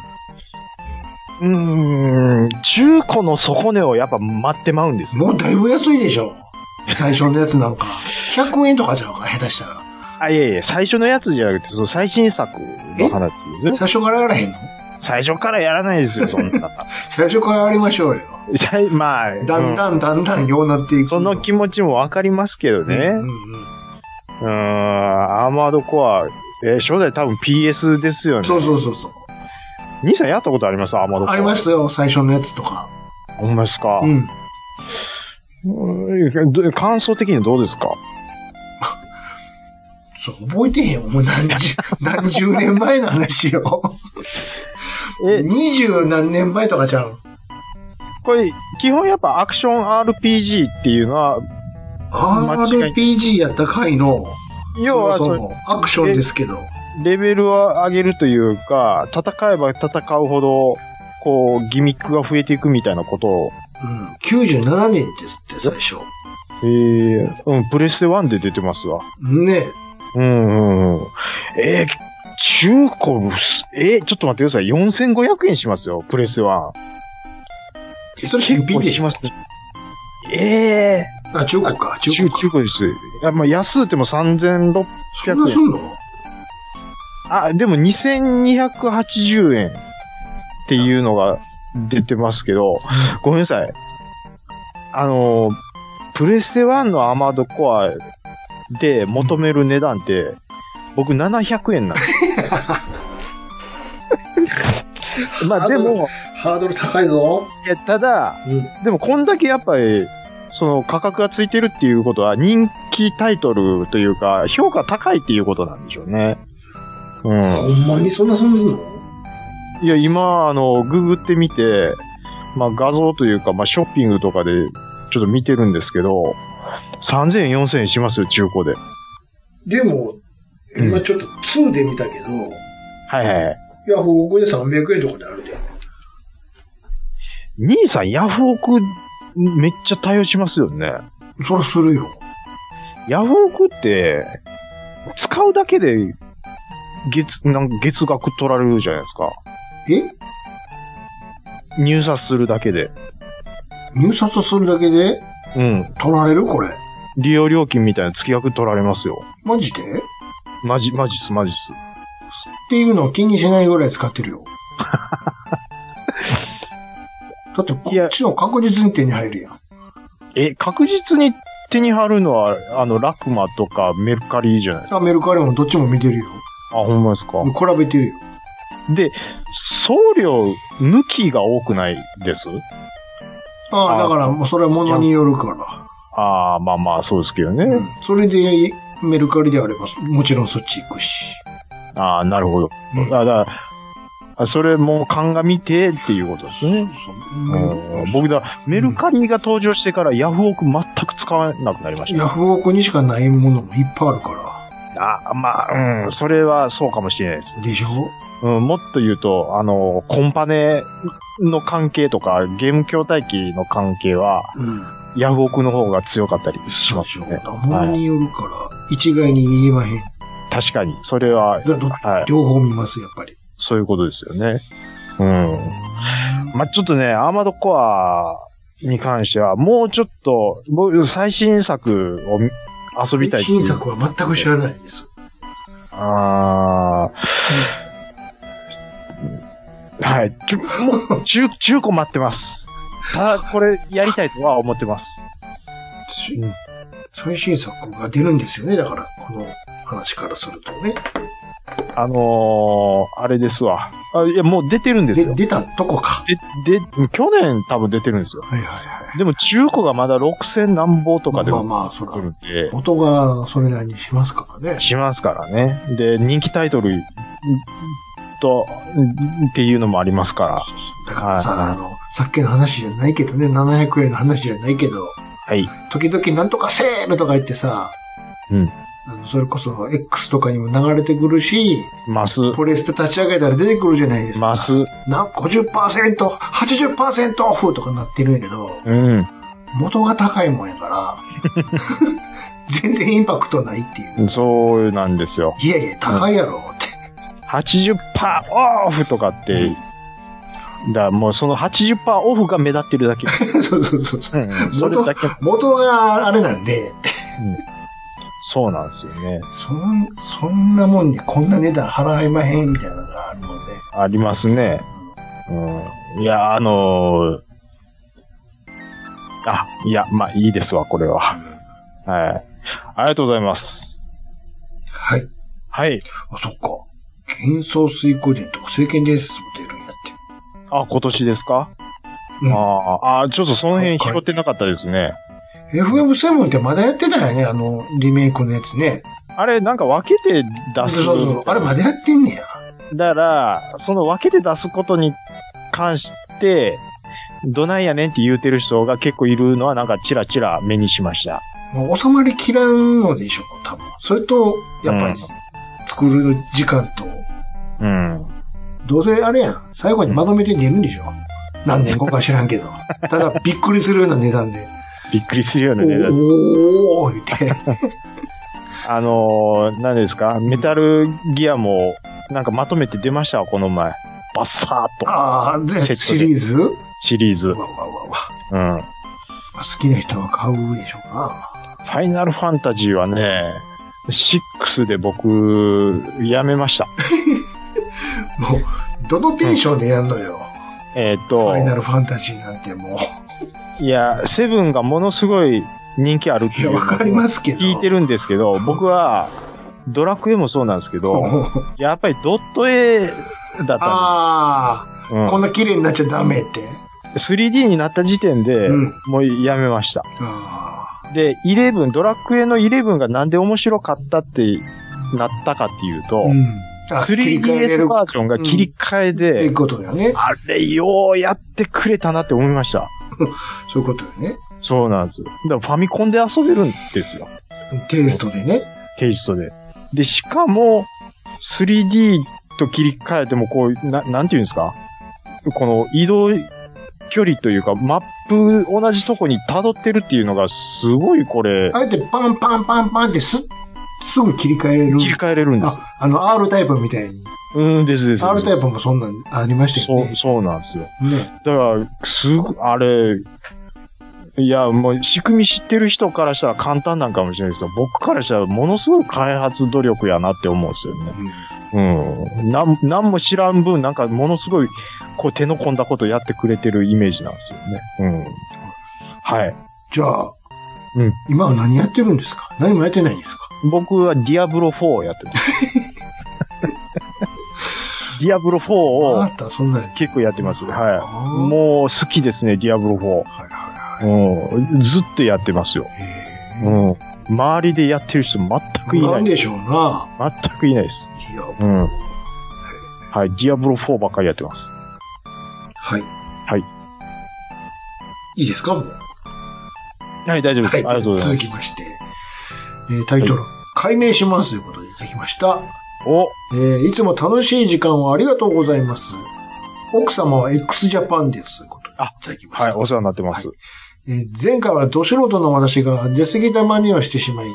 Speaker 2: うーん、中古の底値をやっぱ待ってまうんですよ。
Speaker 1: もうだいぶ安いでしょ。最初のやつなんか。100円とかちゃうか、下手したら。
Speaker 2: あ、いえいえ、最初のやつじゃなくて、その最新作の話ですね。
Speaker 1: 最初からやらへんの
Speaker 2: 最初からやらないですよ、そんな。 [LAUGHS]
Speaker 1: 最初からやりましょうよ。
Speaker 2: さいまあ、
Speaker 1: だんだんだんだんようなってい
Speaker 2: うん
Speaker 1: く。
Speaker 2: その気持ちもわかりますけど
Speaker 1: うん
Speaker 2: ね。
Speaker 1: うん
Speaker 2: うーん、アーマードコア、えー初代多分 PS ですよ
Speaker 1: うん
Speaker 2: ね。
Speaker 1: そうそうそうそう。
Speaker 2: 兄さんやったことありますアーマードコア。
Speaker 1: ありましたよ、最初のやつとか。
Speaker 2: ほんまですか
Speaker 1: う。ん。
Speaker 2: うーんど感想的にどうですか
Speaker 1: そう、覚えてへんよ。もう何十、
Speaker 2: [LAUGHS]
Speaker 1: 何十年前の話よ。
Speaker 2: え、
Speaker 1: 二十何年前とかじゃん。
Speaker 2: これ、基本やっぱアクション RPG っていうのは、間違い
Speaker 1: RPG やった回の、
Speaker 2: 要は
Speaker 1: そ
Speaker 2: そ
Speaker 1: も
Speaker 2: う
Speaker 1: そもアクションですけど、
Speaker 2: レベルを上げるというか、戦えば戦うほど、こう、ギミックが増えていくみたいなことを、
Speaker 1: うん、97年ですって、最初。
Speaker 2: ええうん、プレステ1で出てますわ。
Speaker 1: ね
Speaker 2: うんうんうん。えー、中古、すえー、ちょっと待ってください。4500円しますよ、プレステ1。
Speaker 1: え。それ新品でしょ
Speaker 2: ますええ
Speaker 1: あ、中古か、中
Speaker 2: ー、中
Speaker 1: 古か。
Speaker 2: 中古です。いや、まあ、安うても3600
Speaker 1: そんなすんの
Speaker 2: あ、でも2280円っていうのが出てますけど、ごめんなさい。あの、プレステ1のアーマードコアで求める値段って、僕700円なんです。まあでも、
Speaker 1: ハードル高いぞ。
Speaker 2: いやただ、
Speaker 1: うん。
Speaker 2: でもこんだけやっぱり、その価格がついてるっていうことは人気タイトルというか、評価高いっていうことなんでしょうね。うん。
Speaker 1: ほんまにそんなすんのすんの
Speaker 2: いや、今、あの、ググってみて、まあ画像というか、まあショッピングとかでちょっと見てるんですけど、3000円、4000円しますよ、中古で。
Speaker 1: でも、
Speaker 2: うん
Speaker 1: 今ちょっと2で見たけど、
Speaker 2: はいはいはい。
Speaker 1: ヤフオクで300円とかであるで。
Speaker 2: 兄さん、ヤフオク、めっちゃ対応しますよね。
Speaker 1: そらするよ。
Speaker 2: ヤフオクって、使うだけで、月、なんか月額取られるじゃないですか。
Speaker 1: え
Speaker 2: 入札するだけで。
Speaker 1: 入札するだけで
Speaker 2: うん。
Speaker 1: 取られるこれ。
Speaker 2: 利用料金みたいな月額取られますよ。
Speaker 1: マジでっ
Speaker 2: マジ、マジっす、マジっす。
Speaker 1: ていうのを気にしないぐらい使って
Speaker 2: [LAUGHS]
Speaker 1: るよ。だってこ
Speaker 2: いや
Speaker 1: っちの確実に手に入るやん。
Speaker 2: え、確実に手に貼るのは、あの、ラクマとかメルカリじゃないです
Speaker 1: あ、メルカリもどっちも見てるよ。
Speaker 2: か。あ、ほんまですか。
Speaker 1: 比べてるよ。
Speaker 2: で、送料抜きが多くないです
Speaker 1: ああ、
Speaker 2: あ
Speaker 1: だからもうそれは物によるから。
Speaker 2: ああ、まあまあ、そうですけどね。
Speaker 1: うんそれでメルカリであれば、もちろんそっち行くし。
Speaker 2: ああ、なるほど。
Speaker 1: うん
Speaker 2: あだからあそれも鑑みてっていうことですね。うん僕だ、メルカリが登場してからヤフオク全く使わなくなりまし
Speaker 1: ヤフオクにしかないものもいっぱいあるか
Speaker 2: た。あまあ、うん、それはそうかもしれないです
Speaker 1: ら。。でしょ
Speaker 2: うん、もっと言うと、あの、コンパネの関係とか、ゲーム筐体機の関係は、
Speaker 1: うん。
Speaker 2: ヤフオクの方が強かったりし
Speaker 1: そう
Speaker 2: ま
Speaker 1: ですしょ。
Speaker 2: よね。
Speaker 1: 物によるから、一概に言えまへん。
Speaker 2: 確かに、それは、
Speaker 1: だど
Speaker 2: はい、
Speaker 1: 両方見ます、やっぱり。
Speaker 2: そういうことですよね。うん。まあ、ちょっとね、アーマードコアに関しては、もうちょっと、僕、最新作を見遊びたいっていう
Speaker 1: 新。作は全く知らないです。
Speaker 2: あーはい。ち
Speaker 1: [LAUGHS]
Speaker 2: ょもう、中、中古待ってます。ただ、これ、やりたいとは思ってます。
Speaker 1: し最新作が出るんですよね、だから、この話からするとね。
Speaker 2: あのー、あれですわ。あいや、もう出てるんです
Speaker 1: で、
Speaker 2: よ。
Speaker 1: 出たとこか。
Speaker 2: で、で、去年多分出てるんですよ。
Speaker 1: はいはいは
Speaker 2: でも中古がまだ6000何本とか
Speaker 1: い。
Speaker 2: で
Speaker 1: まあ
Speaker 2: 売
Speaker 1: まあ、そら
Speaker 2: って、るんで、
Speaker 1: 音がそれなりにしますからね。
Speaker 2: しますからね。で、人気タイトル、んと、んっていうのもありますから。
Speaker 1: だからさ、
Speaker 2: はい
Speaker 1: あの、さっきの話じゃないけどね、700円の話じゃないけど、
Speaker 2: はい。
Speaker 1: 時々なんとかセールとか言ってさ、
Speaker 2: うん
Speaker 1: あのそれこそ X とかにも流れてくるし、
Speaker 2: マス、
Speaker 1: プレステ立ち上げたら出てくるじゃないですか。
Speaker 2: マス、
Speaker 1: な、50%、80%オフとかなってるんやけど、
Speaker 2: うん。
Speaker 1: 元が高いもんやから、 [LAUGHS] 全然インパクトないっていう。
Speaker 2: そうなんですよ。
Speaker 1: いやいや、高いやろって。
Speaker 2: 80%オフとかって、だからもうその80%オフが目立ってるだけ。
Speaker 1: そうそうそうそう。 [LAUGHS]
Speaker 2: うん、それだけ。
Speaker 1: [LAUGHS] 元があれなんで、
Speaker 2: そうなんですよね。
Speaker 1: そん、そんなもんにこんな値段払えまへんみたいなのがあるもんね。
Speaker 2: ありますね。うん。いや、あのーあ、いや、まあいいですわ、これは。はい。ありがとうございます。
Speaker 1: はい。
Speaker 2: はい。
Speaker 1: あ、そっか。幻想水光伝とか聖剣伝説も出るんやって。
Speaker 2: あ、今年ですか、
Speaker 1: うん
Speaker 2: あーあー、ちょっとその辺拾ってなかったですね。
Speaker 1: FM7 ってまだやってたよね、あの、リメイクのやつね。
Speaker 2: あれ、なんか分けて出す。
Speaker 1: そうそう。あれまだやってんねや。
Speaker 2: だから、その分けて出すことに関して、どないやねんって言うてる人が結構いるのはなんかチラチラ目にしました。
Speaker 1: まあ収まりきらんのでしょう、多分。それと、やっぱり、作る時間と、
Speaker 2: うん。
Speaker 1: どうせあれやん、最後にまとめて寝るんでしょ何年後か知らんけ
Speaker 2: [LAUGHS]
Speaker 1: ど。ただ、びっくりするような値段で。
Speaker 2: びっくりするよう
Speaker 1: お
Speaker 2: な値段。
Speaker 1: おー、言って。
Speaker 2: [LAUGHS] あのー、何ですかメタルギアも、なんかまとめて出ましたわこの前。バッサーっと。
Speaker 1: ああ、
Speaker 2: セットで
Speaker 1: で、シリーズわ
Speaker 2: シリーズ。うん。フ
Speaker 1: わわわ。
Speaker 2: ァ
Speaker 1: まあ好きな人は買うでしょうか。
Speaker 2: イナルファンタジーはね、6で僕、やめました。
Speaker 1: もう、どのテンションでやんのよ。
Speaker 2: えーっ
Speaker 1: フ
Speaker 2: と、
Speaker 1: ァイナルファンタジーなんても
Speaker 2: いや、セブンがものすごい人気あるって
Speaker 1: う。い
Speaker 2: いう
Speaker 1: や、
Speaker 2: のを
Speaker 1: わかりますけど。
Speaker 2: 聞いてるんですけど、僕は、ドラクエもそうなんですけど、
Speaker 1: あ
Speaker 2: やっぱりドット絵だった
Speaker 1: [LAUGHS] あ
Speaker 2: んです。うん
Speaker 1: ー、こんな綺麗になっちゃダメって。
Speaker 2: 3D になった時点で、
Speaker 1: うん
Speaker 2: もうやめました。
Speaker 1: あ
Speaker 2: で、11、ドラクエの11がなんで面白かったってなったかっていう
Speaker 1: あ。
Speaker 2: と、
Speaker 1: うん。あ、切り替えれ
Speaker 2: 3DS
Speaker 1: る
Speaker 2: バージョンが切り替え
Speaker 1: って
Speaker 2: で、
Speaker 1: いうことだよね。
Speaker 2: あれようやってくれたなって思いました。
Speaker 1: そういうことだよね。
Speaker 2: そうなんです。だからファミコンで遊べるんですよ。
Speaker 1: テイストでね。
Speaker 2: テイストで。で、しかも、3D と切り替えても、こう、な、なんていうんですかこの移動距離というか、マップ同じとこに辿ってるっていうのが、すごいこれ、
Speaker 1: あえてパンパンパンパンってす、すぐ切り替えれる。
Speaker 2: 切り替えれるんです。
Speaker 1: あ、あの、R タイプみたいに。
Speaker 2: うんですです。
Speaker 1: R タイプもそんなんありましたよ
Speaker 2: そう、
Speaker 1: ね。
Speaker 2: そうなんですよ。
Speaker 1: ね。
Speaker 2: だから、すごい、あれ、いや、もう仕組み知ってる人からしたら簡単なんかもしれないですけど、僕からしたらものすごい開発努力やなって思うんですよね。
Speaker 1: うん
Speaker 2: うん。なん、なんも知らん分、なんかものすごい、こう手の込んだことやってくれてるイメージなんですよね。うん。はい。
Speaker 1: じゃあ、
Speaker 2: うん
Speaker 1: 今は何やってるんですか何もやってないんですか
Speaker 2: 僕はディアブロ4をやっ
Speaker 1: [LAUGHS]
Speaker 2: てます。ディアブロ4
Speaker 1: あ
Speaker 2: を
Speaker 1: なた、そんなんやって
Speaker 2: 結構やってます。は
Speaker 1: あ
Speaker 2: い。
Speaker 1: ー
Speaker 2: もう好きですね、ディアブロ
Speaker 1: はいは
Speaker 2: 4。うん。ずっとやってますよ。
Speaker 1: いはい。へー
Speaker 2: うん。周りでやってる人全くいな
Speaker 1: ないん。でしょうな。
Speaker 2: 全くいないです。
Speaker 1: いや、
Speaker 2: うん。はい。ディアブロ4ばっかりやってます。
Speaker 1: はい。
Speaker 2: はい。
Speaker 1: いいですかもう。
Speaker 2: はい、大丈夫です。
Speaker 1: は
Speaker 2: ありがとうご
Speaker 1: い。
Speaker 2: ざいま
Speaker 1: 続
Speaker 2: す。
Speaker 1: きまして、えータイトル、解明しますということでいただきました。
Speaker 2: お
Speaker 1: えーいつも楽しい時間をありがとうございます。奥様は x ジャパンです。ということでい
Speaker 2: あ
Speaker 1: ただきまし
Speaker 2: はい、
Speaker 1: た。
Speaker 2: お世話になってます。
Speaker 1: えー前回はど素人の私が出過ぎた真似をしてしまい、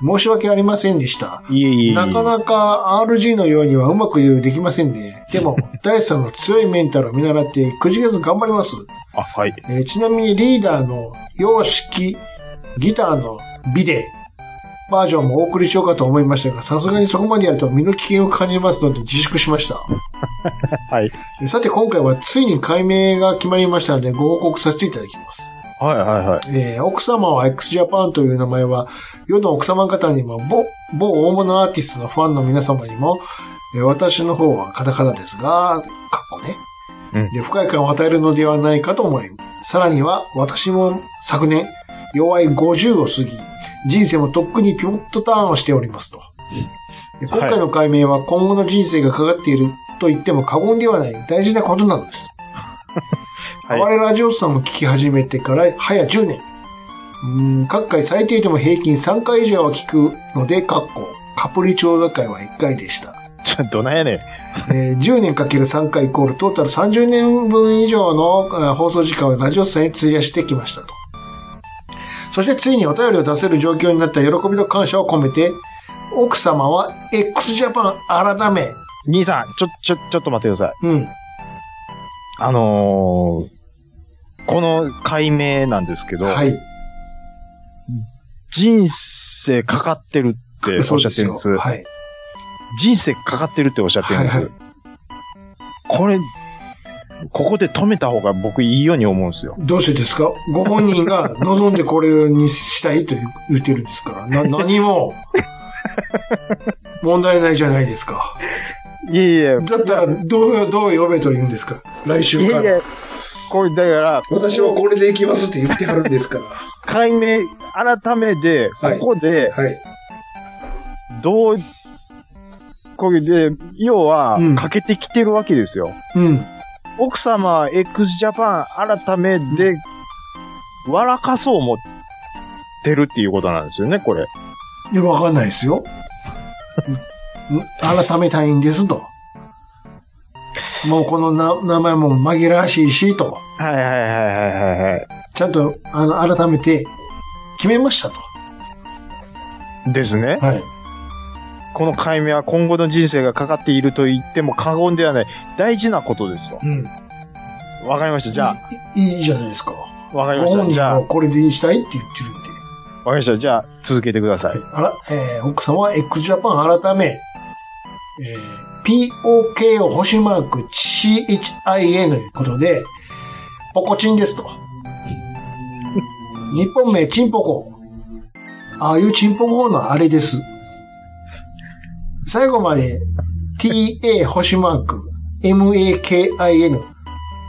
Speaker 1: 申し訳ありませんでした。
Speaker 2: いえいえいえ。
Speaker 1: なかなか RG のようにはうまくできませんね。で
Speaker 2: [LAUGHS]
Speaker 1: も、大地さんの強いメンタルを見習って、くじけず頑張ります。
Speaker 2: あ、はい。
Speaker 1: えーちなみにリーダーの様式、ギターのビデ、バージョンもお送りしようかと思いましたが、さすがにそこまでやると身の危険を感じますので自粛しました。
Speaker 2: はい。
Speaker 1: えーさて今回はついに解明が決まりましたのでご報告させていただきます。
Speaker 2: はい、はい、はい。
Speaker 1: えー奥様は x ジャパンという名前は、世の奥様方にも、某、某大物アーティストのファンの皆様にも、えー私の方はカタカナですが、かっこね。
Speaker 2: うん
Speaker 1: で不快感を与えるのではないかと思い、さらには私も昨年、弱い50を過ぎ、人生もとっくにピボットターンをしておりますと。で今回の解明は今後の人生がかかっていると言っても過言ではない大事なことなのです。
Speaker 2: [LAUGHS] はい
Speaker 1: 我々ラジオスさんも聞き始めてから、早10年。うーん、各回最低でも平均3回以上は聞くので、かっこ、カプリ調査会は1回でした。
Speaker 2: ちょ、どないやね [LAUGHS] ん。
Speaker 1: えー10年かける3回イコールトータル30年分以上のあー放送時間をラジオスさんに費やしてきましたと。そしてついにお便りを出せる状況になった喜びと感謝を込めて、奥様は x ジャパン改め、
Speaker 2: 兄さん、ちょ、ちょ、ちょっと待ってください。
Speaker 1: うん、
Speaker 2: あのー、この解明なんですけど、
Speaker 1: はい、
Speaker 2: 人生かかってるっておっしゃってるんです。
Speaker 1: そうよはい、
Speaker 2: 人生かかってるっておっしゃってるんです。
Speaker 1: はいはい
Speaker 2: これ、ここで止めた方が僕いいように思うんですよ。
Speaker 1: どうしてですかご本人が望んでこれにしたいと言ってるんですから。な、
Speaker 2: [LAUGHS]
Speaker 1: 何も、問題ないじゃないですか。
Speaker 2: いやいや、
Speaker 1: だったら、どうよ、どう呼べと言うんですか来週
Speaker 2: い
Speaker 1: か
Speaker 2: やい
Speaker 1: ら。
Speaker 2: や、これだから、
Speaker 1: 私はこれで行きますって言ってはるんですから。
Speaker 2: 解明、改めて、こ
Speaker 1: はい
Speaker 2: こで、
Speaker 1: はい。
Speaker 2: どう、これで、要は
Speaker 1: うん、
Speaker 2: かけてきてるわけですよ。
Speaker 1: うん。
Speaker 2: 奥様、x ジャパン改めで、笑かそう思っててるっていうことなんですよね、これ。
Speaker 1: いや、わかんないですよ。ん改めたいんですと。もうこのな名前も紛らわしいし、と。
Speaker 2: はいはいはいはいはいは
Speaker 1: ちゃんと、あの、改めて、決めましたと。
Speaker 2: い。ですね。
Speaker 1: はい。
Speaker 2: この解明は今後の人生がかかっていると言っても過言ではない大事なことですよ。
Speaker 1: うん。
Speaker 2: わかりました。じゃ
Speaker 1: いいいいじゃないですか。
Speaker 2: あ、わかりま
Speaker 1: ご
Speaker 2: し
Speaker 1: 本
Speaker 2: た。じ
Speaker 1: 人
Speaker 2: ゃあ、
Speaker 1: は
Speaker 2: わか
Speaker 1: これでしたいって言ってるんで。
Speaker 2: りました。じゃあ、続けてください。
Speaker 1: あら、えー奥様は x ジャパン改め、えー POK を星マーク CHIA のことで、ポコチンですと。日本名チンポコ。ああいうチンポコのあれです。最後まで TA 星マーク MAKIN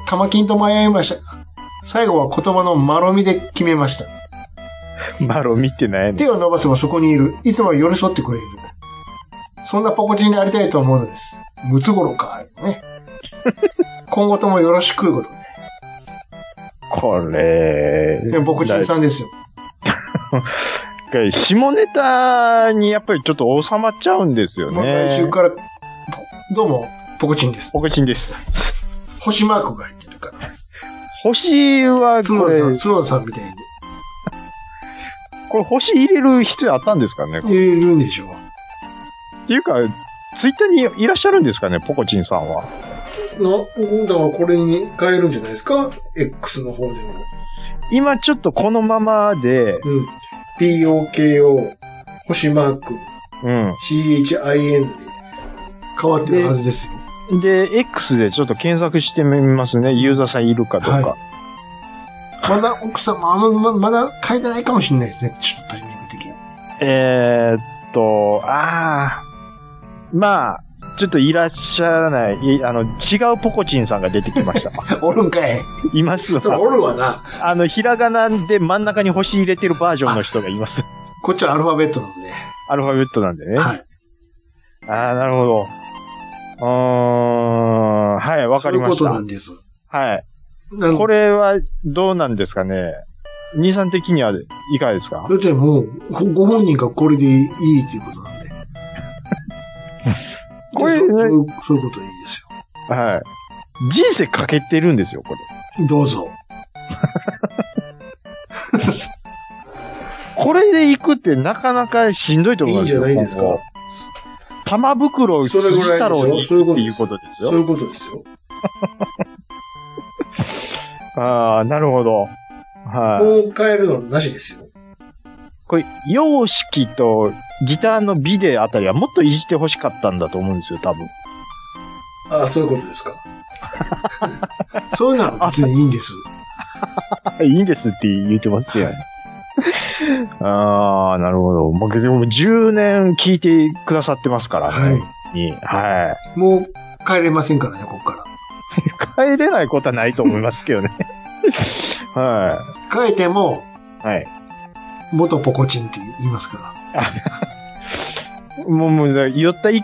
Speaker 1: 玉金と迷いました。最後は言葉の丸みで決めました。
Speaker 2: マロ見てないね。
Speaker 1: 手を伸ばせばそこにいる。いつも寄り添ってくれる。そんなポコチンになりたいと思うのです。ムツゴロウか。ね。今後ともよろしくいうこと
Speaker 2: これ、
Speaker 1: で。でも、ポコチンさんですよ。
Speaker 2: ん。下ネタにやっぱりちょっと収まっちゃうんですよ
Speaker 1: もう来週
Speaker 2: ね。
Speaker 1: から、ポどうも、ポコチンです。
Speaker 2: おかしいんです。
Speaker 1: 星マークが入ってるから。
Speaker 2: 星は、こ
Speaker 1: 角田
Speaker 2: れ
Speaker 1: さ、ん、角田さんみたいに
Speaker 2: これ星入れる必要あったんですかね。っ
Speaker 1: 入れるんでしょう。
Speaker 2: ていうか、ツイッターにいらっしゃるんですかね、ポコチンさんは。
Speaker 1: な、だからこれに変えるんじゃないですか ?X の方でも。
Speaker 2: 今ちょっとこのままで、
Speaker 1: うん。POKO、星マーク、
Speaker 2: うん。
Speaker 1: CHIN で変わってるはずですよ。
Speaker 2: で、X でちょっと検索してみますね。ユーザーさんいるかどう
Speaker 1: は
Speaker 2: か。
Speaker 1: まだ奥様、あのままだ書いてないかもしれないですね。ちょっとタイミング的に。 [LAUGHS]
Speaker 2: えー、っと、ああ。まあ、ちょっといらっしゃらない、いあの、違うポコチンさんが出てきま
Speaker 1: [LAUGHS]
Speaker 2: した。
Speaker 1: おるんか
Speaker 2: [LAUGHS]
Speaker 1: い。
Speaker 2: います
Speaker 1: それ
Speaker 2: わ。
Speaker 1: おるわな。
Speaker 2: あの、ひらがなで真ん中に星入れてるバージョンの人がいます。
Speaker 1: こっちはアルファベットなんで。
Speaker 2: アルファベットなんでね。
Speaker 1: はい。
Speaker 2: ああ、なるほど。うーん、はい、わかりまし
Speaker 1: そういうこと
Speaker 2: た
Speaker 1: な。んです。
Speaker 2: はい。
Speaker 1: なん
Speaker 2: これはどうなんですかね。兄さん的にはいかがですか
Speaker 1: だってもう、ごご本人がこれでいいっていうことなんで。
Speaker 2: [LAUGHS] これ
Speaker 1: でそそういうそういうことでいいです
Speaker 2: はい。人生かけてるんですよ、これ。
Speaker 1: よ。どうぞ。
Speaker 2: これで行くってなかなかしんどいと
Speaker 1: い
Speaker 2: 思
Speaker 1: い
Speaker 2: うん
Speaker 1: ん
Speaker 2: で
Speaker 1: じ
Speaker 2: す
Speaker 1: ゃ
Speaker 2: よ。
Speaker 1: ないですか
Speaker 2: 今後。玉袋を
Speaker 1: それぐらいでし
Speaker 2: 太郎に
Speaker 1: ょ
Speaker 2: っ
Speaker 1: そういうこと
Speaker 2: て
Speaker 1: で
Speaker 2: いう
Speaker 1: す
Speaker 2: ことです
Speaker 1: そう
Speaker 2: よ。
Speaker 1: いうことですよ。
Speaker 2: ああ、なるほど。はい。
Speaker 1: もう変えるのなしですよ。
Speaker 2: これ、様式とギターのビデあたりはもっといじってほしかったんだと思うんですよ、多分。 [LAUGHS]
Speaker 1: ああ、そういうことですか。そういうのは別にいいんです。
Speaker 2: いいんですって言ってますよ。ああ、なるほど。まあ、でも10年聞いてくださってますから
Speaker 1: は
Speaker 2: ね。
Speaker 1: い。
Speaker 2: にはい。 [LAUGHS]
Speaker 1: もう変えれませんからね、ここから。
Speaker 2: 帰れないことはないと思いますけどね。 [LAUGHS] は
Speaker 1: 変えても、
Speaker 2: い。はい。
Speaker 1: 元ポコチンって言いますか
Speaker 2: もう、もう、酔った勢い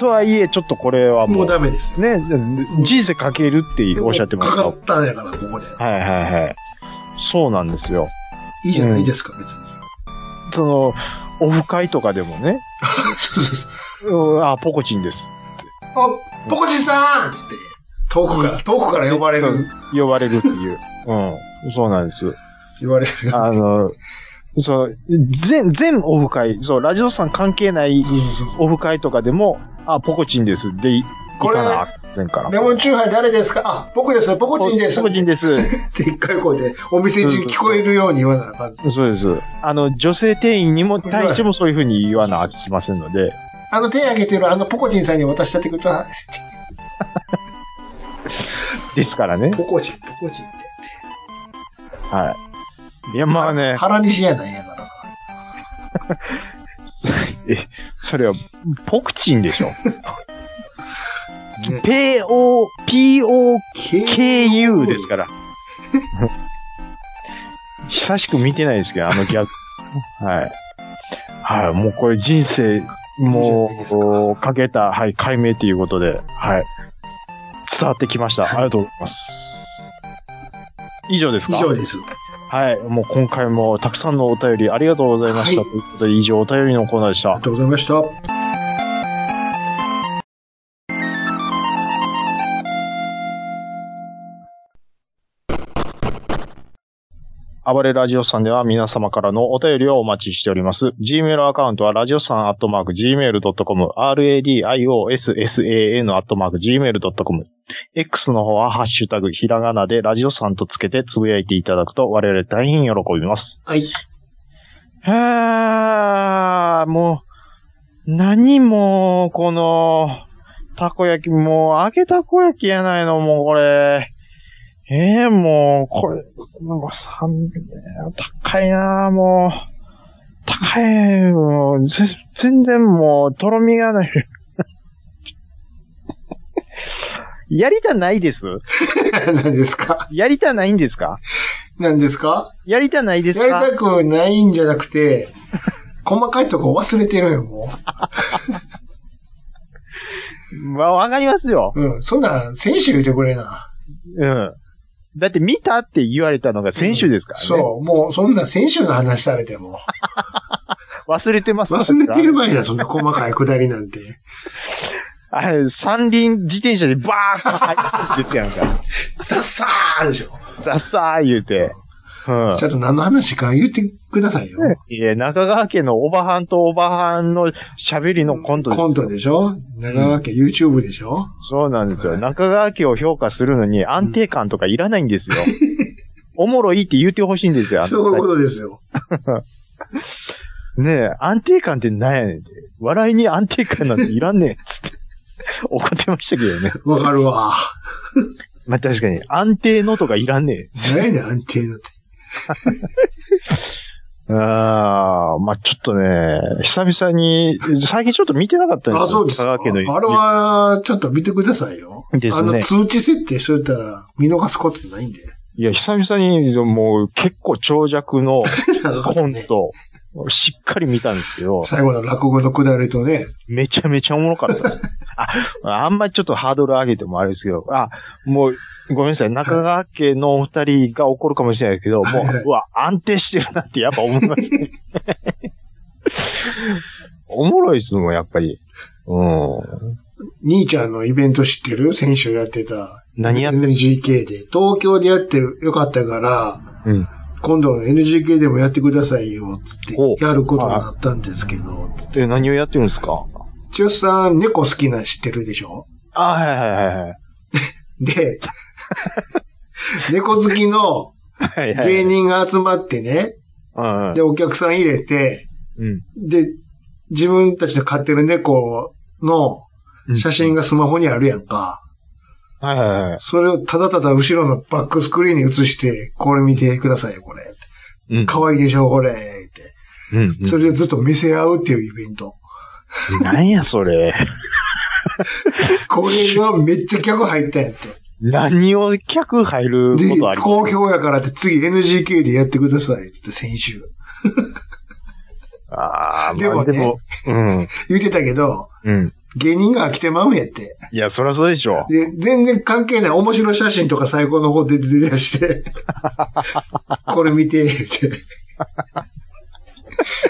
Speaker 2: とはいえ、ちょっとこれは
Speaker 1: ら。も
Speaker 2: も
Speaker 1: う
Speaker 2: う、
Speaker 1: ダメですよ。
Speaker 2: ね、人生かけるっておっしゃってました。
Speaker 1: かか
Speaker 2: は
Speaker 1: ったんやから、ここで。
Speaker 2: いはいはい。そうなんですよ。
Speaker 1: いいじゃないですか、別に。
Speaker 2: その、オフ会とかでもね、
Speaker 1: [LAUGHS] そうそうそう。
Speaker 2: うんあ、ポコチンです。
Speaker 1: あ、ポコチンさんつって、遠くから、遠くから呼ばれる、
Speaker 2: 呼ばれるっ
Speaker 1: [LAUGHS]
Speaker 2: ていう。うん。そうなんです。
Speaker 1: 言われる。
Speaker 2: あの、そう、全、全オフ会、そう、ラジオさん関係ない
Speaker 1: そうそうそう。
Speaker 2: オフ会とかでも、あ、ポコチンです。で、い行
Speaker 1: これ
Speaker 2: かなあかんから。
Speaker 1: レモンチューハイ誰ですかあ、僕です、ポコチンです。
Speaker 2: ポコチンです。
Speaker 1: って一回こうで、お店中聞こえるように言わなあかん。
Speaker 2: そうです。あの、女性店員にも、対してもそういうふうに言わなあきませんので、
Speaker 1: あの手挙げてるあのポコチンさんに渡したってください。
Speaker 2: ですからね。
Speaker 1: ポコチン、ポコチンっ
Speaker 2: はい。いや、
Speaker 1: て。
Speaker 2: まあね、
Speaker 1: 原西やないんやからさ。
Speaker 2: えそれは、ポクチンでしょ。
Speaker 1: ね
Speaker 2: PO、POKU ですから。久しく見てないですけど、あのギャグ。はい。はい、もうこれ人生、
Speaker 1: いい
Speaker 2: も
Speaker 1: じゃないですか
Speaker 2: う、かけた、はい、解明ということで、はい。伝わってきました。ありがとうございます。以上です
Speaker 1: 以
Speaker 2: か
Speaker 1: 上です。
Speaker 2: ははい。もう今回もたくさんのお便りありがとうございました。
Speaker 1: はい
Speaker 2: ということで、以上お便りのコーナーでし
Speaker 1: ありが
Speaker 2: た。
Speaker 1: とうございました。
Speaker 2: 暴れラジオさんでは皆様からのお便りをお待ちしております。Gmail アカウントは、ラジオさんアットマーク Gmail.com、radiossan アットマーク Gmail.com。X の方は、ハッシュタグ、ひらがなで、ラジオさんとつけてつぶやいていただくと、我々大変喜びます。
Speaker 1: はい。 [LAUGHS]
Speaker 2: はあ、もう、何も、この、たこ焼き、もう、揚げたこ焼きやないの、もうこれ。ええもう、これ、なんか、三高いなもう、高い、もう、ぜ全然もう、とろみがない。 [LAUGHS] やりたないです
Speaker 1: 何ですか
Speaker 2: やりたないんですか
Speaker 1: 何ですか
Speaker 2: やりたないです
Speaker 1: やり
Speaker 2: か
Speaker 1: たくないんじゃなくて、細かいとこ忘れてるよ、も
Speaker 2: わ、わかりますよ。
Speaker 1: う。うん。そんなん、選手言うてくれな。
Speaker 2: うん。だって見たって言われたのが先週ですからね。
Speaker 1: そう。もう、そんな選手の話されても。
Speaker 2: 忘れてます
Speaker 1: 忘れてる場
Speaker 2: [LAUGHS]
Speaker 1: 合だ、そんな細かいくだりなんて。
Speaker 2: あれ、三輪自転車でバーッと入ってんですやん
Speaker 1: [LAUGHS]
Speaker 2: か。
Speaker 1: さっさーでしょ。
Speaker 2: ザッサー言うて。うん
Speaker 1: ちゃんと何の話か言ってくださいよ。
Speaker 2: いや、中川家のおばはんとおばはんの喋りのコントです
Speaker 1: コントでしょ長川家 YouTube でしょ
Speaker 2: そうなんです
Speaker 1: は
Speaker 2: よ。
Speaker 1: い
Speaker 2: 中川家を評価するのに安定感とかいらないんで
Speaker 1: [LAUGHS]
Speaker 2: すよ。おもろいって言ってほしいんですよ。あの
Speaker 1: そういうことですよ。
Speaker 2: ねえ、安定感ってなんやねんって。笑いに安定感なんていらんねん。つって。怒ってましたけどね。
Speaker 1: わかるわ。
Speaker 2: まあ、確かに、安定のとかいらんねえ。
Speaker 1: 何やねん、安定のって。
Speaker 2: ああ、まあ、ちょっとね、久々に、最近ちょっと見てなかったんですよ。
Speaker 1: あ、そうです
Speaker 2: 香
Speaker 1: か。あ
Speaker 2: 川
Speaker 1: れ
Speaker 2: 県の
Speaker 1: は、ちょっと見てくださいよ。
Speaker 2: です
Speaker 1: あ
Speaker 2: ね
Speaker 1: の、通知設定しといたら、見逃すことないんで。
Speaker 2: いや、久々に、もう、結構長尺の
Speaker 1: 長かった
Speaker 2: コン
Speaker 1: ね。
Speaker 2: ト、しっかり見たんですけど、
Speaker 1: 最後の落語のくだりとね。
Speaker 2: めちゃめちゃおもろ
Speaker 1: [LAUGHS]
Speaker 2: かったです。あ、あんまりちょっとハードル上げてもあれですけど、あ、もう、ごめんなさい、中川家のお二人が怒るかもしれない
Speaker 1: [LAUGHS]
Speaker 2: けど、も、
Speaker 1: はいはいう
Speaker 2: うわ、安定してるなってやっぱ思います
Speaker 1: [LAUGHS]
Speaker 2: ね。おもろいですもん、やっぱり。うん。
Speaker 1: 兄ちゃんのイベント知ってる先週やってた。
Speaker 2: 何やって
Speaker 1: ?NGK で。東京でやってよかったから、
Speaker 2: うん。
Speaker 1: 今度 NGK でもやってくださいよ、つっ
Speaker 2: お
Speaker 1: て、やることになったんですけど、つって。
Speaker 2: で、何をやってるんですか
Speaker 1: 千代さん、猫好きなん知ってるでしょ
Speaker 2: あ、はいはいはいはい。
Speaker 1: で、 [LAUGHS] 猫好きの
Speaker 2: はいはい。
Speaker 1: 芸人が集まってね、
Speaker 2: うんうん
Speaker 1: で、お客さん入れて、
Speaker 2: うん。
Speaker 1: で、自分たちで飼ってる猫の
Speaker 2: うん
Speaker 1: 写真がスマホにあるやんか。
Speaker 2: はいはいはい。
Speaker 1: それをただただ後ろのバックスクリーンに映して、これ見てくださいよ、これ。
Speaker 2: うん。
Speaker 1: 可愛いでしょ、これ。って。
Speaker 2: うんうん。
Speaker 1: それをずっと見せ合うっていうイベント。
Speaker 2: 何やそれ。
Speaker 1: これがめっちゃ客入ったんやって。
Speaker 2: 何を客入る
Speaker 1: で
Speaker 2: ことあ、ります
Speaker 1: 好評やからって次 NGK でやってください。つって先週。
Speaker 2: ああ、
Speaker 1: で
Speaker 2: ま
Speaker 1: も
Speaker 2: あ
Speaker 1: ね
Speaker 2: でも、うん。
Speaker 1: 言ってたけど、
Speaker 2: うん。
Speaker 1: 芸人が飽きてまうんやって。
Speaker 2: いや、そりゃそうでしょ。
Speaker 1: で、全然関係ない面白い写真とか最高の方で出だ
Speaker 2: [LAUGHS]
Speaker 1: して、これ見て、って。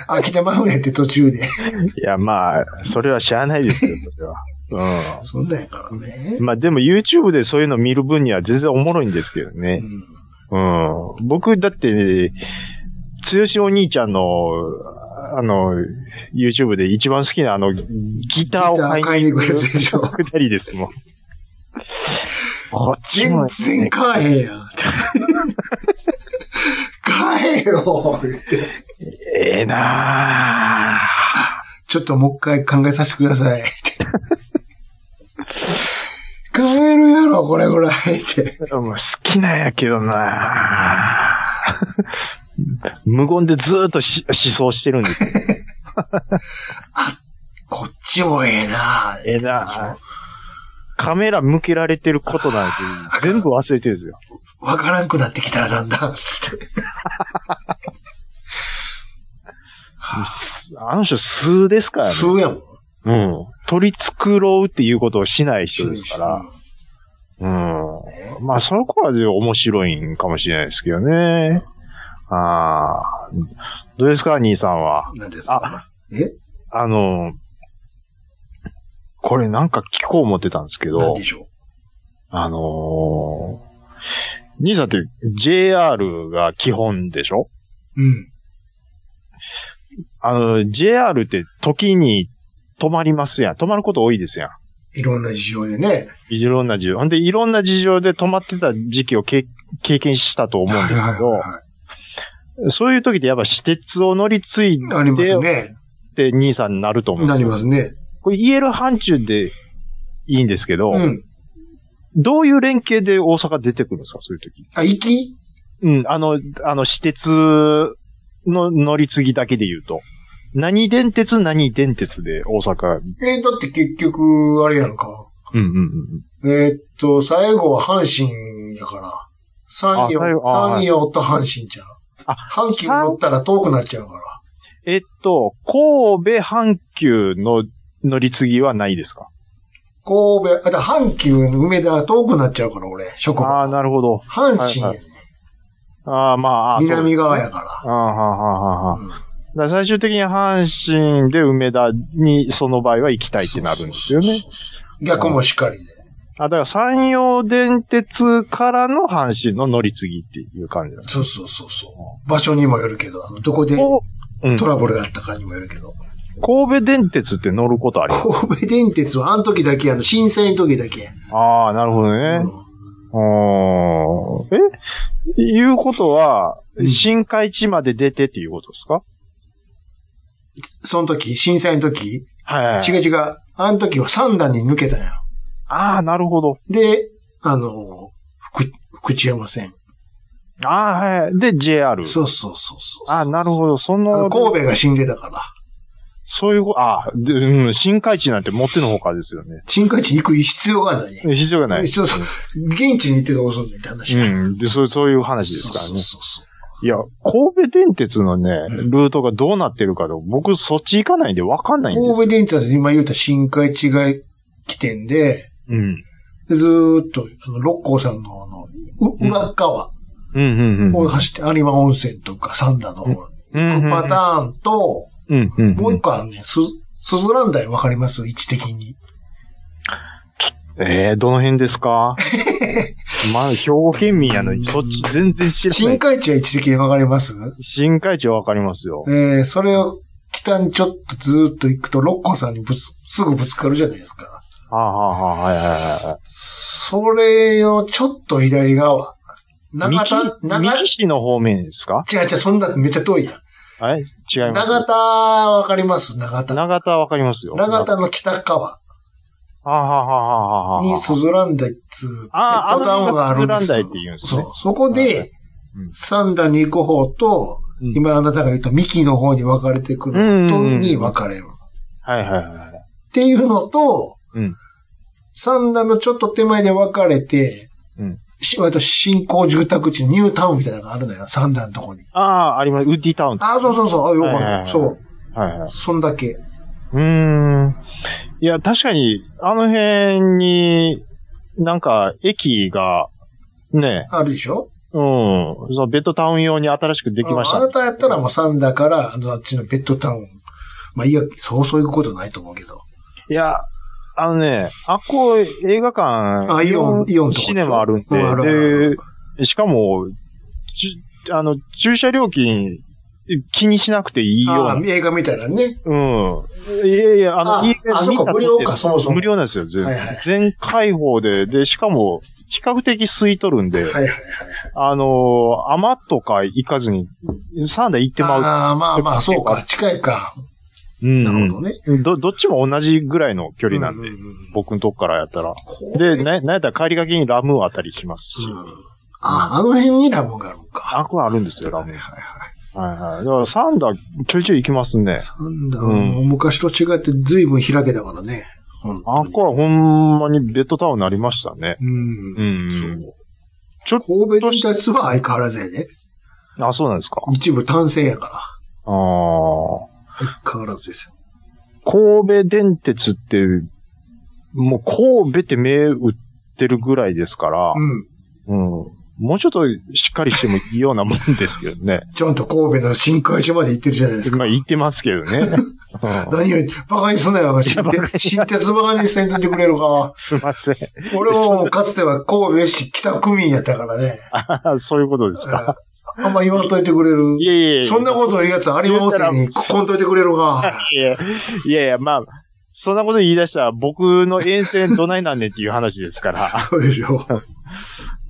Speaker 1: 飽きてまうんやって途中で。
Speaker 2: いや、まあ、それは知らないですよ、それは。
Speaker 1: そんなんやからね
Speaker 2: うん。。まあでも YouTube でそういうの見る分には全然おもろいんですけど
Speaker 1: う
Speaker 2: ね。
Speaker 1: ん
Speaker 2: うん。僕、だって、つよしお兄ちゃんの、あの、YouTube で一番好きなあの、ギターを買い
Speaker 1: 買いに行くやつでしょ。
Speaker 2: くだりですもん。こっち
Speaker 1: 全
Speaker 2: も、
Speaker 1: 然買えへんやん。 [LAUGHS] 買えよって
Speaker 2: ええなあ
Speaker 1: ちょっともう一回考えさせてください。 [LAUGHS] って買えるやろ、これぐらい。って。
Speaker 2: もう好きなんやけどな [LAUGHS] あ無言でずーっとし思想してるんですよ。
Speaker 1: こっちもええな
Speaker 2: ええなあカメラ向けられてることなんて全部忘れてるんですよ。
Speaker 1: わからんくなってきた、だんだん。つって。
Speaker 2: あの人数ですからね。
Speaker 1: そうやもん。
Speaker 2: うん。取り繕うっていうことをしない人ですから。うん。まあ、その子は面白いんかもしれないですけどね。ああ。どうですか、兄さんは。
Speaker 1: 何ですかえ
Speaker 2: あの、これなんか聞こう思ってたんですけ
Speaker 1: 何
Speaker 2: ど
Speaker 1: で、しょ
Speaker 2: あのー兄さんって JR が基本でしょ
Speaker 1: ううん。
Speaker 2: あの、JR って時に止まりますやん。止まること多いですやん。
Speaker 1: いろんな事情でね。
Speaker 2: いろんな事情。ほんで、いろんな事情で止まってた時期をけ経験したと思うんですけど、
Speaker 1: は
Speaker 2: そういう時ってやっぱ私鉄を乗り継い
Speaker 1: い。あります
Speaker 2: で
Speaker 1: ね。
Speaker 2: って兄さんになると思うんで
Speaker 1: な
Speaker 2: す
Speaker 1: り
Speaker 2: よ。
Speaker 1: ますね。
Speaker 2: これ言える範疇でいいんですけど、
Speaker 1: うん。
Speaker 2: どういう連携で大阪出てくるんですか、そういう時。
Speaker 1: あ、行き
Speaker 2: うん、あの、あの、私鉄の乗り継ぎだけで言うと。何電鉄、何電鉄で大阪。
Speaker 1: え、だって結局、あれやんか。
Speaker 2: うんうんうん。
Speaker 1: えーっと、最後は阪神やから。三
Speaker 2: あ最
Speaker 1: 葉、
Speaker 2: 後あ
Speaker 1: 三葉と阪神ちゃう。
Speaker 2: あ
Speaker 1: 阪急乗ったら遠くなっちゃうから。
Speaker 2: えっと、神戸阪急の乗り継ぎはないですか
Speaker 1: 神戸、あ、だから阪急の梅田が遠くなっちゃうから、俺、職
Speaker 2: ああ
Speaker 1: 場
Speaker 2: ー、
Speaker 1: が。
Speaker 2: なるほど。
Speaker 1: 阪神や
Speaker 2: はい
Speaker 1: ね、
Speaker 2: ああ、まあ、あーそう
Speaker 1: 南側やから。
Speaker 2: あーはーはーはーはー
Speaker 1: うん
Speaker 2: だから最終的に阪神で梅田にその場合は行きたいってなるんですよね
Speaker 1: そう。そうそうそう。逆もしっかりで。
Speaker 2: あ、だから山陽電鉄からの阪神の乗り継ぎっていう感じなんです。
Speaker 1: そうそうそうそう。場所にもよるけど、あの、どこで
Speaker 2: こううん
Speaker 1: トラブルがあったかにもよるけど。
Speaker 2: 神戸電鉄って乗ることあります
Speaker 1: 神戸電鉄はあの時だけ、あの、震災の時だけ。
Speaker 2: ああ、なるほどね。うーん、えいうことは、
Speaker 1: うん
Speaker 2: 新海地まで出てっていうことですか
Speaker 1: その時、震災の時、
Speaker 2: はい。
Speaker 1: 違う違う。あの時は三段に抜けたんや。
Speaker 2: ああ、なるほど。
Speaker 1: で、あの、福、福知山線。
Speaker 2: ああ、はい。で、JR。
Speaker 1: そうそうそうそう。
Speaker 2: ああ、なるほど。そ
Speaker 1: あの
Speaker 2: の、
Speaker 1: 神戸が死んでたから。
Speaker 2: そういうこと、ああ、でうん、新海地なんて持ってのほかですよね。
Speaker 1: 新海地に行く必要がない。
Speaker 2: 必要がない。
Speaker 1: そうそう。現地に行ってどうすんねんって話。
Speaker 2: うん。で、そう、そういう話ですから
Speaker 1: そう
Speaker 2: ね。
Speaker 1: そうそう
Speaker 2: いや、神戸電鉄のね、
Speaker 1: うん
Speaker 2: ルートがどうなってるかと、僕そっち行かないんでわかんないんですよ。
Speaker 1: 神戸電鉄は今言うた新海地が起点で、
Speaker 2: うん。
Speaker 1: でずーっと、あの、六甲さんの、あの、う
Speaker 2: うん
Speaker 1: 裏っ側
Speaker 2: うんうんう
Speaker 1: を
Speaker 2: ん。
Speaker 1: 走って、有馬温泉とか三田の方に行くパターンと、
Speaker 2: うんうん
Speaker 1: も
Speaker 2: う
Speaker 1: うん一。個はね、す、すずらんだいわかります位置的に。
Speaker 2: えー、どの辺ですか
Speaker 1: [LAUGHS]
Speaker 2: まあ、兵庫県民やのに、そっち全然知らな
Speaker 1: 新
Speaker 2: い。
Speaker 1: 海地は位置的にわかります
Speaker 2: 新海地はわかりますよ。
Speaker 1: えー、それを北にちょっとずーっと行くと、六甲さんにぶつ、すぐぶつかるじゃないですか。
Speaker 2: はあ、はあはあ、はいはいは
Speaker 1: それをちょっと左側。長田、
Speaker 2: い。
Speaker 1: 長
Speaker 2: 三木市の方面ですか
Speaker 1: 違う違う、そんなめっちゃ遠いやん。
Speaker 2: はい違います。
Speaker 1: 長田、わかります長田。
Speaker 2: 長田わかりますよ。
Speaker 1: 長。田の北側
Speaker 2: はあ、はあはあはあはあ。
Speaker 1: にスズランダイっつう、
Speaker 2: あー
Speaker 1: ベッドタウンがあるんです
Speaker 2: あの辺がスズランダイって言うんですね
Speaker 1: そう。そこ
Speaker 2: はいは
Speaker 1: で
Speaker 2: う、ん
Speaker 1: 三段に行く方と、
Speaker 2: うん
Speaker 1: 今あなたが言ったミキの方に分かれてくると
Speaker 2: うんうんうん
Speaker 1: に分かれる。っ
Speaker 2: はいはいはい。
Speaker 1: ていうのと、
Speaker 2: うん
Speaker 1: 三段のちょっと手前で分かれて、
Speaker 2: うん
Speaker 1: し割と新興住宅地、ニュータウンみたいなのがあるのよ、三段のとこに。
Speaker 2: ああ、あります。ウッディタウンです
Speaker 1: ああ、そうそうそう、あよかった、
Speaker 2: はいはいはい
Speaker 1: そう、
Speaker 2: はいはい。
Speaker 1: そんだけ。
Speaker 2: うーん。いや、確かに、あの辺に、なんか、駅が、ね、
Speaker 1: あるでしょ
Speaker 2: うん、そのベッドタウン用に新しくできまし
Speaker 1: あ
Speaker 2: た
Speaker 1: あ。なたやったらもうサンダーから、あの、あっちのベッドタウン。まあ、いいや、そうそういうことないと思うけど。
Speaker 2: いや、あのね、あっこ映画館、
Speaker 1: あイオンイオンとか
Speaker 2: シネマあるんで、
Speaker 1: うんあるある
Speaker 2: で、しかも、ちあの、駐車料金、気にしなくていいよう
Speaker 1: あ
Speaker 2: な
Speaker 1: あ、映画みたいなね。
Speaker 2: うん。いやいや、あの、
Speaker 1: あ
Speaker 2: いいね
Speaker 1: あそこ
Speaker 2: 見た
Speaker 1: 無料かそもそも
Speaker 2: 無料なんですよ、全、
Speaker 1: はいはい
Speaker 2: 全開放で。で、しかも、比較的吸い取るんで、
Speaker 1: はいはい。
Speaker 2: あのー、余とか行かずに、サンダ行ってまう。
Speaker 1: ああ、まあまあ、そうか。近いか。
Speaker 2: うん、
Speaker 1: なるほどね。
Speaker 2: うんど、どっちも同じぐらいの距離なんで、
Speaker 1: ううん
Speaker 2: 僕のとこからやったら。
Speaker 1: これ
Speaker 2: で、な、なんやったら帰りがけにラムあたりしますし、
Speaker 1: うんあ、あの辺にラムがあるのか。
Speaker 2: あくはあるんですよ、ラ
Speaker 1: はい
Speaker 2: ム。
Speaker 1: はいはい。
Speaker 2: はいはい。だからサンダちょいちょい行きますね。
Speaker 1: サンダー
Speaker 2: うん
Speaker 1: もう昔と違って随分開けたからね。本当
Speaker 2: あ
Speaker 1: に
Speaker 2: くはほんまにベッドタウンになりましたね。
Speaker 1: うん。
Speaker 2: うん
Speaker 1: そう。
Speaker 2: ちょっと、
Speaker 1: 神戸電鉄は相変わらずやで。
Speaker 2: あ、そうなんですか。
Speaker 1: 一部単線やから。
Speaker 2: ああ。
Speaker 1: 相変わらずですよ。
Speaker 2: 神戸電鉄って、もう神戸って銘打ってるぐらいですから、
Speaker 1: うん。
Speaker 2: うん。もうちょっとしっかりしてもいいようなもんですけどね。
Speaker 1: ちゃんと神戸の新会社まで行ってるじゃない [LAUGHS] ですか。
Speaker 2: まあ言ってますけど
Speaker 1: [LAUGHS]
Speaker 2: ね。うん
Speaker 1: 何を言って、バカにすなよ。新鉄、新鉄バカにせんといてくれるか。
Speaker 2: すいません
Speaker 1: 俺ももうかつては神戸市北区民やったから [LAUGHS] ね。
Speaker 2: あ。そういうことですか。
Speaker 1: あんま言わんといてくれる。
Speaker 2: いえいえいえ。
Speaker 1: そんなこと言うやつ有馬温泉にこんといてくれるか。 [LAUGHS]
Speaker 2: いやいやいやいや、まあ、そんなこと言い出したら僕の沿線どないなんねんっていう話ですから。
Speaker 1: そうでしょう。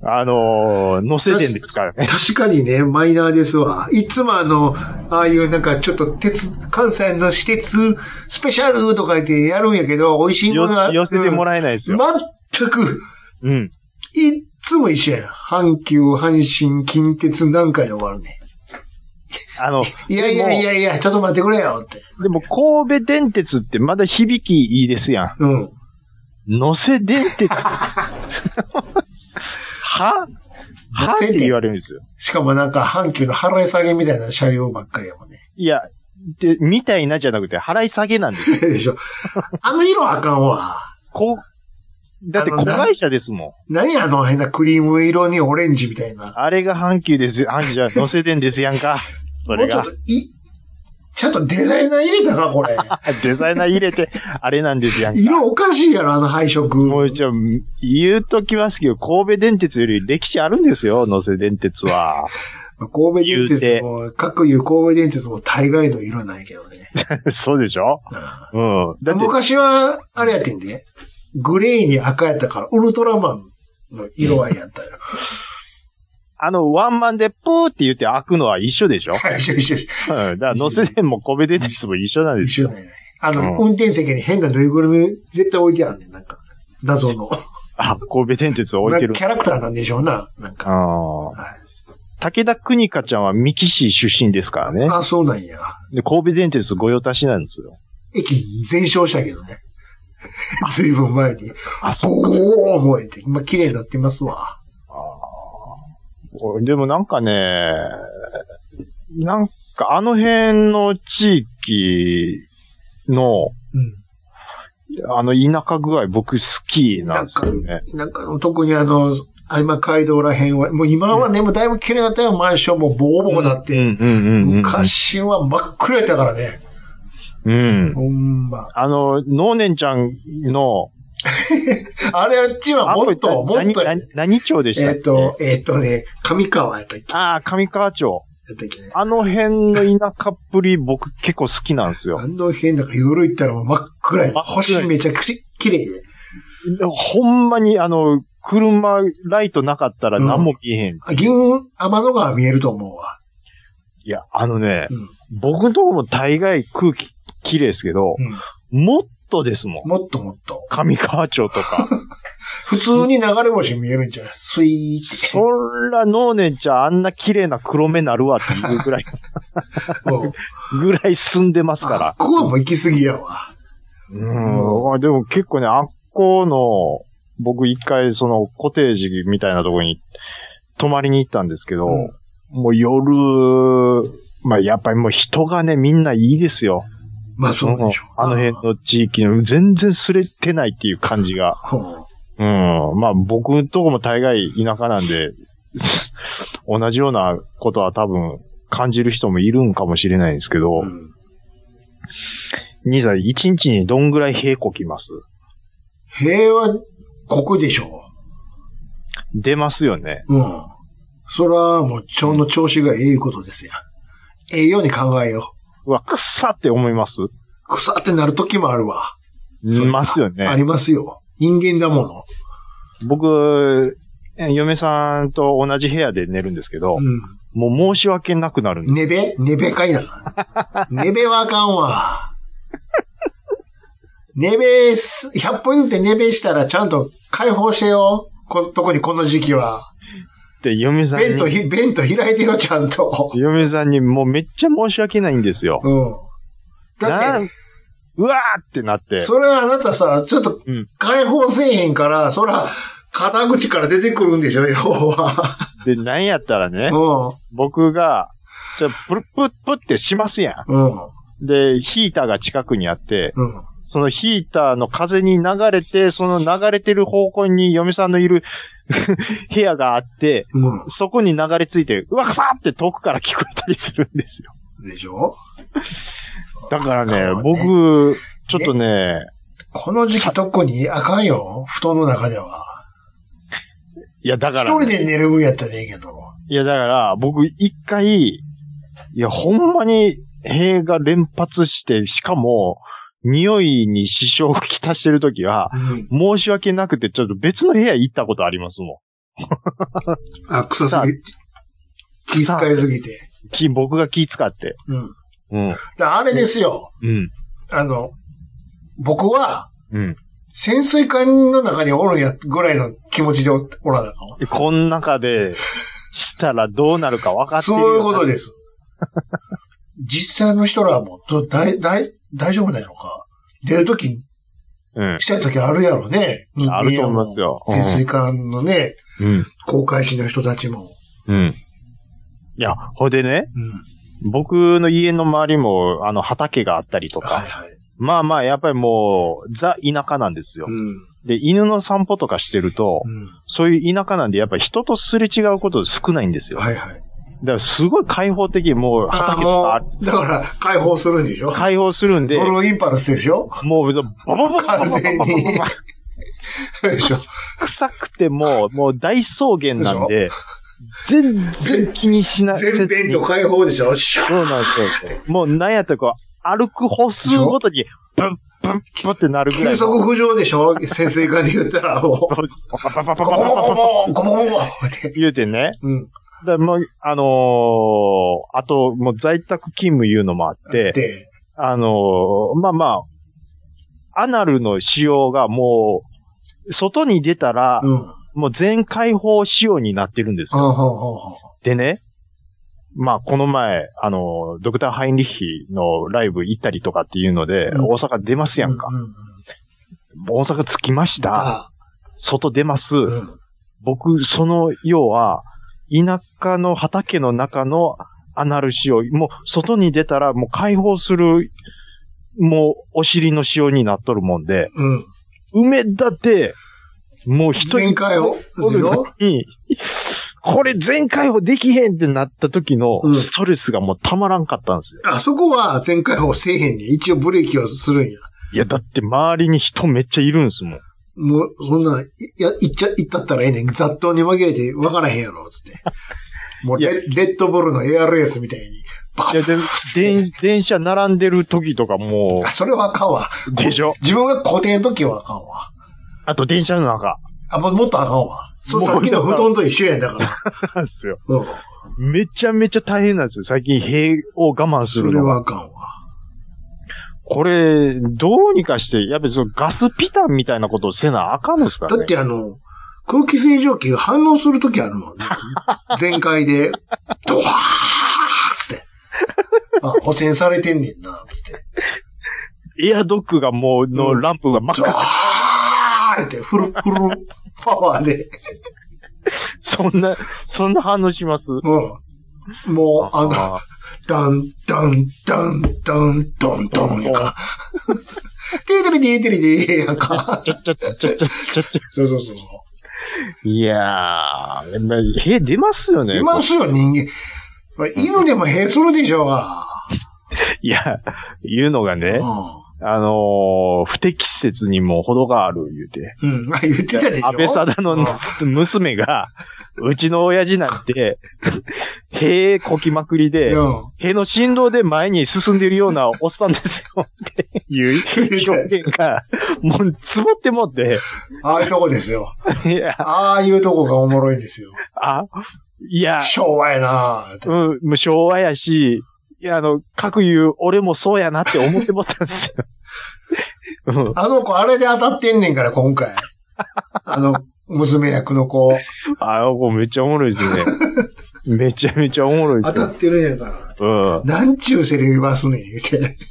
Speaker 2: あのー、乗せてんですから
Speaker 1: [LAUGHS]
Speaker 2: ね。
Speaker 1: 確かにね、マイナーですわ。いつもあの、ああいうなんかちょっと鉄、関西の私鉄スペシャルとか言ってやるんやけど、美味しいも
Speaker 2: よ
Speaker 1: のが。
Speaker 2: 寄せてもらえないですよ。
Speaker 1: 全く、
Speaker 2: うん。
Speaker 1: いっつも一緒やん。阪急、阪神、近鉄何回で終わるね。
Speaker 2: あの、
Speaker 1: いやいやいやいや、ちょっと待ってくれよって。
Speaker 2: でも神戸電鉄ってまだ響きいいですやん。
Speaker 1: うん。
Speaker 2: 乗せ電鉄ははっ
Speaker 1: 乗せ
Speaker 2: て
Speaker 1: 電
Speaker 2: 言われるんですよ。
Speaker 1: しかもなんか阪急の払い下げみたいな車両ばっかりやもんね。 [LAUGHS]
Speaker 2: いや、で、みたいなじゃなくて、払い下げなんですよ。
Speaker 1: でしょ。あの色あかんわ。
Speaker 2: こう、だって
Speaker 1: あ
Speaker 2: 子
Speaker 1: のな
Speaker 2: 会社ですもん。
Speaker 1: 何やあの変なクリーム色にオレンジみたいな。
Speaker 2: あれが阪急です、阪急じゃ、乗せ電ですや
Speaker 1: [LAUGHS]
Speaker 2: んか。そ
Speaker 1: も
Speaker 2: れ
Speaker 1: うちょっ
Speaker 2: が
Speaker 1: と、、い、ちゃんとデザイナー入れたな、こ
Speaker 2: [LAUGHS]
Speaker 1: れ。
Speaker 2: デザイナー入れて、あれなんですやんか。
Speaker 1: 色おかしいやろ、あの配色。
Speaker 2: もうちょ、言うときますけど、神戸電鉄より歴史あるんですよ、能勢電鉄は。 [LAUGHS]
Speaker 1: まあ神戸電鉄も、各有神戸電鉄も大概の色ないけどね。
Speaker 2: そうでしょうん。だって、
Speaker 1: 昔は、あれやってんで、グレーに赤やったから、ウルトラマンの色合いやった
Speaker 2: [LAUGHS]
Speaker 1: よ。
Speaker 2: あの、ワンマンでプーって言って開くのは一緒でしょうん。
Speaker 1: 一緒一緒一
Speaker 2: だから、能勢電も神戸電鉄も一緒なん
Speaker 1: 緒。
Speaker 2: で
Speaker 1: 一
Speaker 2: す
Speaker 1: 緒
Speaker 2: よ。
Speaker 1: だよね。あの、
Speaker 2: うん
Speaker 1: 運転席に変なぬいぐるみ絶対置いてあるねん、なんか。謎の。
Speaker 2: あ、神戸電鉄を置いて
Speaker 1: な
Speaker 2: る
Speaker 1: んかキ。ャラクターなんでしょうな、なん
Speaker 2: あ
Speaker 1: か。
Speaker 2: あ
Speaker 1: は
Speaker 2: 武田邦香ちゃんは三木市出身ですからね。
Speaker 1: あ、そうなんや。
Speaker 2: で、神戸電鉄御用達なんですよ。
Speaker 1: 駅全焼したけど
Speaker 2: [LAUGHS]
Speaker 1: ね。ずいぶん前に。
Speaker 2: あ、そう
Speaker 1: ボーン燃えて、今綺麗になってますわ。
Speaker 2: でもなんかね、なんかあの辺の地域
Speaker 1: う
Speaker 2: の、
Speaker 1: ん。
Speaker 2: あの田舎具合僕好きなんですよね。
Speaker 1: なんか、特にあの、有馬街道らへんは、もう今はね、もうだいぶ綺麗になったよ、マンションもボコボコなっ
Speaker 2: う
Speaker 1: て。
Speaker 2: んうんうんうん。
Speaker 1: 昔は真っ暗やったからね。
Speaker 2: うん。
Speaker 1: ほんま。
Speaker 2: あの、のーねんちゃんの、
Speaker 1: あれあっちはもっと、
Speaker 2: あ
Speaker 1: もっと、
Speaker 2: 何、何何町でした
Speaker 1: え
Speaker 2: っ
Speaker 1: っ
Speaker 2: け、
Speaker 1: と、えっとね、上川やったっけ
Speaker 2: ああ、上川町。
Speaker 1: やったっけね。
Speaker 2: あの辺の田舎っぷり僕結構好きなんですよ。
Speaker 1: あの辺なんか夜行ったらもう真っ暗や。
Speaker 2: 真っ暗
Speaker 1: 星めちゃくちゃ綺麗で。
Speaker 2: ほんまにあの、車、ライトなかったら何も見えへん。
Speaker 1: あ銀、天の川見えると思うわ。
Speaker 2: いや、あのね、
Speaker 1: うん
Speaker 2: 僕のとこも大概空気綺麗ですけど、
Speaker 1: うん
Speaker 2: もっとですもん。
Speaker 1: もっともっと。
Speaker 2: 上川町
Speaker 1: [LAUGHS]
Speaker 2: とか。
Speaker 1: 普通に流れ星見えるんじゃないスイーって。
Speaker 2: そら、のーねんちゃんあんな綺麗な黒目なるわっていう
Speaker 1: [LAUGHS]
Speaker 2: ぐらい、
Speaker 1: うん
Speaker 2: ぐらい住んでます
Speaker 1: あ
Speaker 2: か
Speaker 1: ここはもう行き過ぎやわ。
Speaker 2: ら。うん。あでも結構ね、あっこの、僕一回そのコテージみたいなとこに泊まりに行ったんですけど、
Speaker 1: うん
Speaker 2: もう夜、まあやっぱりもう人がね、みんないいですよ。
Speaker 1: まあそうでしょう。
Speaker 2: あの辺の地域の全然すれてないっていう感じが。
Speaker 1: うん
Speaker 2: うん。まあ僕のとこも大概田舎なんで、 [LAUGHS] 同じようなことは多分感じる人もいるんかもしれないんですけど、
Speaker 1: うん
Speaker 2: 兄さん、一日にどんぐらい平こきます
Speaker 1: 平和国でしょ
Speaker 2: 出ますよね。
Speaker 1: う。うん。それはもう、腸の調子がええいうことですやん。ええように考えよ
Speaker 2: うわ、くっさって思います
Speaker 1: う。くさってなる時もあるわ。そう
Speaker 2: ますよ
Speaker 1: あ
Speaker 2: ね。
Speaker 1: りますよ。人間だもの。
Speaker 2: 僕、嫁さんと同じ部屋で寝るんですけど、
Speaker 1: う
Speaker 2: もう申し訳なくなるん
Speaker 1: ん。
Speaker 2: で
Speaker 1: ねべねべかい
Speaker 2: [LAUGHS]
Speaker 1: な。ねべはあかんわ。ねべす、100歩譲ってねべしたらちゃんと解放してよ。こ、特にこの時期は。
Speaker 2: すって、嫁さん
Speaker 1: 弁当
Speaker 2: に、
Speaker 1: ひ、弁当開いてよ、ちゃんと。
Speaker 2: [LAUGHS] 嫁さんにもうめっちゃ申し訳ないんですよ。
Speaker 1: うん。だ
Speaker 2: な
Speaker 1: っ
Speaker 2: んうわーってなって
Speaker 1: て、。それはあなたさ、ちょっと
Speaker 2: うん
Speaker 1: 解放せえへんから、そら、肩口から出てくるんでしょ、要は。
Speaker 2: で、なんやったらね、僕が、ちょ、プルプップってしますや
Speaker 1: うん、うん、
Speaker 2: ん。で、ヒーターが近くにあって、
Speaker 1: うん。
Speaker 2: そのヒーターの風に流れて、その流れてる方向に嫁さんのいる [LAUGHS] 部屋があって、
Speaker 1: うん。
Speaker 2: そこに流れ着いて、うわくさーって遠くから聞こえたりするんですよ。
Speaker 1: でしょ
Speaker 2: だからね、
Speaker 1: そうね
Speaker 2: 僕、ちょっとね、
Speaker 1: この時期特にあかんよ。布団の中では。
Speaker 2: いやだ
Speaker 1: 一
Speaker 2: から、
Speaker 1: 人で寝る分やったらええけど。
Speaker 2: いやだから、僕一回、いやほんまに塀が連発して、しかも、匂いに支障をきたしてるときは、
Speaker 1: うん。
Speaker 2: 申し訳なくて、ちょっと別の部屋行ったことありますも
Speaker 1: あ、臭す
Speaker 2: さあ
Speaker 1: ぎ、気使いすぎて。
Speaker 2: ん。き僕が気使って。
Speaker 1: うん。だか
Speaker 2: うん。
Speaker 1: らあれですよ。
Speaker 2: うん。
Speaker 1: あの、僕は、
Speaker 2: うん。
Speaker 1: 潜水艦の中におるんや、ぐらいの気持ちでおおらなあかんわ
Speaker 2: こん中で、したらどうなるか分かってるよ。
Speaker 1: そういうことです。 [LAUGHS] 実際の人らはもうど、だい、だい、大丈夫なのか。出るとき、
Speaker 2: うん。
Speaker 1: したいときあるやろね。人
Speaker 2: あ
Speaker 1: 間
Speaker 2: ると
Speaker 1: や
Speaker 2: 思
Speaker 1: も
Speaker 2: いますよ。
Speaker 1: 潜水艦のね、
Speaker 2: うん。
Speaker 1: 航海士の人たちも。
Speaker 2: うん。いや、ほいでね、
Speaker 1: うん。
Speaker 2: 僕の家の周りも、あの、畑があったりと
Speaker 1: は
Speaker 2: か、
Speaker 1: いはい。
Speaker 2: まあまあ、やっぱりもう、ザ田舎なんですよ
Speaker 1: う。ん。
Speaker 2: で、犬の散歩とかしてると、そういう田舎なんで、やっぱり人とすれ違うこと少ないんです
Speaker 1: うん。
Speaker 2: よ。
Speaker 1: はいはい。
Speaker 2: だからすごい開放的、もう
Speaker 1: ああ、
Speaker 2: 畑とかあ
Speaker 1: もう、だから解放するんでしょ
Speaker 2: 開放するんで
Speaker 1: ド、ルーインパルスでしょ
Speaker 2: もう、バババババババ
Speaker 1: 完
Speaker 2: バ
Speaker 1: 全に
Speaker 2: バ
Speaker 1: そうでしょ
Speaker 2: 臭くてもう、もう大草原なんで、全然気にしない。
Speaker 1: 全編と
Speaker 2: か。
Speaker 1: 解放でしょシャー
Speaker 2: そうなんですよ。もうなんやったらこう、歩く歩数ごとに、ブンブンブンってなるぐらい
Speaker 1: 急
Speaker 2: の。
Speaker 1: 速浮上でしょ潜水艦で言ったらもう。
Speaker 2: そうですパパ
Speaker 1: ゴ
Speaker 2: パパ
Speaker 1: ボ
Speaker 2: パ
Speaker 1: ゴ
Speaker 2: パ
Speaker 1: ボ
Speaker 2: パパ
Speaker 1: ボ
Speaker 2: パ
Speaker 1: ゴボゴボゴって。
Speaker 2: 言うてね。
Speaker 1: うん。
Speaker 2: だからもう、あのーあと、もう在宅勤務いうのもあって、
Speaker 1: で、
Speaker 2: あのーまあまあ、アナルの仕様がもう、外に出たら、
Speaker 1: うん。は
Speaker 2: もう全開放仕様になってるんです
Speaker 1: あ
Speaker 2: よ。
Speaker 1: はあはあ
Speaker 2: でね、まあ、この前、あの、ドクター・ハインリッヒのライブ行ったりとかっていうので、
Speaker 1: うん
Speaker 2: 大阪出ますやんか。
Speaker 1: うううん
Speaker 2: 大阪着きました。
Speaker 1: あ
Speaker 2: 外出ます。
Speaker 1: うん。
Speaker 2: 僕、その、要は、田舎の畑の中のアナル仕様、もう外に出たらもう解放する、もうお尻の仕様になっとるもんで、
Speaker 1: うん。
Speaker 2: 梅田で、もう一人
Speaker 1: 全開放
Speaker 2: おるのに、これ全開放できへんってなった時の
Speaker 1: うん
Speaker 2: ストレスがもうたまらんかったんですよ。
Speaker 1: あそこは全開放せえへんねん一応ブレーキはするんや。
Speaker 2: いや、だって周りに人めっちゃいるんですもん。
Speaker 1: もう、そんなん、いや、いっちゃ、いったったらええねん。雑踏に紛れて分からへんやろ、つって。もう
Speaker 2: いや
Speaker 1: レ、レッドボールの ARS みたいに。バ
Speaker 2: いや、で
Speaker 1: ッ
Speaker 2: 電電車並んでる時とかも
Speaker 1: あ、それはあかんわ。
Speaker 2: う、でしょ
Speaker 1: 自分が固定の時はあかんわ。
Speaker 2: あと電車の中。
Speaker 1: あ、もうもっとあかんわ。そう、
Speaker 2: もう
Speaker 1: さっきの布団と一緒やんだから。
Speaker 2: なんですよ。
Speaker 1: うん。
Speaker 2: めちゃめちゃ大変なんですよ。最近塀を我慢す
Speaker 1: そ
Speaker 2: る
Speaker 1: れ
Speaker 2: の
Speaker 1: は
Speaker 2: が。
Speaker 1: あかんわ。
Speaker 2: これ、どうにかして、やっぱりそのガスピタンみたいなことをせなあかんのですか
Speaker 1: だ
Speaker 2: ね。
Speaker 1: ってあの、空気清浄機が反応するときある
Speaker 2: [LAUGHS]
Speaker 1: もんね。全開で、ドワーッつって。あ、汚染されてんねんな、つって。
Speaker 2: エアドックがもう、
Speaker 1: う
Speaker 2: の
Speaker 1: ん
Speaker 2: ランプが真っ
Speaker 1: ド
Speaker 2: 赤。
Speaker 1: ワーンって、フルフルパワーで。
Speaker 2: そんな、そんな反応します。
Speaker 1: うん。もう、あの、
Speaker 2: あ
Speaker 1: ダン、ダン、ダン、ダン、ドン、ドンやんか。テレテレテレテレテレやんか。
Speaker 2: ーちょちょちょちょちょちょ
Speaker 1: そうそうそう。
Speaker 2: いやー、まあ塀出ますよね。
Speaker 1: いますよ、人間。これ犬でもへするでしょうが。
Speaker 2: いや、言うのがね
Speaker 1: うん、。
Speaker 2: あのー不適切にも程がある言うて。
Speaker 1: うん。あ、言ってたでしょ。
Speaker 2: 安倍貞の娘が、うちの親父なんて、塀こきまくりで、
Speaker 1: うん。
Speaker 2: 塀の振動で前に進んでるようなおっさんですよっていう表現が、もう、つぼってもって、
Speaker 1: ああいうとこです
Speaker 2: [LAUGHS]
Speaker 1: よ。
Speaker 2: いや、
Speaker 1: ああいうとこがおもろいんですよ。
Speaker 2: あ、いや、
Speaker 1: 昭和やなぁ。
Speaker 2: うん、無償和やし、いや、あの、各言う、俺もそうやなって思ってもったんですよ。うん
Speaker 1: あの子、あれで当たってんねんから、今回。あの、娘役の子、
Speaker 2: [LAUGHS] あの子めっちゃおもろいですね。 [LAUGHS] めちゃめちゃおもろいで
Speaker 1: 当
Speaker 2: す
Speaker 1: た
Speaker 2: よ。
Speaker 1: ってるんやから。
Speaker 2: うん。
Speaker 1: なんちゅうセリフ言いますねん、言うて。でし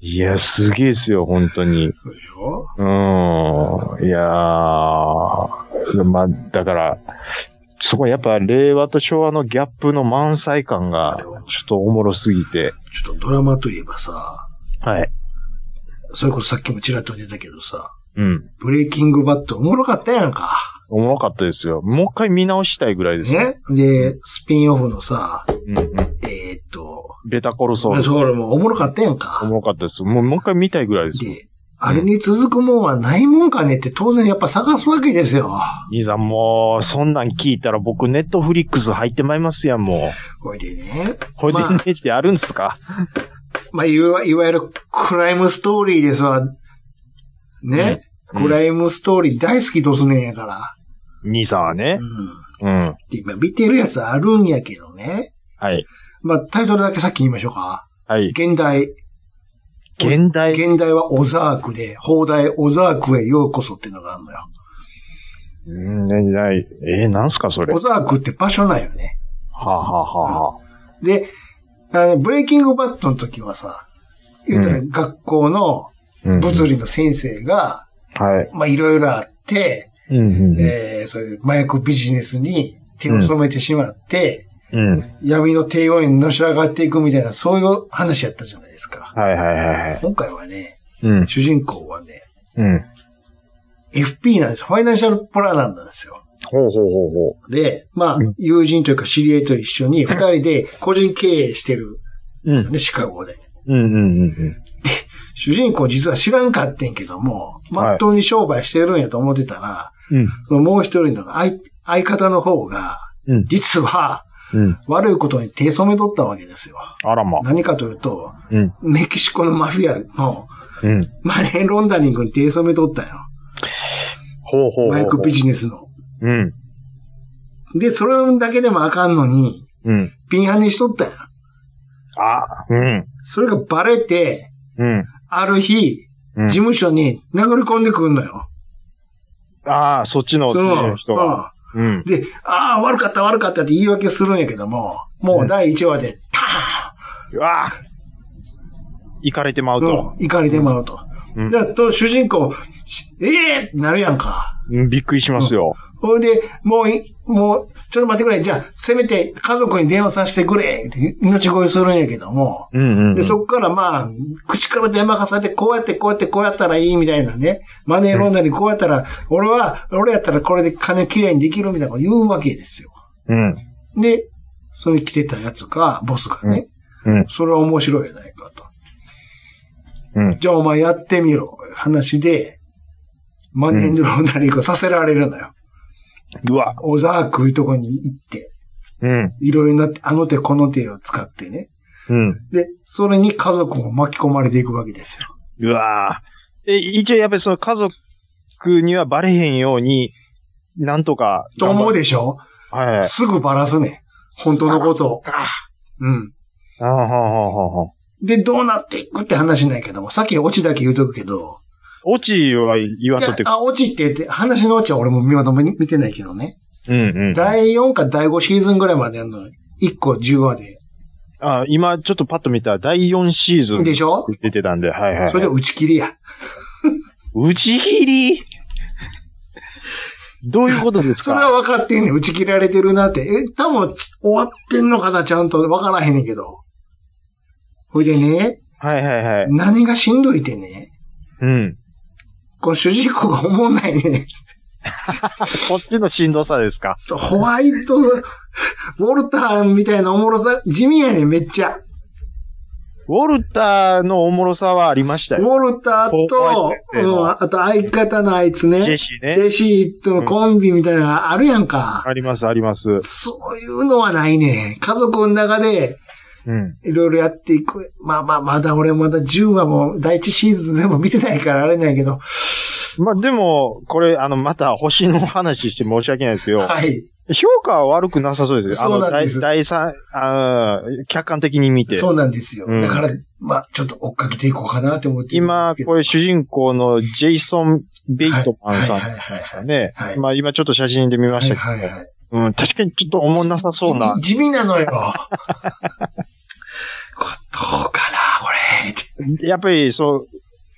Speaker 2: いや、すげえですよ、本当に。
Speaker 1: ょ
Speaker 2: うん。いやー、まあ、だから、そこはやっぱ令和と昭和のギャップの満載感が、ちょっとおもろすぎて。
Speaker 1: ちょっとドラマといえばさ、
Speaker 2: はい。
Speaker 1: それこそさっきもちらっと出たけどさ、
Speaker 2: うん。
Speaker 1: ブレイキングバットおもろかったやんか。
Speaker 2: おもろかったですよ。もう一回見直したいぐらいですね。
Speaker 1: ねで、スピンオフのさ、
Speaker 2: うんうん。
Speaker 1: えーっと、
Speaker 2: ベタコルソール。
Speaker 1: それもおもろかったやん
Speaker 2: お
Speaker 1: か。
Speaker 2: もろかったです。もうもう一回見たいぐらいです。
Speaker 1: で、あれに続くもんはないもんかねって当然やっぱ探すわけですよ。
Speaker 2: 兄さんもう、そんなん聞いたら僕ネットフリックス入ってまいりますやん、も
Speaker 1: ほいでね。
Speaker 2: う。これで
Speaker 1: まあ
Speaker 2: ねってあるんすか、
Speaker 1: まあ、いわいわゆるクライムストーリーですわ。ね、
Speaker 2: うん
Speaker 1: クライムストーリー大好きどすねんやか
Speaker 2: 兄さんは
Speaker 1: ら。
Speaker 2: ね
Speaker 1: う。ん。
Speaker 2: うん。
Speaker 1: で、今見てるやつあるんやけどね。
Speaker 2: はい。
Speaker 1: まあ、タイトルだけさっき言いましょうか。
Speaker 2: はい。
Speaker 1: 現代、
Speaker 2: 現代。
Speaker 1: 現代はオザークで、放題オザークへようこそっていうのがあるのよ。
Speaker 2: うん、ね、ない。えー、なんすか、それ。
Speaker 1: オ
Speaker 2: は
Speaker 1: ザークって場所なんよね。
Speaker 2: あ、はあはあはあ、
Speaker 1: で、あの、ブレイキングバットの時はさ、言うたら
Speaker 2: う
Speaker 1: 学校の
Speaker 2: うん
Speaker 1: 物理の先生が、
Speaker 2: はい。
Speaker 1: まあ、いろいろあって、
Speaker 2: うん、うん
Speaker 1: えーそういう麻薬ビジネスに手を染めてしまって、
Speaker 2: うん。うん。
Speaker 1: 闇の帝王にのし上がっていくみたいな、そういう話やったじゃないですか。
Speaker 2: はいはいはいはい。
Speaker 1: 今回はね、
Speaker 2: うん。
Speaker 1: 主人公はね、
Speaker 2: うん。
Speaker 1: FP なんです。ファイナンシャルプランナーなんですよ。
Speaker 2: ほうほうほうほ
Speaker 1: で、まあ、
Speaker 2: うん
Speaker 1: 友人というか知り合いと一緒に、二人で個人経営してる
Speaker 2: う。うん
Speaker 1: ん。で、シカゴで。
Speaker 2: うんうんうんうん。
Speaker 1: 主人公実は知らんかってんけども、まっとうに商売してるんやと思ってたら、
Speaker 2: うん。
Speaker 1: そのもう一人の相相方の方が、
Speaker 2: うん
Speaker 1: 実は
Speaker 2: うん。
Speaker 1: 悪いことに手染めとったわけですよ。
Speaker 2: あらま。
Speaker 1: 何かというと、
Speaker 2: うん。
Speaker 1: メキシコのマフィアの
Speaker 2: うん。
Speaker 1: マネーロンダリングに手染めとったよ。
Speaker 2: ほうほうほうほう。
Speaker 1: マイクビジネスの。
Speaker 2: うん。
Speaker 1: で、それだけでもあかんのに、
Speaker 2: うん。
Speaker 1: ピンハネしとったよ。
Speaker 2: あ、うん。
Speaker 1: それがバレて、
Speaker 2: うん。
Speaker 1: ある日、事
Speaker 2: うん、
Speaker 1: 務所に殴り込んでくんのよ。
Speaker 2: ああ、そっちの
Speaker 1: その
Speaker 2: 人が。うん。
Speaker 1: うんで、ああ、悪かった悪かったって言い訳するんやけども、もう第1話で、
Speaker 2: うわあ行かれてまう
Speaker 1: う
Speaker 2: と。
Speaker 1: ん、怒りでまうと。
Speaker 2: うん
Speaker 1: だと、主人公、しええってなるやんか。
Speaker 2: うん、びっくりしますよ。
Speaker 1: ほいで、もうい、もう、ちょっと待ってくれ。じゃあ、せめて家族に電話させてくれ。って命乞いするんやけども。
Speaker 2: うんうんうん。
Speaker 1: で、そっからまあ、口から電話がされて、こうやって、こうやって、こうやったらいいみたいなね。マネーロンダリングこうやったら、俺は、俺やったらこれで金きれいにできるみたいなこと言うわけですよ。
Speaker 2: うん。
Speaker 1: で、それ着てたやつか、ボスがね、
Speaker 2: うん。
Speaker 1: それは面白いやないかと。
Speaker 2: うん。
Speaker 1: じゃあお前やってみろ。話で、マネーロンダリングをさせられるのよ。
Speaker 2: うわ。
Speaker 1: 小沢くいうとこに行って、
Speaker 2: うん。
Speaker 1: いろいろなって、あの手この手を使ってね。
Speaker 2: うん。
Speaker 1: で、それに家族も巻き込まれていくわけですよ。
Speaker 2: うわえ、一応やっぱりその家族にはバレへんように、なんとか。
Speaker 1: と思うでしょ
Speaker 2: はい。
Speaker 1: すぐバラすね。本当のことを。うん。
Speaker 2: ああ、はあ、はあ、はあ。
Speaker 1: で、どうなっていくって話なんやけども、さっきオチだけ言うとくけど、
Speaker 2: オチは言わ
Speaker 1: い
Speaker 2: んと
Speaker 1: や
Speaker 2: って。
Speaker 1: あ、オチって言って、話のオチは俺も見まとめに見てないけどね。
Speaker 2: うんうん。
Speaker 1: 第4か第5シーズンぐらいまでやるの。1個10話で。
Speaker 2: あ今ちょっとパッと見たら第4シーズン
Speaker 1: でしょ
Speaker 2: 出てたんで、はいはいはい。
Speaker 1: それで打ち切りや。
Speaker 2: 打ち切りどういうことです
Speaker 1: それ
Speaker 2: か
Speaker 1: は分かってんねん。打ち切られてるなって。え、多分終わってんのかなちゃんと分からへんねんけど。ほいでね、
Speaker 2: はいはいはい。
Speaker 1: 何がしんどいってね、
Speaker 2: うん。
Speaker 1: この主人公が思んないね。 [LAUGHS]
Speaker 2: こっちのしんどさですか
Speaker 1: そうホワイト、ウォルターみたいなおもろさ、地味やねん、めっちゃ。
Speaker 2: ウォルターのおもろさはありました
Speaker 1: ウ
Speaker 2: よ。
Speaker 1: ォルター
Speaker 2: ホ
Speaker 1: と
Speaker 2: ワイ、ト
Speaker 1: う
Speaker 2: やね
Speaker 1: ん、あと相方のあいつね。
Speaker 2: ジェシーね
Speaker 1: ジェシーとのコンビみたいなのがあるやんか。
Speaker 2: ありますあります。
Speaker 1: そういうのはないねん。家族の中で、
Speaker 2: うん。
Speaker 1: いろいろやっていく。まあまあ、まだ俺まだ10話も第一シーズンでも見てないからあれなんやけど。
Speaker 2: まあ、でも、これ、あの、また星の話して申し訳ないですけど、
Speaker 1: はい。
Speaker 2: 評価は悪くなさそうですよ。あ
Speaker 1: そ
Speaker 2: の、
Speaker 1: うなんで
Speaker 2: 第
Speaker 1: す
Speaker 2: 第三、あー客観的に見て。
Speaker 1: そうなんですよ。
Speaker 2: うん
Speaker 1: だから、まあ、ちょっと追っかけていこうかなって思ってるん
Speaker 2: 今、
Speaker 1: ですけど
Speaker 2: これ主人公のジェイソン・ベイトマンさ
Speaker 1: はい
Speaker 2: ん
Speaker 1: はい
Speaker 2: です
Speaker 1: はいはい。
Speaker 2: ね。
Speaker 1: はい
Speaker 2: まあ、今ちょっと写真で見ましたけど、
Speaker 1: はいはいはい。
Speaker 2: うん、確かにちょっと思んなさそうな。
Speaker 1: 地味地味なのよ。こどうかな、これって。
Speaker 2: やっぱり、そう、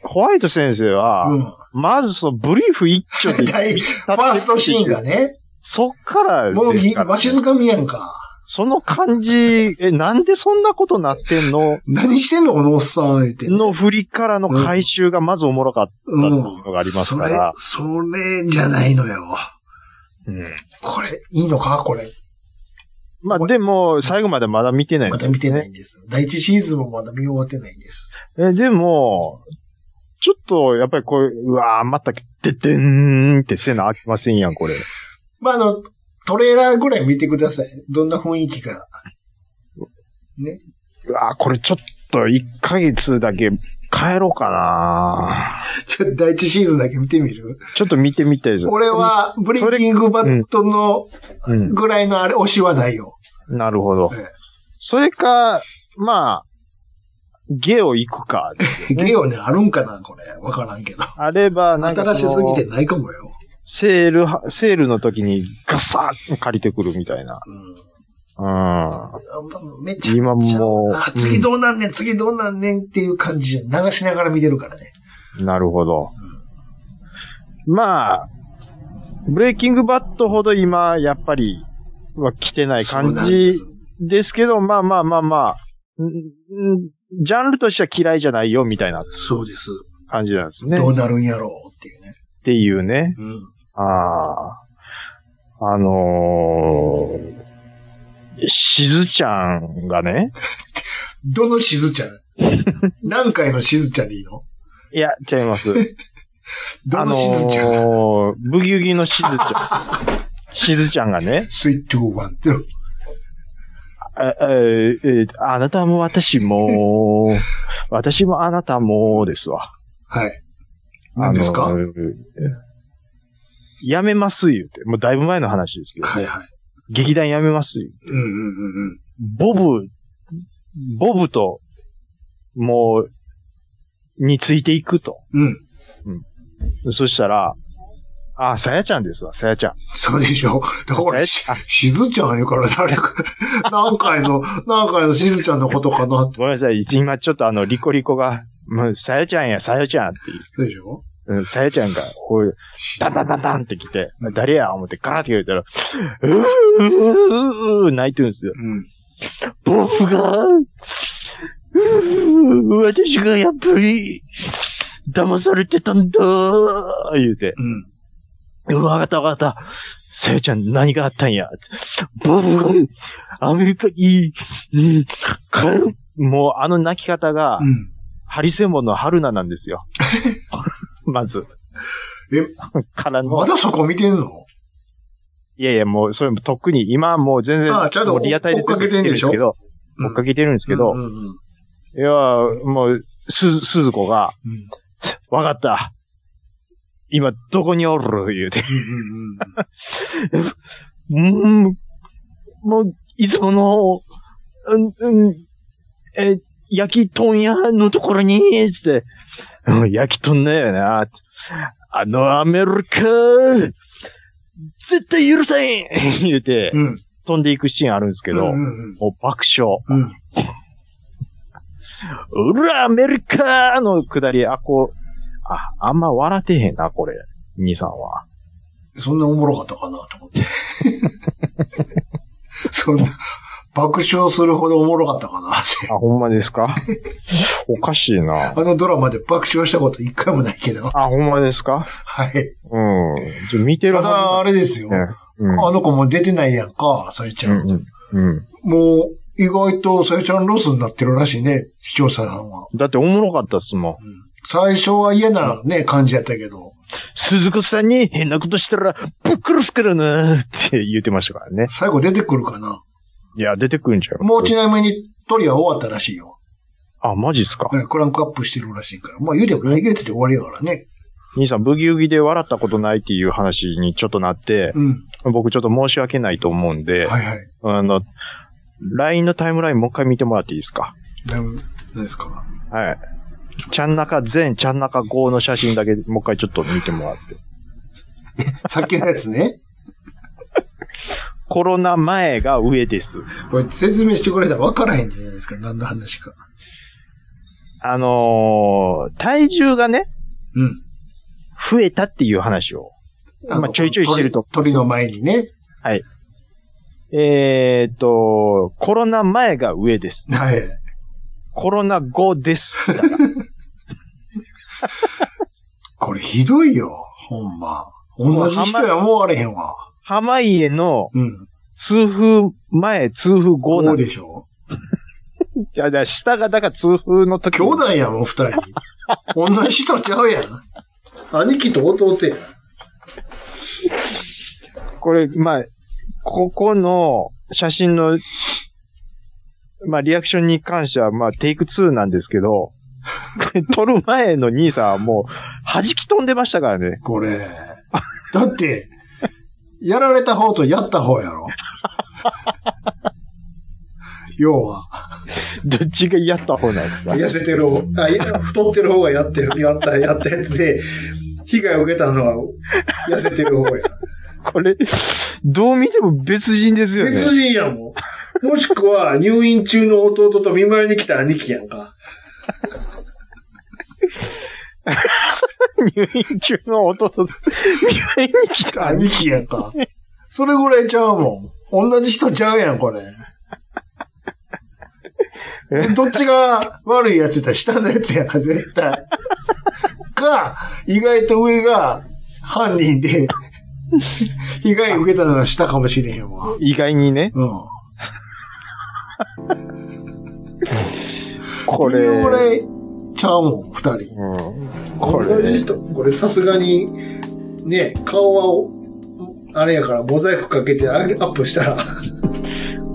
Speaker 2: ホワイト先生は、
Speaker 1: う
Speaker 2: まずそう、ブリーフ一丁
Speaker 1: [LAUGHS]
Speaker 2: で
Speaker 1: ん。。大ファーストシーンがね、
Speaker 2: そっからです
Speaker 1: もうぎ
Speaker 2: から
Speaker 1: わしづかみやんか。
Speaker 2: その感じ、え、なんでそんなことなってんの
Speaker 1: 何してんのこのおっさん言って。
Speaker 2: の振りからの回収がまずおもろかったっていうのがありますから。
Speaker 1: それ、それじゃないのよ。
Speaker 2: うん
Speaker 1: これ、いいのかこれ。
Speaker 2: まあでも、最後までまだ見てない
Speaker 1: ま。だ見てないんです。第一シーズンもまだ見終わってないんです。
Speaker 2: え、でも、ちょっと、やっぱりこう、うわーまた、てってんーってせなあきませんやん、これ。
Speaker 1: まあ、あの、トレーラーぐらい見てください。どんな雰囲気か。
Speaker 2: うわーこれちょっと、1ヶ月だけ帰ろうかな
Speaker 1: ちょっと第一シーズンだけ見てみる
Speaker 2: ちょっと見てみたいです。
Speaker 1: 俺、は、ブリッキングバットの
Speaker 2: うん、
Speaker 1: ぐらいのあれ、推しはないよ。
Speaker 2: なるほど
Speaker 1: ええ。
Speaker 2: それか、まあ、ゲオ行くか。
Speaker 1: ゲオね、あるんかなこれ。わからんけど。
Speaker 2: あれば、なんか
Speaker 1: 新
Speaker 2: そ
Speaker 1: し
Speaker 2: の、
Speaker 1: すぎてないかもよ。
Speaker 2: セールは、セールの時にガサーッと借りてくるみたいな。うん。
Speaker 1: うん。めちゃ
Speaker 2: 今
Speaker 1: めちゃ
Speaker 2: もう
Speaker 1: あ、次どうなんねん、次どうなんねんっていう感じで流しながら見てるからね。
Speaker 2: なるほど。まあ、ブレイキングバットほど今、やっぱり、は来てない
Speaker 1: そう
Speaker 2: 感
Speaker 1: なんで
Speaker 2: じ
Speaker 1: す
Speaker 2: ですけど、まあまあまあまあ、んんジャンルとしては嫌いじゃないよ、みたいな
Speaker 1: そうです。
Speaker 2: 感じなんですね。
Speaker 1: ど
Speaker 2: っ
Speaker 1: うなるんやろうっていうね。
Speaker 2: ていうね。
Speaker 1: うん。
Speaker 2: ああ。あのー、しずちゃんがね、
Speaker 1: どのしずちゃ
Speaker 2: [LAUGHS]
Speaker 1: ん何回のしずちゃんでいいの
Speaker 2: いや、違います。
Speaker 1: [LAUGHS] どのしずちゃん、
Speaker 2: あのー、ブギウギ
Speaker 1: [LAUGHS]
Speaker 2: のしずちゃん。しずちゃんがね、
Speaker 1: スイットワンって。
Speaker 2: あえーえーあなたも私
Speaker 1: [LAUGHS]
Speaker 2: も、私もあなたもですわ。
Speaker 1: はい。何ですか、
Speaker 2: あのーやめます言うて。もうだいぶ前の話ですけど、
Speaker 1: はいはい。
Speaker 2: 劇団やめます言
Speaker 1: う
Speaker 2: う
Speaker 1: んうんうんうん。
Speaker 2: ボブ、ボブと、もう、についていくと。
Speaker 1: うん。
Speaker 2: そしたら、あ、さやちゃんですわ、さやちゃん。
Speaker 1: そうでしょだから、
Speaker 2: え
Speaker 1: し
Speaker 2: あ、
Speaker 1: しずちゃん言うから誰
Speaker 2: [LAUGHS]
Speaker 1: か、何回の、何回のしずちゃんのことかなって。
Speaker 2: ごめんなさい、今ちょっとあの、リコリコが、もう、さやちゃんや、さやちゃんって言う
Speaker 1: そうでしょ
Speaker 2: うん、さやちゃんが、こう、ダンダンダンダンって来て、誰や思ってガーって言われたら、うーうーうーうー泣いてるんですよ。
Speaker 1: うん。
Speaker 2: 僕が、うー私がやっぱり、騙されてたんだー、言うて。
Speaker 1: うん。
Speaker 2: わかったわかった。さやちゃん何があったんや。僕が、アメリカに、うん帰る。もうあの泣き方が、
Speaker 1: うん。
Speaker 2: ハリセンボンの春菜なんで
Speaker 1: [LAUGHS]
Speaker 2: すよ。まず。
Speaker 1: え、
Speaker 2: からの
Speaker 1: ま。だそこ見てんの
Speaker 2: いやいや、もう、それもとっくに、今はもう全然、
Speaker 1: あちゃんと
Speaker 2: もうリアタイで
Speaker 1: 追っかけてんでしょ
Speaker 2: 追っかけてるんですけど、
Speaker 1: うんう
Speaker 2: 追っかけてるんですけど、
Speaker 1: んうんうん。
Speaker 2: いや、もう、すず、すず子が、
Speaker 1: うん
Speaker 2: わかった。今、どこにおる言うて。
Speaker 1: うんうんうん。
Speaker 2: うん、もう、いつもの、うん、うん、え、焼き豚屋のところに、つって、うん、焼き豚だよな。あのアメリカ、絶対許せん言うて、
Speaker 1: うん。
Speaker 2: 飛んでいくシーンあるんですけ
Speaker 1: け
Speaker 2: ど、
Speaker 1: うんうん
Speaker 2: もう爆笑。
Speaker 1: うん。うん。
Speaker 2: うら、アメリカーの下り、あ、こう、あ、あんま笑ってへんな、これ、兄さんは。
Speaker 1: そんなおもろかったかなと思って。 [LAUGHS] そんな、爆笑するほどおもろかったかなって。
Speaker 2: あ、ほんまですか [LAUGHS] おかしいな。
Speaker 1: あのドラマで爆笑したこと一回もないけど。
Speaker 2: あ、ほんまですか
Speaker 1: はい。
Speaker 2: うん。ちょ見てる
Speaker 1: た
Speaker 2: はず
Speaker 1: だ、あれですよ。
Speaker 2: ね
Speaker 1: あ
Speaker 2: うん。
Speaker 1: の子も出てないやんか、さゆちゃん。
Speaker 2: うん。うん。
Speaker 1: もう、意外とさゆちゃんロスになってるらしいね、視聴者さんは。
Speaker 2: だっておもろかったっすもん。
Speaker 1: 最初は嫌なね、感じやったけど、
Speaker 2: 鈴子さんに変なことしたら、ぶっ殺すからなって言ってましたからね。
Speaker 1: 最後出てくるかな。
Speaker 2: いや、出てくるんじゃん。
Speaker 1: もうちなみに、トリは終わったらしいよ。
Speaker 2: あ、マジっすか。
Speaker 1: ねクランクアップしてるらしいから。まあ言うても来月で終わりやからね。
Speaker 2: 兄さん、ブギウギで笑ったことないっていう話にちょっとなって、
Speaker 1: うん。
Speaker 2: 僕ちょっと申し訳ないと思うん
Speaker 1: は
Speaker 2: で、
Speaker 1: いはい。
Speaker 2: あの、LINE のタイムラインもう一回見てもらっていいですか
Speaker 1: だいぶ、何ですか。
Speaker 2: はい。ちゃんなか全、ちゃんなか5の写真だけもう一回ちょっと見てもらって。
Speaker 1: さっきのやつね。
Speaker 2: コロナ前が上です。
Speaker 1: これ説明してくれたら分からへんじゃないですか。何の話か。
Speaker 2: あのー体重がね、
Speaker 1: うん。
Speaker 2: 増えたっていう話を。まあちょいちょいしてると
Speaker 1: 鳥鳥の前にね。
Speaker 2: はい。えーっと、コロナ前が上です。
Speaker 1: はい。
Speaker 2: コロナ後です。
Speaker 1: [LAUGHS] これひどいよ、ほんま。同じ人やもうあれへんわ。
Speaker 2: 濱家の
Speaker 1: うん。
Speaker 2: 痛風前、痛風後な
Speaker 1: こ
Speaker 2: ん
Speaker 1: う
Speaker 2: で
Speaker 1: でしょ
Speaker 2: いや、だから下が、だから痛風の時。
Speaker 1: 兄弟やもん、二人。 [LAUGHS] 同じ人ちゃうやん。兄貴と弟やん。
Speaker 2: これ、まあ、ここの写真の、まあ、リアクションに関しては、まあ、テイク2なんですけ
Speaker 1: [LAUGHS]
Speaker 2: ど、これ撮る前の兄さんはもう、弾き飛んでましたからね。
Speaker 1: これ。だって、やられた方とやった方やろ。 [LAUGHS] 要は。
Speaker 2: どっちがやった方なんですか
Speaker 1: 痩せてる方、あ、いや、太ってる方がやってる、やった、やったやつで、被害を受けたのは、痩せてる [LAUGHS] 方や。
Speaker 2: これ、どう見ても別人ですよね。
Speaker 1: 別人やもん。もしくは、入院中の弟と見舞いに来た兄貴やんか。
Speaker 2: 入院中の弟、見舞いに来た。
Speaker 1: 兄貴やんか。それぐらいちゃうもん。同じ人ちゃうやん、
Speaker 2: [LAUGHS]
Speaker 1: これ。でどっちが悪いやつだったら下のやつやんか、絶対。か、意外と上が犯人で、被害受けたのは下かもしれへんわ。
Speaker 2: 意外にね。
Speaker 1: うん。
Speaker 2: こ
Speaker 1: って
Speaker 2: れ。
Speaker 1: いうぐらいちゃうもん、二人。
Speaker 2: うん。これ。
Speaker 1: 人、これさすがに、ね、顔は、あれやから、モザイクかけてアップしたら。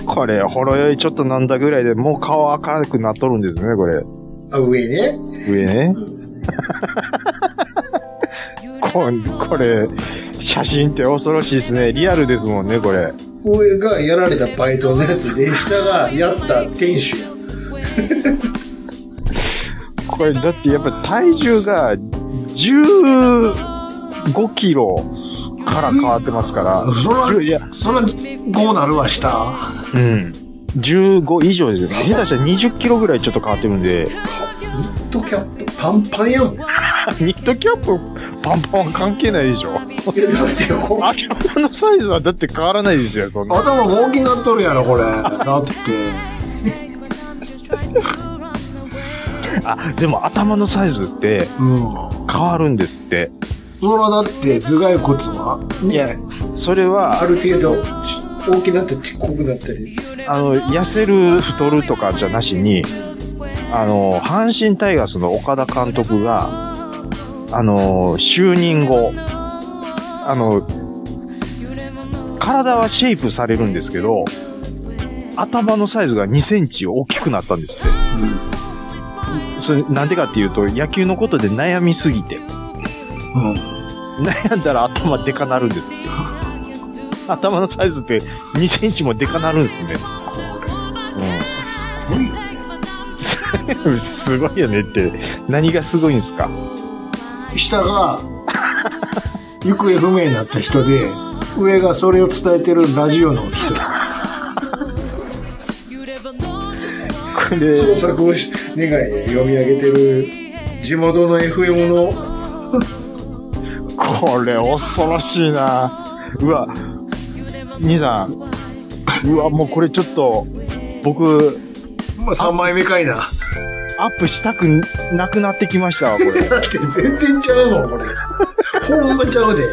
Speaker 2: これ、ほろ酔いちょっとなんだぐらいで、もう顔赤くなっとるんですね、これ。
Speaker 1: あ、上ね。
Speaker 2: 上ね。ここれ、写真って恐ろしいですね。リアルですもんね、これ。
Speaker 1: 上がやられたバイトのやつで、下がやった店主や。
Speaker 2: これ、だってやっぱ体重が15キロから変わってますから。
Speaker 1: そら、
Speaker 2: いや、
Speaker 1: そら、こうなるわ、下。
Speaker 2: うん。15以上ですよ。下手したら20キロぐらいちょっと変わってるんで、 [LAUGHS]
Speaker 1: ニットキャップ、パンパンやもん。いや、
Speaker 2: ニットキャップパンパンは関係ないでしょ。
Speaker 1: だってこう
Speaker 2: 頭のサイズはだって変わらないですよ、そんな。
Speaker 1: 頭が大きなっとるやろ、これ。だって。
Speaker 2: あ、でも頭のサイズって
Speaker 1: うん。
Speaker 2: 変わるんですって。
Speaker 1: そらだって、頭蓋骨は、
Speaker 2: いや、それは、
Speaker 1: る程度、大きなってちっこくなったり。
Speaker 2: あの、痩せる、太るとかじゃなしに、あの、阪神タイガースの岡田監督が、あの、就任後、あの、体はシェイプされるんですけど、頭のサイズが2センチ大きくなったんですって。
Speaker 1: うん。
Speaker 2: それなんでかっていうと、野球のことで悩みすぎて、
Speaker 1: うん。
Speaker 2: 悩んだら頭でかなるんですって。頭のサイズって2センチもでかなるんですね。
Speaker 1: こ
Speaker 2: う
Speaker 1: れ、すごいよね。
Speaker 2: ん。すごいよねって、何がすごいんですか
Speaker 1: 下が、行方不明になった人で、上がそれを伝えてるラジオの人。
Speaker 2: これ、
Speaker 1: 創作をし願い読み上げてる地元の FM の
Speaker 2: これ恐ろしいなうわ、兄さん。うわ、もうこれちょっと、僕、
Speaker 1: まあ3枚目かいな。
Speaker 2: アップしたくなくなってきましたわ、こ [LAUGHS] れ。
Speaker 1: だって全然ちゃうもん、これ。ほんまちゃうで。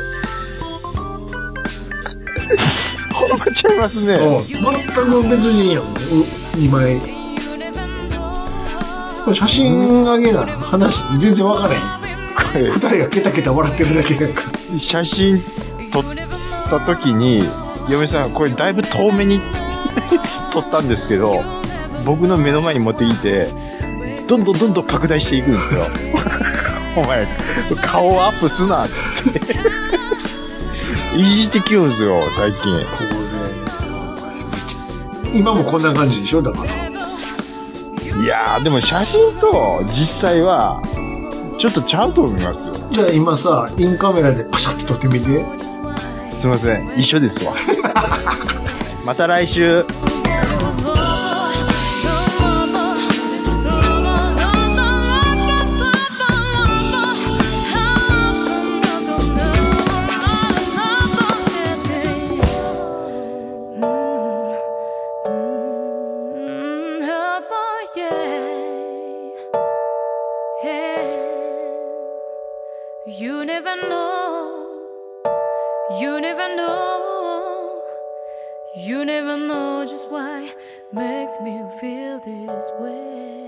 Speaker 2: ほんまちゃいますね。
Speaker 1: うん全く別人やもん、2枚。これ写真あげな話全然わからへん。
Speaker 2: これ
Speaker 1: 二人がケタケタ笑ってるだけやんか。
Speaker 2: 写真撮った時に、嫁さん、これだいぶ遠目に [LAUGHS] 撮ったんですけど、僕の目の前に持ってきて、どんどんどんどん拡大していくんですよ。 [LAUGHS] お前、顔をアップすなっつって。いじってきようんですよ、最近。
Speaker 1: これ今もこんな感じでしょだから。
Speaker 2: いやー、でも写真と実際は、ちょっとちゃうと思いますよ。
Speaker 1: じゃあ今さ、インカメラでパシャって撮ってみて。
Speaker 2: すいません、一緒ですわ。 [LAUGHS] また来週。
Speaker 5: Mm-hmm. yeah. You never know. You never know. You never know just why makes me feel this way.